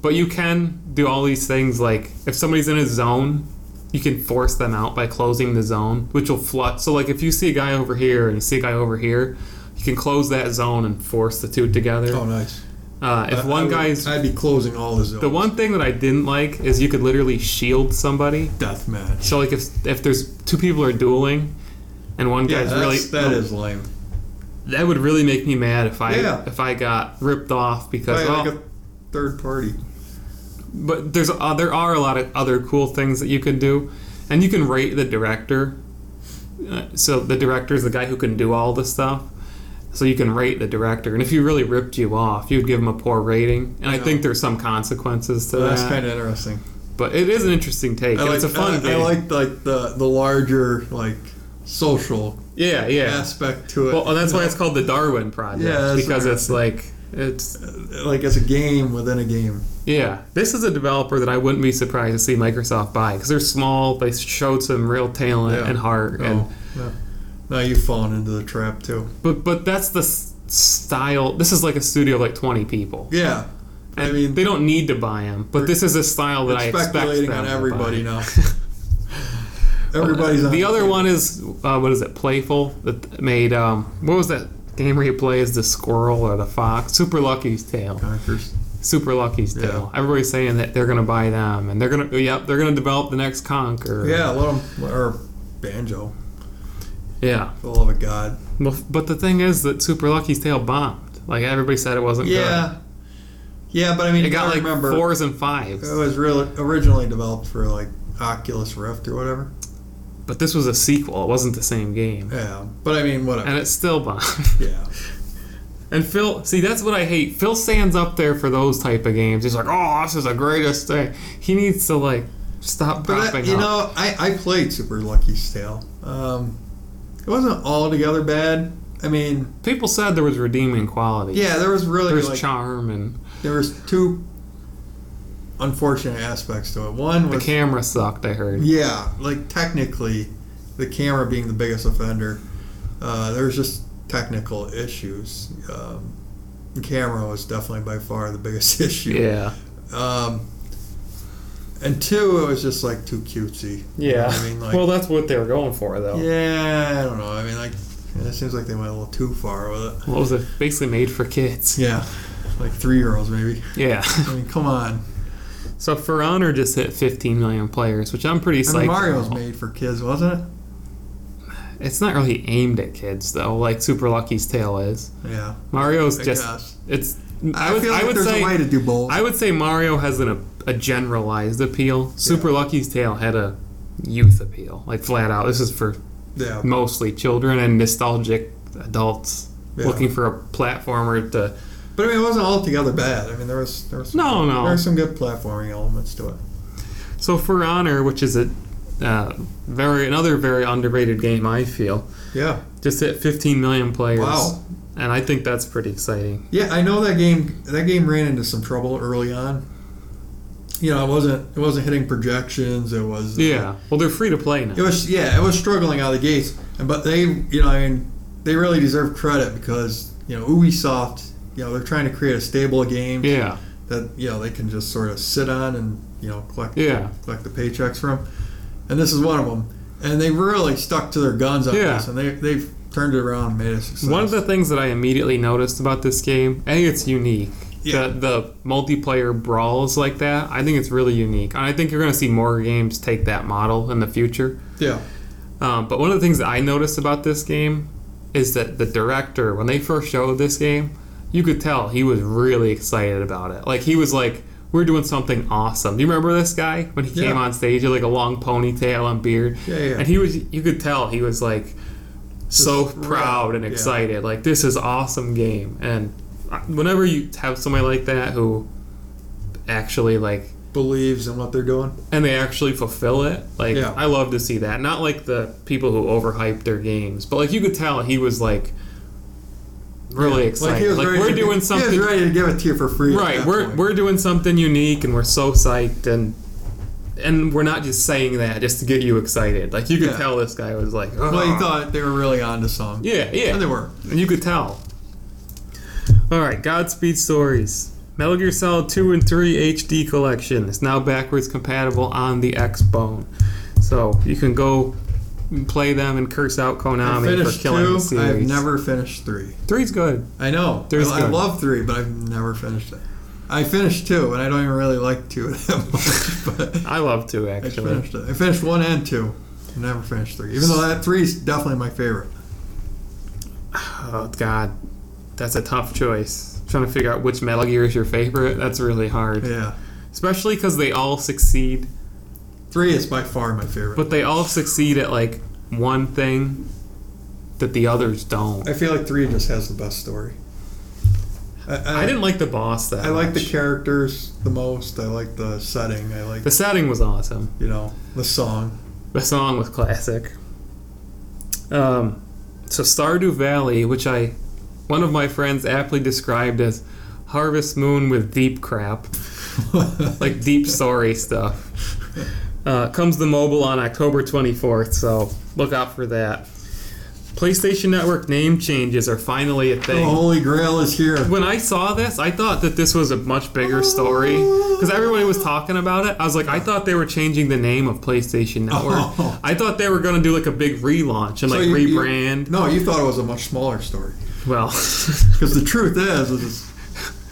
[SPEAKER 1] but you can do all these things like if somebody's in a zone, you can force them out by closing the zone, which will flood. So like if you see a guy over here and you see a guy over here, you can close that zone and force the two together.
[SPEAKER 2] "Oh, nice."
[SPEAKER 1] Uh, if
[SPEAKER 2] I- I
[SPEAKER 1] one
[SPEAKER 2] would-
[SPEAKER 1] guy's
[SPEAKER 2] I'd be closing all the zones.
[SPEAKER 1] the one thing that I didn't like is you could literally shield somebody.
[SPEAKER 2] death match.
[SPEAKER 1] So like if if there's two people are dueling, and one
[SPEAKER 2] Yeah,
[SPEAKER 1] guy's
[SPEAKER 2] that's,
[SPEAKER 1] really Oh.
[SPEAKER 2] that is lame.
[SPEAKER 1] that would really make me mad if I
[SPEAKER 2] Yeah.
[SPEAKER 1] if I got ripped off because
[SPEAKER 2] Right,
[SPEAKER 1] oh,
[SPEAKER 2] like a third party.
[SPEAKER 1] but there's uh, there are a lot of other cool things that you can do, and you can rate the director. Uh, so the director is the guy who can do all this stuff. So you can rate the director, and if he really ripped you off, you'd give him a poor rating. And I
[SPEAKER 2] Yeah.
[SPEAKER 1] think there's some consequences to
[SPEAKER 2] that's
[SPEAKER 1] that.
[SPEAKER 2] kind of interesting.
[SPEAKER 1] but it is an interesting take. and Uh, it's a fun
[SPEAKER 2] I,
[SPEAKER 1] game.
[SPEAKER 2] I like like the the larger like social
[SPEAKER 1] yeah, yeah.
[SPEAKER 2] aspect to it.
[SPEAKER 1] Well, and that's why it's called the Darwin Project
[SPEAKER 2] Yeah, that's
[SPEAKER 1] because
[SPEAKER 2] what I
[SPEAKER 1] it's like it's
[SPEAKER 2] Uh, like it's a game within a game.
[SPEAKER 1] Yeah, this is a developer that I wouldn't be surprised to see Microsoft buy because they're small. They showed some real talent
[SPEAKER 2] Yeah.
[SPEAKER 1] and heart, and
[SPEAKER 2] Oh, yeah. Now you've fallen into the trap too.
[SPEAKER 1] but but that's the s- style. This is like a studio of like twenty people.
[SPEAKER 2] Yeah,
[SPEAKER 1] And
[SPEAKER 2] I mean
[SPEAKER 1] they don't need to buy them, but this is a style that I expect
[SPEAKER 2] speculating
[SPEAKER 1] them
[SPEAKER 2] on
[SPEAKER 1] to buy.
[SPEAKER 2] everybody
[SPEAKER 1] [laughs]
[SPEAKER 2] now. Everybody's on
[SPEAKER 1] The other one is uh, what is it? Playful that made um, what was that game where you play as the squirrel or the fox? Super Lucky's Tale.
[SPEAKER 2] Conkers.
[SPEAKER 1] Super Lucky's
[SPEAKER 2] Yeah.
[SPEAKER 1] Tale. Everybody's saying that they're gonna buy them, and they're gonna yep, they're gonna develop the next Conquer.
[SPEAKER 2] Yeah, let them or banjo.
[SPEAKER 1] yeah.
[SPEAKER 2] For the love of God.
[SPEAKER 1] Well, But the thing is that Super Lucky's Tale bombed. Like everybody said, it wasn't
[SPEAKER 2] Yeah, yeah, but I mean,
[SPEAKER 1] good. It got
[SPEAKER 2] I
[SPEAKER 1] like
[SPEAKER 2] remember
[SPEAKER 1] fours and fives.
[SPEAKER 2] it was real, originally developed for like Oculus Rift or whatever.
[SPEAKER 1] But this was a sequel. It wasn't the same game,
[SPEAKER 2] Yeah, but I mean, whatever.
[SPEAKER 1] and it still [laughs] bombed.
[SPEAKER 2] yeah,
[SPEAKER 1] And Phil, see, that's what I hate. Phil stands up there for those type of games. He's like, "Oh, this is the greatest thing." He needs to like stop
[SPEAKER 2] but
[SPEAKER 1] popping
[SPEAKER 2] I, you
[SPEAKER 1] up.
[SPEAKER 2] know, I, I played Super Lucky's Tale. Um, it wasn't altogether bad. I mean,
[SPEAKER 1] People said there was redeeming quality.
[SPEAKER 2] yeah, there was really
[SPEAKER 1] There's
[SPEAKER 2] like
[SPEAKER 1] charm and
[SPEAKER 2] there was two unfortunate aspects to it. One
[SPEAKER 1] the
[SPEAKER 2] was
[SPEAKER 1] camera sucked. I heard.
[SPEAKER 2] Yeah, like technically, the camera being the biggest offender. Uh, there's just technical issues. Um, the camera was definitely by far the biggest [laughs] issue.
[SPEAKER 1] Yeah.
[SPEAKER 2] Um, and two, it was just like too cutesy. You know
[SPEAKER 1] Yeah.
[SPEAKER 2] what I mean, like,
[SPEAKER 1] well, that's what they were going for, though.
[SPEAKER 2] yeah, I don't know. I mean, like, it seems like they went a little too far with it.
[SPEAKER 1] What was it? Basically made for kids.
[SPEAKER 2] Yeah, like three year olds maybe.
[SPEAKER 1] Yeah. [laughs]
[SPEAKER 2] I mean, come on.
[SPEAKER 1] so For Honor just hit 15 million players, which I'm pretty
[SPEAKER 2] I
[SPEAKER 1] psyched.
[SPEAKER 2] mean, Mario's
[SPEAKER 1] about.
[SPEAKER 2] made for kids, wasn't it?
[SPEAKER 1] It's not really aimed at kids though, like Super Lucky's Tale is.
[SPEAKER 2] Yeah.
[SPEAKER 1] Mario's
[SPEAKER 2] I
[SPEAKER 1] just
[SPEAKER 2] guess.
[SPEAKER 1] it's.
[SPEAKER 2] Oh I,
[SPEAKER 1] I would
[SPEAKER 2] feel like
[SPEAKER 1] I would
[SPEAKER 2] there's
[SPEAKER 1] say
[SPEAKER 2] a way to do both.
[SPEAKER 1] I would say Mario has an, a, generalized appeal. Super Lucky's Tale had a youth appeal, like flat out. This is for
[SPEAKER 2] yeah.
[SPEAKER 1] mostly children and nostalgic adults
[SPEAKER 2] Yeah.
[SPEAKER 1] looking for a platformer to.
[SPEAKER 2] But I mean, it wasn't altogether bad. I mean, there was there was some,
[SPEAKER 1] No, no.
[SPEAKER 2] there were some good platforming elements to it.
[SPEAKER 1] So For Honor, which is a uh, very another very underrated game, I feel,
[SPEAKER 2] Yeah,
[SPEAKER 1] just hit 15 million players.
[SPEAKER 2] Wow.
[SPEAKER 1] And I think that's pretty exciting.
[SPEAKER 2] yeah. I know that game. That game ran into some trouble early on. You know, it wasn't it wasn't hitting projections. It was
[SPEAKER 1] Yeah. Well, they're free to play now.
[SPEAKER 2] It was yeah, it was struggling out of the gates, and but they you know I mean they really deserve credit because you know Ubisoft you know they're trying to create a stable of games
[SPEAKER 1] Yeah.
[SPEAKER 2] that you know they can just sort of sit on and you know collect
[SPEAKER 1] Yeah.
[SPEAKER 2] collect the paychecks from, and this is one of them. And they really stuck to their guns on
[SPEAKER 1] Yeah.
[SPEAKER 2] this, and they they've turned it around and made it a success.
[SPEAKER 1] One of the things that I immediately noticed about this game, I think it's unique.
[SPEAKER 2] Yeah.
[SPEAKER 1] The, the multiplayer brawls like that, I think it's really unique. And I think you're going to see more games take that model in the future.
[SPEAKER 2] yeah
[SPEAKER 1] Um, but one of the things that I noticed about this game is that the director, when they first showed this game, you could tell he was really excited about it. Like, he was like, we're doing something awesome. Do you remember this guy when he came
[SPEAKER 2] Yeah.
[SPEAKER 1] on stage? He had like a long ponytail and beard.
[SPEAKER 2] Yeah, yeah.
[SPEAKER 1] And he was, you could tell he was like so
[SPEAKER 2] Just
[SPEAKER 1] proud
[SPEAKER 2] wrapped,
[SPEAKER 1] and
[SPEAKER 2] yeah.
[SPEAKER 1] excited. Like, this is awesome game. And uh, whenever you have somebody like that who actually like
[SPEAKER 2] believes in what they're doing.
[SPEAKER 1] and they actually fulfill it. Like
[SPEAKER 2] Yeah.
[SPEAKER 1] I love to see that. Not like the people who overhype their games, but like you could tell he was like really
[SPEAKER 2] Like he
[SPEAKER 1] excited.
[SPEAKER 2] was
[SPEAKER 1] Like,
[SPEAKER 2] ready
[SPEAKER 1] we're
[SPEAKER 2] to,
[SPEAKER 1] doing
[SPEAKER 2] He
[SPEAKER 1] something
[SPEAKER 2] was ready to give it to you for free. at
[SPEAKER 1] right.
[SPEAKER 2] that
[SPEAKER 1] We're
[SPEAKER 2] point.
[SPEAKER 1] we're doing something unique, and we're so psyched, and and we're not just saying that just to get you excited. Like you could
[SPEAKER 2] Yeah.
[SPEAKER 1] tell this guy was like,
[SPEAKER 2] well, he
[SPEAKER 1] "Ugh."
[SPEAKER 2] thought they were really onto something.
[SPEAKER 1] yeah, yeah,
[SPEAKER 2] and they were.
[SPEAKER 1] and you could tell. All right, Godspeed Stories. Metal Gear Solid 2 and 3 HD Collection is now backwards compatible on the X-Bone. So you can go and play them and curse out
[SPEAKER 2] I
[SPEAKER 1] Konami for
[SPEAKER 2] finished
[SPEAKER 1] killing the
[SPEAKER 2] two. I've
[SPEAKER 1] series.
[SPEAKER 2] never finished three.
[SPEAKER 1] Three's good.
[SPEAKER 2] I know. I,
[SPEAKER 1] Three's
[SPEAKER 2] I
[SPEAKER 1] good.
[SPEAKER 2] love three, but I've never finished it. I finished two, and I don't even really like two that much. [laughs] But
[SPEAKER 1] I love 2,
[SPEAKER 2] I
[SPEAKER 1] actually.
[SPEAKER 2] finished it. I finished one and two. I never finished three, even though that three's definitely my favorite.
[SPEAKER 1] Oh, God. That's a tough choice. Trying to figure out which Metal Gear is your favorite, that's really hard.
[SPEAKER 2] Yeah,
[SPEAKER 1] Especially because they all succeed,
[SPEAKER 2] three is by far my favorite.
[SPEAKER 1] but they all succeed at, like, one thing that the others don't.
[SPEAKER 2] I feel like three just has the best story. I, I,
[SPEAKER 1] I didn't like the boss that
[SPEAKER 2] I like the
[SPEAKER 1] much.
[SPEAKER 2] characters the most. I like the setting. I like
[SPEAKER 1] The setting was awesome.
[SPEAKER 2] you know the song.
[SPEAKER 1] The song was classic. Um, so Stardew Valley, which I, one of my friends aptly described as Harvest Moon with deep crap, [laughs] like
[SPEAKER 2] [laughs]
[SPEAKER 1] deep story stuff. Uh, comes the mobile on October 24th, so look out for that. PlayStation Network name changes are finally a
[SPEAKER 2] the
[SPEAKER 1] thing.
[SPEAKER 2] Oh, Holy Grail is here.
[SPEAKER 1] When I saw this, I thought that this was a much bigger story because everybody was talking about it. I was like, I thought they were changing the name of PlayStation Network.
[SPEAKER 2] [laughs] Oh.
[SPEAKER 1] I thought they were going to do like a big relaunch and
[SPEAKER 2] So
[SPEAKER 1] like
[SPEAKER 2] you- you-
[SPEAKER 1] rebrand.
[SPEAKER 2] no, you thought it was a much smaller story.
[SPEAKER 1] well, [laughs]
[SPEAKER 2] Because the truth is, is it's,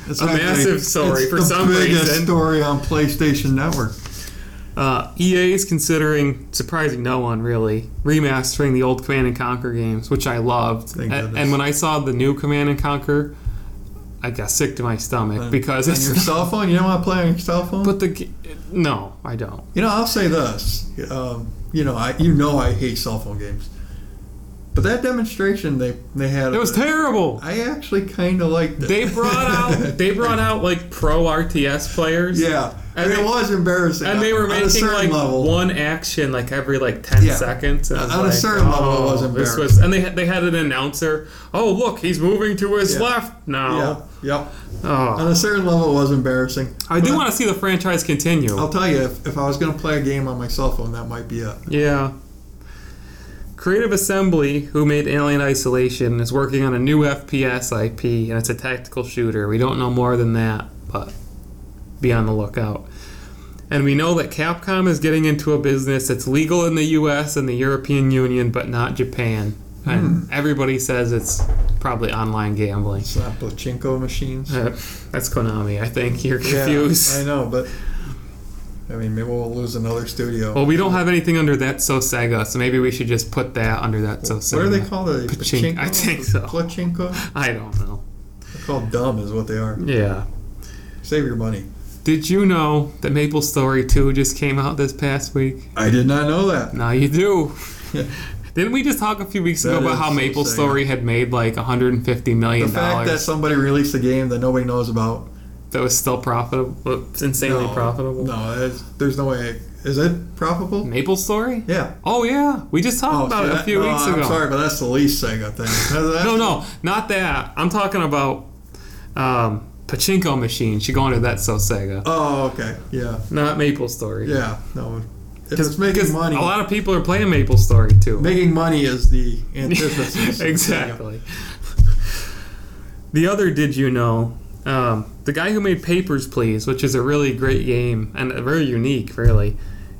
[SPEAKER 2] it's
[SPEAKER 1] A
[SPEAKER 2] actually-
[SPEAKER 1] massive story
[SPEAKER 2] it's
[SPEAKER 1] for
[SPEAKER 2] the
[SPEAKER 1] some
[SPEAKER 2] biggest
[SPEAKER 1] reason.
[SPEAKER 2] story on PlayStation Network.
[SPEAKER 1] uh, EA is considering, surprising no one really, remastering the old Command and Conquer games, which I loved.
[SPEAKER 2] Thank
[SPEAKER 1] A-
[SPEAKER 2] goodness.
[SPEAKER 1] and when I saw the new Command and Conquer, I got sick to my stomach because
[SPEAKER 2] on
[SPEAKER 1] it's. [laughs]
[SPEAKER 2] your cell phone, you don't want to play on your cell phone.
[SPEAKER 1] but the g- no, I don't.
[SPEAKER 2] you know, I'll say this. Um, you know, I you know I hate cell phone games, but that demonstration they they had
[SPEAKER 1] It was terrible.
[SPEAKER 2] I actually kind of liked it. [laughs]
[SPEAKER 1] They brought out they brought out like pro RTS players.
[SPEAKER 2] yeah.
[SPEAKER 1] And they-
[SPEAKER 2] it was embarrassing.
[SPEAKER 1] And they were
[SPEAKER 2] On a
[SPEAKER 1] making
[SPEAKER 2] certain
[SPEAKER 1] like
[SPEAKER 2] level.
[SPEAKER 1] one action like every like ten
[SPEAKER 2] Yeah.
[SPEAKER 1] seconds. and
[SPEAKER 2] On-
[SPEAKER 1] it's
[SPEAKER 2] on a
[SPEAKER 1] like,
[SPEAKER 2] certain level, it
[SPEAKER 1] oh,
[SPEAKER 2] was
[SPEAKER 1] this
[SPEAKER 2] embarrassing.
[SPEAKER 1] was, and they had, they had an announcer. Oh look, he's moving to his
[SPEAKER 2] Yeah.
[SPEAKER 1] left
[SPEAKER 2] Yeah,
[SPEAKER 1] now.
[SPEAKER 2] yep.
[SPEAKER 1] Oh.
[SPEAKER 2] On a certain level, it was embarrassing.
[SPEAKER 1] I do
[SPEAKER 2] But
[SPEAKER 1] want to see the franchise continue.
[SPEAKER 2] I'll tell you, if, if I was going to play a game on my cell phone, that might be it.
[SPEAKER 1] Yeah. Creative Assembly, who made Alien Isolation, is working on a new FPS IP, and it's a tactical shooter. We don't know more than that, but be on the lookout. And we know that Capcom is getting into a business that's legal in the US and the European Union, but not Japan.
[SPEAKER 2] Hmm.
[SPEAKER 1] And everybody says it's probably online gambling.
[SPEAKER 2] It's not
[SPEAKER 1] [laughs]
[SPEAKER 2] pachinko machines.
[SPEAKER 1] Uh, that's Konami, I think. You're
[SPEAKER 2] Yeah,
[SPEAKER 1] confused.
[SPEAKER 2] I know, but I mean, maybe we'll lose another studio.
[SPEAKER 1] well, we don't have anything under that So Sega, so maybe we should just put that under that So Sega.
[SPEAKER 2] what are they called? A
[SPEAKER 1] Pachin- I think so.
[SPEAKER 2] Pachinko?
[SPEAKER 1] I don't know.
[SPEAKER 2] They're called dumb, is what they are.
[SPEAKER 1] Yeah.
[SPEAKER 2] Save your money.
[SPEAKER 1] Did you know that Maple Story 2 just came out this past week?
[SPEAKER 2] I did not know that.
[SPEAKER 1] Now you
[SPEAKER 2] [laughs]
[SPEAKER 1] do. Didn't we just talk a few weeks ago
[SPEAKER 2] That
[SPEAKER 1] about
[SPEAKER 2] is
[SPEAKER 1] how
[SPEAKER 2] so
[SPEAKER 1] Maple
[SPEAKER 2] sad.
[SPEAKER 1] Story had made like 150
[SPEAKER 2] The
[SPEAKER 1] million
[SPEAKER 2] fact that
[SPEAKER 1] dollars?
[SPEAKER 2] somebody released a game that nobody knows about.
[SPEAKER 1] That was still profitable, it's insanely
[SPEAKER 2] no,
[SPEAKER 1] profitable.
[SPEAKER 2] No, that's- there's no way. Is it profitable?
[SPEAKER 1] Maple Story?
[SPEAKER 2] Yeah.
[SPEAKER 1] Oh yeah, we just talked
[SPEAKER 2] Oh,
[SPEAKER 1] about
[SPEAKER 2] see,
[SPEAKER 1] it a
[SPEAKER 2] that-
[SPEAKER 1] few
[SPEAKER 2] no,
[SPEAKER 1] weeks
[SPEAKER 2] I'm
[SPEAKER 1] ago.
[SPEAKER 2] sorry, but that's the least Sega thing. [laughs] That- that's-
[SPEAKER 1] No, no, not that. I'm talking about um, pachinko machine. She going to that so Sega,
[SPEAKER 2] Oh, okay. Yeah.
[SPEAKER 1] not Maple Story.
[SPEAKER 2] Yeah. No. If
[SPEAKER 1] Because-
[SPEAKER 2] it's
[SPEAKER 1] because
[SPEAKER 2] making money,
[SPEAKER 1] A lot of people are playing Maple Story too.
[SPEAKER 2] making money is the
[SPEAKER 1] [laughs]
[SPEAKER 2] antithesis. of Sega.
[SPEAKER 1] exactly. The other did you know? Um, the guy who made Papers, Please, which is a really great game and very unique, really,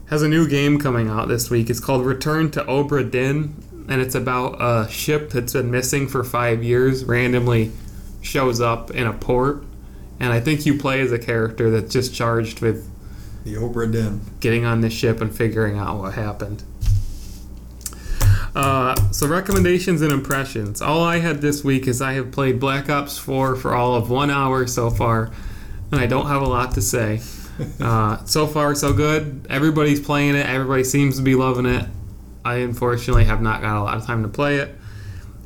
[SPEAKER 1] has a new game coming out this week. It's called Return to Obra Dinn, and it's about a ship that's been missing for five years randomly shows up in a port. And I think you play as a character that's just charged with
[SPEAKER 2] The Obra Dinn.
[SPEAKER 1] getting on this ship and figuring out what happened. Uh, so recommendations and impressions. All I had this week is I have played Black Ops 4 for all of one hour so far, and I don't have a lot to say. Uh, so far, so good. Everybody's playing it. Everybody seems to be loving it. I unfortunately have not got a lot of time to play it.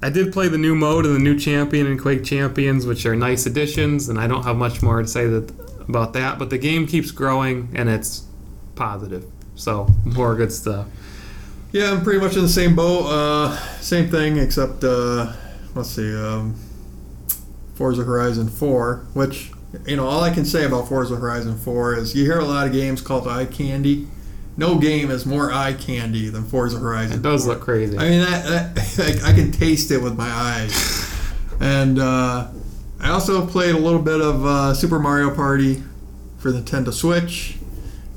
[SPEAKER 1] I did play the new mode and the new champion and Quake Champions, which are nice additions, and I don't have much more to say that, about that. But the game keeps growing and it's positive, so more good stuff.
[SPEAKER 2] Yeah, I'm pretty much in the same boat. Uh, same thing, except uh, let's see, um, Forza Horizon 4, which you know all I can say about Forza Horizon 4 is you hear a lot of games called eye candy. No game is more eye candy than Forza Horizon.
[SPEAKER 1] It does look crazy.
[SPEAKER 2] I mean, that, [laughs] that I, I can taste it with my eyes. And uh, I also played a little bit of uh, Super Mario Party for Nintendo Switch,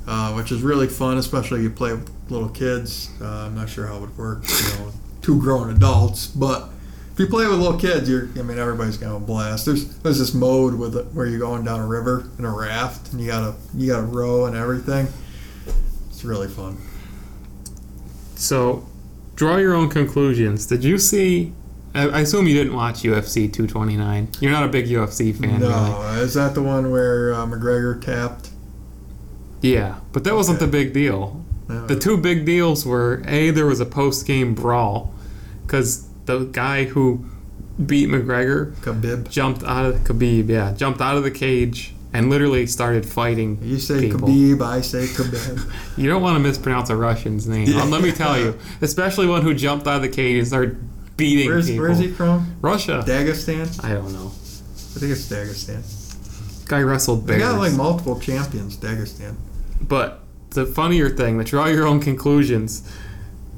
[SPEAKER 2] uh, which is really fun, especially if you play with little kids. Uh, I'm not sure how it would work, you know, two grown adults, but. If you play with little kids, you're, I mean, everybody's gonna have a blast. There's there's this mode with it where you're going down a river in a raft, and you gotta you gotta row and everything. It's really fun.
[SPEAKER 1] So, draw your own conclusions. Did you see? I, I assume you didn't watch UFC 229. You're not a big UFC fan, really.
[SPEAKER 2] No, is that the one where uh, McGregor tapped?
[SPEAKER 1] Yeah, but that wasn't
[SPEAKER 2] Okay.
[SPEAKER 1] the big deal.
[SPEAKER 2] No.
[SPEAKER 1] The two big deals were a there was a post game brawl because the guy who beat McGregor
[SPEAKER 2] Khabib.
[SPEAKER 1] jumped out of Khabib, yeah, jumped out of the cage and literally started fighting.
[SPEAKER 2] You say
[SPEAKER 1] people.
[SPEAKER 2] Khabib, I say
[SPEAKER 1] [laughs]
[SPEAKER 2] Khabib.
[SPEAKER 1] You don't want to mispronounce a Russian's name. Um,
[SPEAKER 2] Yeah.
[SPEAKER 1] Let me tell you, especially one who jumped out of the cage and started beating
[SPEAKER 2] where's,
[SPEAKER 1] people.
[SPEAKER 2] where's he from?
[SPEAKER 1] Russia.
[SPEAKER 2] Dagestan?
[SPEAKER 1] I don't know.
[SPEAKER 2] I think it's Dagestan.
[SPEAKER 1] Guy wrestled
[SPEAKER 2] They
[SPEAKER 1] bears.
[SPEAKER 2] got like multiple champions, Dagestan.
[SPEAKER 1] But the funnier thing, the draw your own conclusions,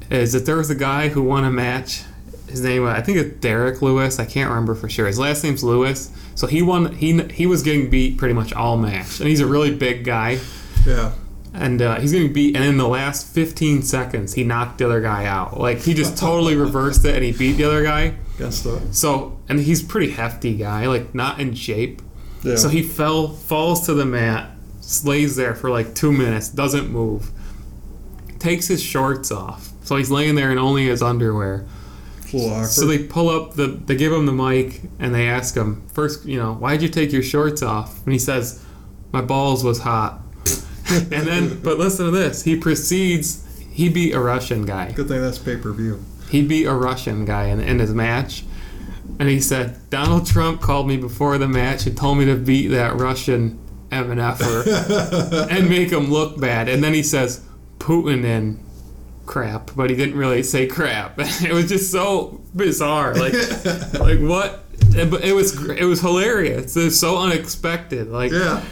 [SPEAKER 1] is that there was a guy who won a match. His name, I think it's Derek Lewis. I can't remember for sure. His last name's Lewis. So he won. He he was getting beat pretty much all match, and he's a really big guy.
[SPEAKER 2] Yeah.
[SPEAKER 1] and uh, he's getting beat. And in the last 15 seconds, he knocked the other guy out. Like he just totally reversed it, and he beat the other guy.
[SPEAKER 2] Against the.
[SPEAKER 1] So, and he's a pretty hefty guy, like not in shape.
[SPEAKER 2] Yeah.
[SPEAKER 1] So he fell, falls to the mat, slays there for like two minutes, doesn't move, takes his shorts off. So he's laying there in only his underwear.
[SPEAKER 2] It's a little awkward.
[SPEAKER 1] So they pull up the, they give him the mic and they ask him first, you know, why'd you take your shorts off? And he says, my balls was hot. and then, but listen to this. He proceeds. He beat a Russian guy.
[SPEAKER 2] Good thing that's pay
[SPEAKER 1] [laughs]
[SPEAKER 2] per view.
[SPEAKER 1] He beat a Russian guy in, in his match. And he said, Donald Trump called me before the match and told me to beat that Russian M and F and make him look bad. And then he says Putin and crap, but he didn't really say crap. [laughs] it was just so bizarre. Like, [laughs] like what? But it was it was hilarious. It was so unexpected. Like,
[SPEAKER 2] yeah.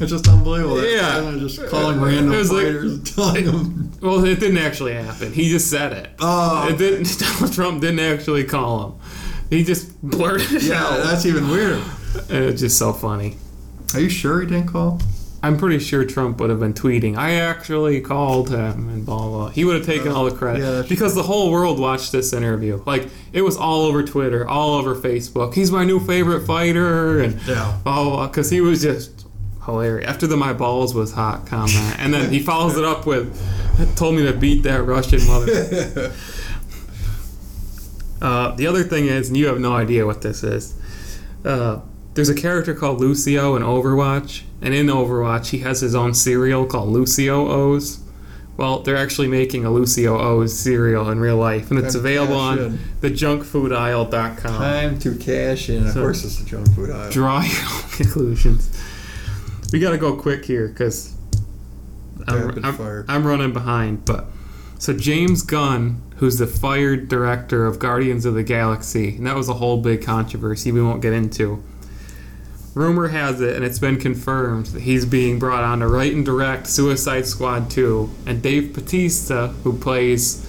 [SPEAKER 2] It's just unbelievable. that
[SPEAKER 1] Yeah.
[SPEAKER 2] Skyler is just calling random
[SPEAKER 1] It was like-
[SPEAKER 2] fighters and telling them.
[SPEAKER 1] well, [laughs] it didn't actually happen. He just said it.
[SPEAKER 2] Oh,
[SPEAKER 1] It didn't. [laughs] Donald Trump didn't actually call him. He just blurted it
[SPEAKER 2] yeah,
[SPEAKER 1] out.
[SPEAKER 2] that's even weirder.
[SPEAKER 1] It was just so funny.
[SPEAKER 2] Are you sure he didn't call?
[SPEAKER 1] I'm pretty sure Trump would have been tweeting. I actually called him and blah blah. blah." He would have taken all the credit
[SPEAKER 2] Oh, yeah, that's
[SPEAKER 1] because the whole world watched this interview. Like it was all over Twitter, all over Facebook. He's my new favorite fighter, and
[SPEAKER 2] Yeah.
[SPEAKER 1] oh, because he was just hilarious. After the "my balls was hot" comment, and then he follows it up with, "Told me to beat that Russian mother."
[SPEAKER 2] [laughs]
[SPEAKER 1] uh, the other thing is, and you have no idea what this is. Uh, there's a character called Lucio in Overwatch, and in Overwatch, he has his own cereal called Lucio O's. Well, they're actually making a Lucio O's cereal in real life, and it's
[SPEAKER 2] Time to
[SPEAKER 1] available
[SPEAKER 2] cash
[SPEAKER 1] on
[SPEAKER 2] in.
[SPEAKER 1] the junkfoodisle.com.
[SPEAKER 2] Time to cash in. Of
[SPEAKER 1] Um, So-
[SPEAKER 2] course, it's the junk food aisle.
[SPEAKER 1] Draw your own [laughs] conclusions. We gotta go quick here because I'm,
[SPEAKER 2] Rapid
[SPEAKER 1] I'm-
[SPEAKER 2] fire.
[SPEAKER 1] I'm running behind. But so James Gunn, who's the fired director of Guardians of the Galaxy, and that was a whole big controversy we won't get into. Rumor has it, and it's been confirmed, that he's being brought on to write and direct Suicide Squad 2. And Dave Batista, who plays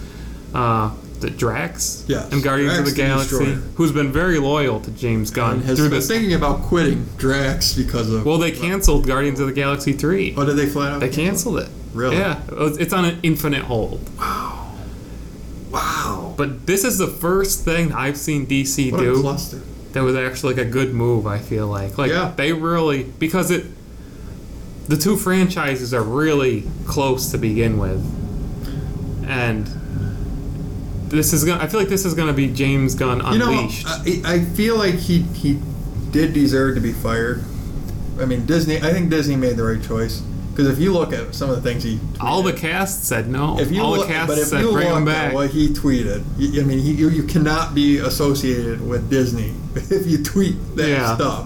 [SPEAKER 1] uh, the Drax
[SPEAKER 2] Yes,
[SPEAKER 1] in Guardians
[SPEAKER 2] Drax
[SPEAKER 1] of the
[SPEAKER 2] the
[SPEAKER 1] Galaxy,
[SPEAKER 2] Destroyer.
[SPEAKER 1] who's been very loyal to James Gunn
[SPEAKER 2] And has
[SPEAKER 1] through
[SPEAKER 2] been
[SPEAKER 1] this.
[SPEAKER 2] thinking about quitting Drax because of.
[SPEAKER 1] Well, they canceled Guardians of the Galaxy 3.
[SPEAKER 2] Oh, did they flat out?
[SPEAKER 1] They canceled it.
[SPEAKER 2] Really?
[SPEAKER 1] Yeah. Oh, It's on an infinite hold.
[SPEAKER 2] Wow.
[SPEAKER 1] But this is the first thing I've seen DC
[SPEAKER 2] What a
[SPEAKER 1] do
[SPEAKER 2] cluster.
[SPEAKER 1] that was actually like a good move. I feel like, like
[SPEAKER 2] Yeah.
[SPEAKER 1] they really because it, the two franchises are really close to begin with, and this is gonna. I feel like this is gonna be James Gunn
[SPEAKER 2] You know, uh,
[SPEAKER 1] unleashed.
[SPEAKER 2] I, I feel like he he did deserve to be fired. I mean, Disney. I think Disney made the right choice because if you look at some of the things he,
[SPEAKER 1] all the cast said no.
[SPEAKER 2] if you
[SPEAKER 1] all
[SPEAKER 2] look,
[SPEAKER 1] the cast
[SPEAKER 2] but if
[SPEAKER 1] said
[SPEAKER 2] you
[SPEAKER 1] bring
[SPEAKER 2] look
[SPEAKER 1] him
[SPEAKER 2] at
[SPEAKER 1] back.
[SPEAKER 2] what he tweeted, you, I mean, he, you, you cannot be associated with Disney [laughs] if you tweet that
[SPEAKER 1] Yeah.
[SPEAKER 2] stuff,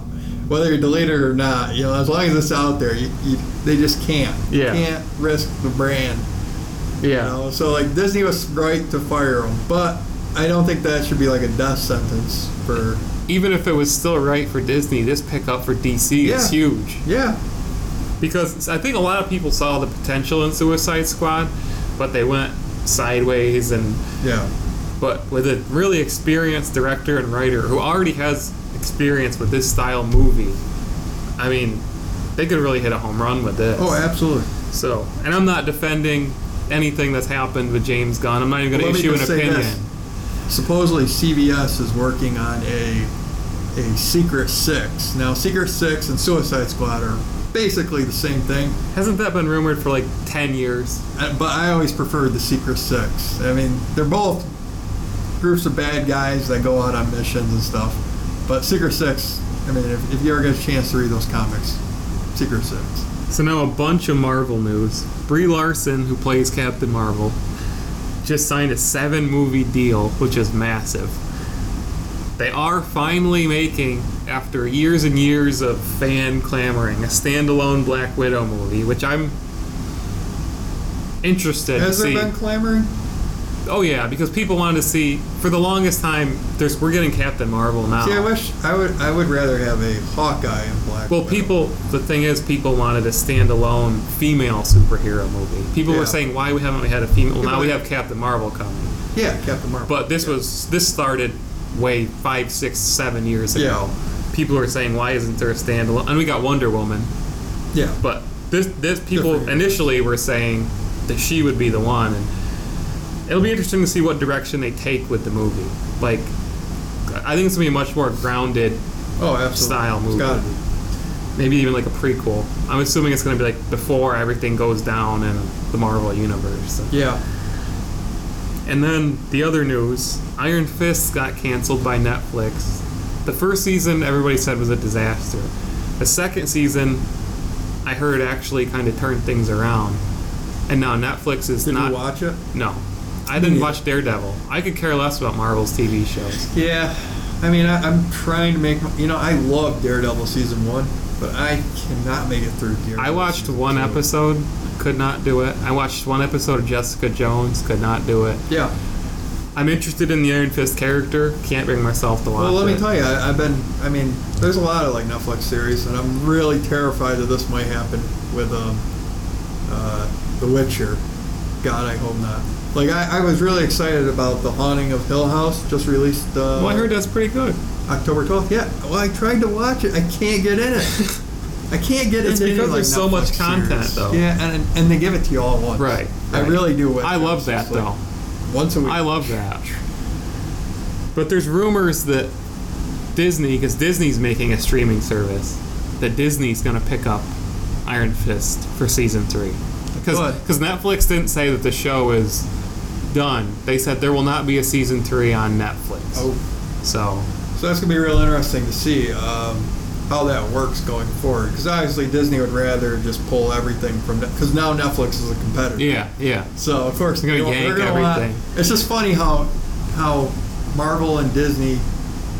[SPEAKER 2] whether you delete it or not. You know, as long as it's out there, you, you, they just can't. You
[SPEAKER 1] Yeah.
[SPEAKER 2] can't risk the brand. You
[SPEAKER 1] yeah.
[SPEAKER 2] know, so like Disney was right to fire him, but I don't think that should be like a death sentence for.
[SPEAKER 1] Even if it was still right for Disney, this pickup for DC is
[SPEAKER 2] Yeah.
[SPEAKER 1] huge.
[SPEAKER 2] Yeah,
[SPEAKER 1] because I think a lot of people saw the potential in Suicide Squad, but they went sideways. And
[SPEAKER 2] yeah,
[SPEAKER 1] but with a really experienced director and writer who already has experience with this style movie, I mean, they could really hit a home run with this.
[SPEAKER 2] Oh, absolutely.
[SPEAKER 1] So, and I'm not defending anything that's happened with James Gunn. I'm not even going to
[SPEAKER 2] Let me
[SPEAKER 1] issue an
[SPEAKER 2] just say
[SPEAKER 1] opinion.
[SPEAKER 2] this. Supposedly, CBS is working on a a Secret Six. Now, Secret Six and Suicide Squad are basically the same thing,
[SPEAKER 1] Hasn't that been rumored for like 10 years?
[SPEAKER 2] uh, but I always preferred the Secret Six. I mean, they're both groups of bad guys that go out on missions and stuff. But Secret Six, I mean, if, if you ever get a chance to read those comics, Secret Six.
[SPEAKER 1] So now a bunch of Marvel news. Brie Larson, who plays Captain Marvel, just signed a seven movie deal, which is massive. They are finally making, after years and years of fan clamoring, a standalone Black Widow movie, which I'm interested
[SPEAKER 2] Has
[SPEAKER 1] to
[SPEAKER 2] there
[SPEAKER 1] see.
[SPEAKER 2] been clamoring?
[SPEAKER 1] Oh yeah, because people wanted to see for the longest time. There's we're getting Captain Marvel now.
[SPEAKER 2] See, I wish I would. I would rather have a Hawkeye in black.
[SPEAKER 1] uh-huh. Well,
[SPEAKER 2] Widow.
[SPEAKER 1] people, the thing is, people wanted a standalone female superhero movie. People
[SPEAKER 2] Yeah.
[SPEAKER 1] were saying, why we haven't we had a female? Well,
[SPEAKER 2] Yeah,
[SPEAKER 1] now
[SPEAKER 2] but-
[SPEAKER 1] we have Captain Marvel coming.
[SPEAKER 2] Yeah, Captain Marvel.
[SPEAKER 1] But this was this started way five, six, seven years ago. People were saying, why isn't there a standalone? And we got Wonder Woman,
[SPEAKER 2] yeah,
[SPEAKER 1] but this this people
[SPEAKER 2] Different.
[SPEAKER 1] initially were saying that she would be the one. And it'll be interesting to see what direction they take with the movie. Like, I think it's gonna be a much more grounded
[SPEAKER 2] oh, absolutely.
[SPEAKER 1] style
[SPEAKER 2] It's
[SPEAKER 1] movie.
[SPEAKER 2] gotta be.
[SPEAKER 1] maybe even like a prequel. I'm assuming it's going to be like before everything goes down in the Marvel universe.
[SPEAKER 2] Yeah.
[SPEAKER 1] And then the other news: Iron Fist got canceled by Netflix. The first season everybody said was a disaster. The second season, I heard actually kind of turned things around. And now Netflix is
[SPEAKER 2] Did
[SPEAKER 1] not.
[SPEAKER 2] you watch it?
[SPEAKER 1] No, I didn't
[SPEAKER 2] Yeah.
[SPEAKER 1] watch Daredevil. I could care less about Marvel's TV shows.
[SPEAKER 2] Yeah. I mean, I, I'm trying to make. My, you know, I love Daredevil season one, but I cannot make it through Daredevil.
[SPEAKER 1] I watched
[SPEAKER 2] season
[SPEAKER 1] one
[SPEAKER 2] two.
[SPEAKER 1] episode, could not do it. I watched one episode of Jessica Jones, could not do it.
[SPEAKER 2] Yeah.
[SPEAKER 1] I'm interested in the Iron Fist character, can't bring myself to watch
[SPEAKER 2] Well, let me
[SPEAKER 1] it.
[SPEAKER 2] tell you, I, I've been. I mean, there's a lot of like Netflix series, and I'm really terrified that this might happen with um, uh, The Witcher. God, I hope not. Like, I, I was really excited about The Haunting of Hill House, just released. Uh,
[SPEAKER 1] Well, I heard that's pretty good.
[SPEAKER 2] October 12th. Yeah. Well, I tried to watch it. I can't get in it. I can't get
[SPEAKER 1] It's
[SPEAKER 2] into any,
[SPEAKER 1] because
[SPEAKER 2] like,
[SPEAKER 1] there's so
[SPEAKER 2] Netflix
[SPEAKER 1] much content,
[SPEAKER 2] series.
[SPEAKER 1] though.
[SPEAKER 2] Yeah, and and they give it to you all at once.
[SPEAKER 1] Right,
[SPEAKER 2] I
[SPEAKER 1] right.
[SPEAKER 2] really do. With
[SPEAKER 1] I love
[SPEAKER 2] this. It's
[SPEAKER 1] that,
[SPEAKER 2] like
[SPEAKER 1] though.
[SPEAKER 2] Once a week.
[SPEAKER 1] I love that. But there's rumors that Disney, because Disney's making a streaming service, that Disney's going to pick up Iron Fist for season three. Because
[SPEAKER 2] Good.
[SPEAKER 1] Netflix didn't say that the show is done. They said there will not be a season three on Netflix.
[SPEAKER 2] Oh,
[SPEAKER 1] So,
[SPEAKER 2] so that's gonna be real interesting to see um, how that works going forward. Because obviously Disney would rather just pull everything from because now Netflix is a competitor.
[SPEAKER 1] yeah, yeah.
[SPEAKER 2] So of course
[SPEAKER 1] They're gonna
[SPEAKER 2] you know,
[SPEAKER 1] yank
[SPEAKER 2] they're gonna want-
[SPEAKER 1] everything.
[SPEAKER 2] it's just funny how how Marvel and Disney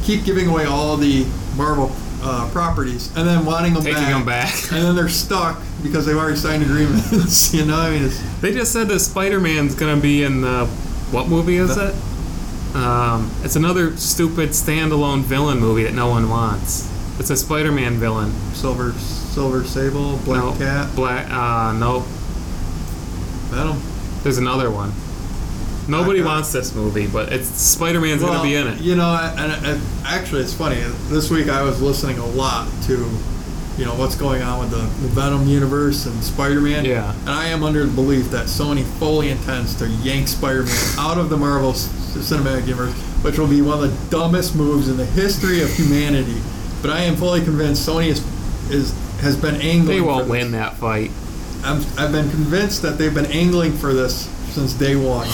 [SPEAKER 2] keep giving away all the Marvel uh, properties and then wanting them
[SPEAKER 1] Taking
[SPEAKER 2] back,
[SPEAKER 1] them back.
[SPEAKER 2] and then they're stuck because they've already signed agreements. [laughs] you know, I mean, it's,
[SPEAKER 1] They just said that Spider Man's gonna be in the what movie is
[SPEAKER 2] The-
[SPEAKER 1] it? Um, it's another stupid standalone villain movie that no one wants. It's a Spider Man villain.
[SPEAKER 2] Silver Silver Sable, Black
[SPEAKER 1] no,
[SPEAKER 2] Cat,
[SPEAKER 1] Black. Uh, no,
[SPEAKER 2] Venom.
[SPEAKER 1] there's another one. Nobody
[SPEAKER 2] Black Cat.
[SPEAKER 1] wants this movie, but it's Spider Man's gonna be in it.
[SPEAKER 2] You know, I- and, and actually, it's funny. This week I was listening a lot to, you know, what's going on with the, the Venom universe and Spider-Man.
[SPEAKER 1] Yeah.
[SPEAKER 2] And I am under the belief that Sony fully intends to yank Spider-Man out of the Marvel s- Cinematic Universe, which will be one of the dumbest moves in the history of humanity. But I am fully convinced Sony is, is has been angling.
[SPEAKER 1] They won't
[SPEAKER 2] for this.
[SPEAKER 1] win that fight.
[SPEAKER 2] I'm, I've been convinced that they've been angling for this since day one.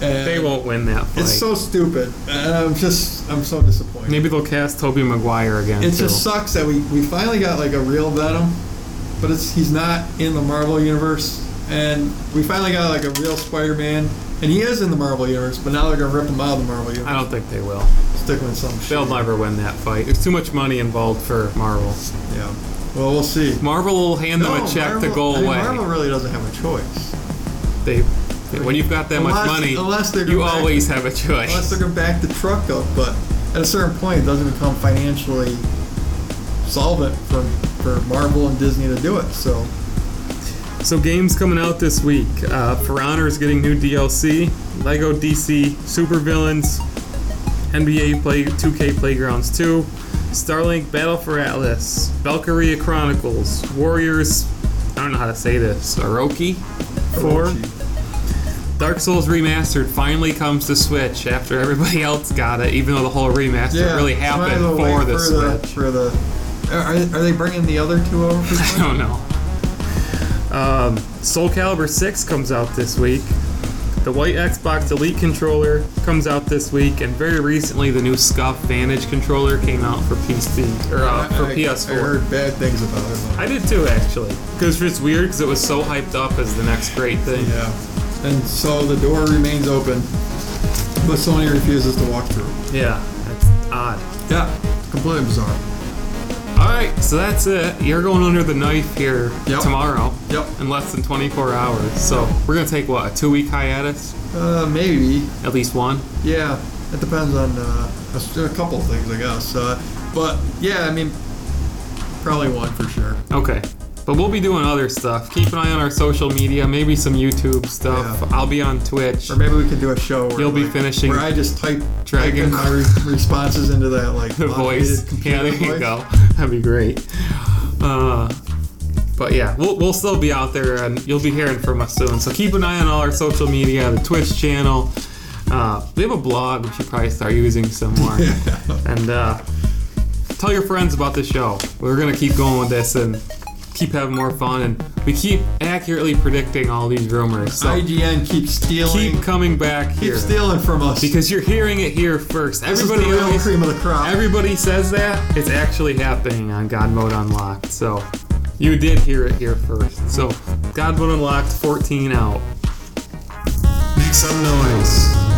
[SPEAKER 2] And
[SPEAKER 1] They won't win that fight.
[SPEAKER 2] it's so stupid. And I'm just, I'm so disappointed.
[SPEAKER 1] Maybe they'll cast Tobey Maguire again.
[SPEAKER 2] it
[SPEAKER 1] too.
[SPEAKER 2] just sucks that we, we finally got like a real Venom, but it's he's not in the Marvel universe, and we finally got like a real Spider-Man, and he is in the Marvel universe, but now they're gonna rip him out of the Marvel
[SPEAKER 1] I
[SPEAKER 2] universe,
[SPEAKER 1] don't think they will.
[SPEAKER 2] stick him in some.
[SPEAKER 1] They'll
[SPEAKER 2] shit.
[SPEAKER 1] never win that fight. There's too much money involved for Marvel.
[SPEAKER 2] Yeah. Well, we'll see.
[SPEAKER 1] Marvel will hand them
[SPEAKER 2] No,
[SPEAKER 1] a check
[SPEAKER 2] Marvel,
[SPEAKER 1] to go
[SPEAKER 2] I mean,
[SPEAKER 1] away.
[SPEAKER 2] Marvel really doesn't have a choice.
[SPEAKER 1] They, when you've got that much
[SPEAKER 2] Unless-
[SPEAKER 1] money,
[SPEAKER 2] unless they're
[SPEAKER 1] you
[SPEAKER 2] gonna-
[SPEAKER 1] always have a
[SPEAKER 2] Unless
[SPEAKER 1] choice.
[SPEAKER 2] they're gonna back the truck up, but at a certain point, it doesn't become financially solvent for for Marvel and Disney to do it. So
[SPEAKER 1] So games coming out this week. Uh, For Honor is getting new DLC. Lego DC Supervillains. NBA Play 2K Playgrounds 2. Starlink Battle for Atlas. Valkyria Chronicles. Warriors. I don't know how to say this. Oroki. Four. Dark Souls Remastered finally comes to Switch after everybody [laughs] else got it, even though the whole remaster really
[SPEAKER 2] might as
[SPEAKER 1] happened
[SPEAKER 2] well
[SPEAKER 1] for
[SPEAKER 2] wait
[SPEAKER 1] the
[SPEAKER 2] the-
[SPEAKER 1] Switch.
[SPEAKER 2] for the, are, are they bringing the other two over? For [laughs]
[SPEAKER 1] I don't know.
[SPEAKER 2] Oh,
[SPEAKER 1] Um, Soul Calibur 6 comes out this week. The white Xbox Elite controller comes out this week, and very recently the new Scuff Vantage controller came out for PC [laughs] or uh, for
[SPEAKER 2] I- I
[SPEAKER 1] PS4.
[SPEAKER 2] heard bad things about it.
[SPEAKER 1] I, did too actually, because it's weird because it was so hyped up as the next great thing.
[SPEAKER 2] Yeah, and so the door remains open, but Sony refuses to walk through.
[SPEAKER 1] Yeah, that's odd.
[SPEAKER 2] Yeah, completely bizarre.
[SPEAKER 1] All right, so that's it. You're going under the knife here
[SPEAKER 2] Yep.
[SPEAKER 1] tomorrow.
[SPEAKER 2] Yep.
[SPEAKER 1] In less than 24 hours, so we're gonna take what a two-week hiatus,
[SPEAKER 2] Uh, maybe.
[SPEAKER 1] at least one.
[SPEAKER 2] Yeah, it depends on uh, a s- a couple of things, I guess. Uh, but yeah, I mean, probably one for sure.
[SPEAKER 1] Okay. But we'll be doing other stuff. Keep an eye on our social media, maybe some YouTube stuff.
[SPEAKER 2] Yeah.
[SPEAKER 1] I'll be on Twitch.
[SPEAKER 2] Or maybe we could do a show where
[SPEAKER 1] You'll be
[SPEAKER 2] like,
[SPEAKER 1] finishing
[SPEAKER 2] where I just type type
[SPEAKER 1] Dragon
[SPEAKER 2] in my re- responses into that like
[SPEAKER 1] [laughs] The voice.
[SPEAKER 2] automated computer
[SPEAKER 1] Yeah, there you
[SPEAKER 2] voice.
[SPEAKER 1] go. That'd be great. Uh, but yeah, we'll, we'll still be out there and you'll be hearing from us soon. So keep an eye on all our social media, the Twitch channel. Uh, we have a blog, which you probably start using some
[SPEAKER 2] [laughs]
[SPEAKER 1] more. [laughs] And uh, tell your friends about the show. We're gonna keep going with this and keep having more fun. And we keep accurately predicting all these rumors. So
[SPEAKER 2] IGN keeps stealing,
[SPEAKER 1] keep coming back
[SPEAKER 2] keep
[SPEAKER 1] here
[SPEAKER 2] stealing from us.
[SPEAKER 1] because you're hearing it here first.
[SPEAKER 2] this is the
[SPEAKER 1] Everybody
[SPEAKER 2] real
[SPEAKER 1] always-
[SPEAKER 2] cream of the crop.
[SPEAKER 1] everybody says that. It's actually happening on God Mode Unlocked. So you did hear it here first. So God Mode Unlocked 14 out.
[SPEAKER 2] Make some noise.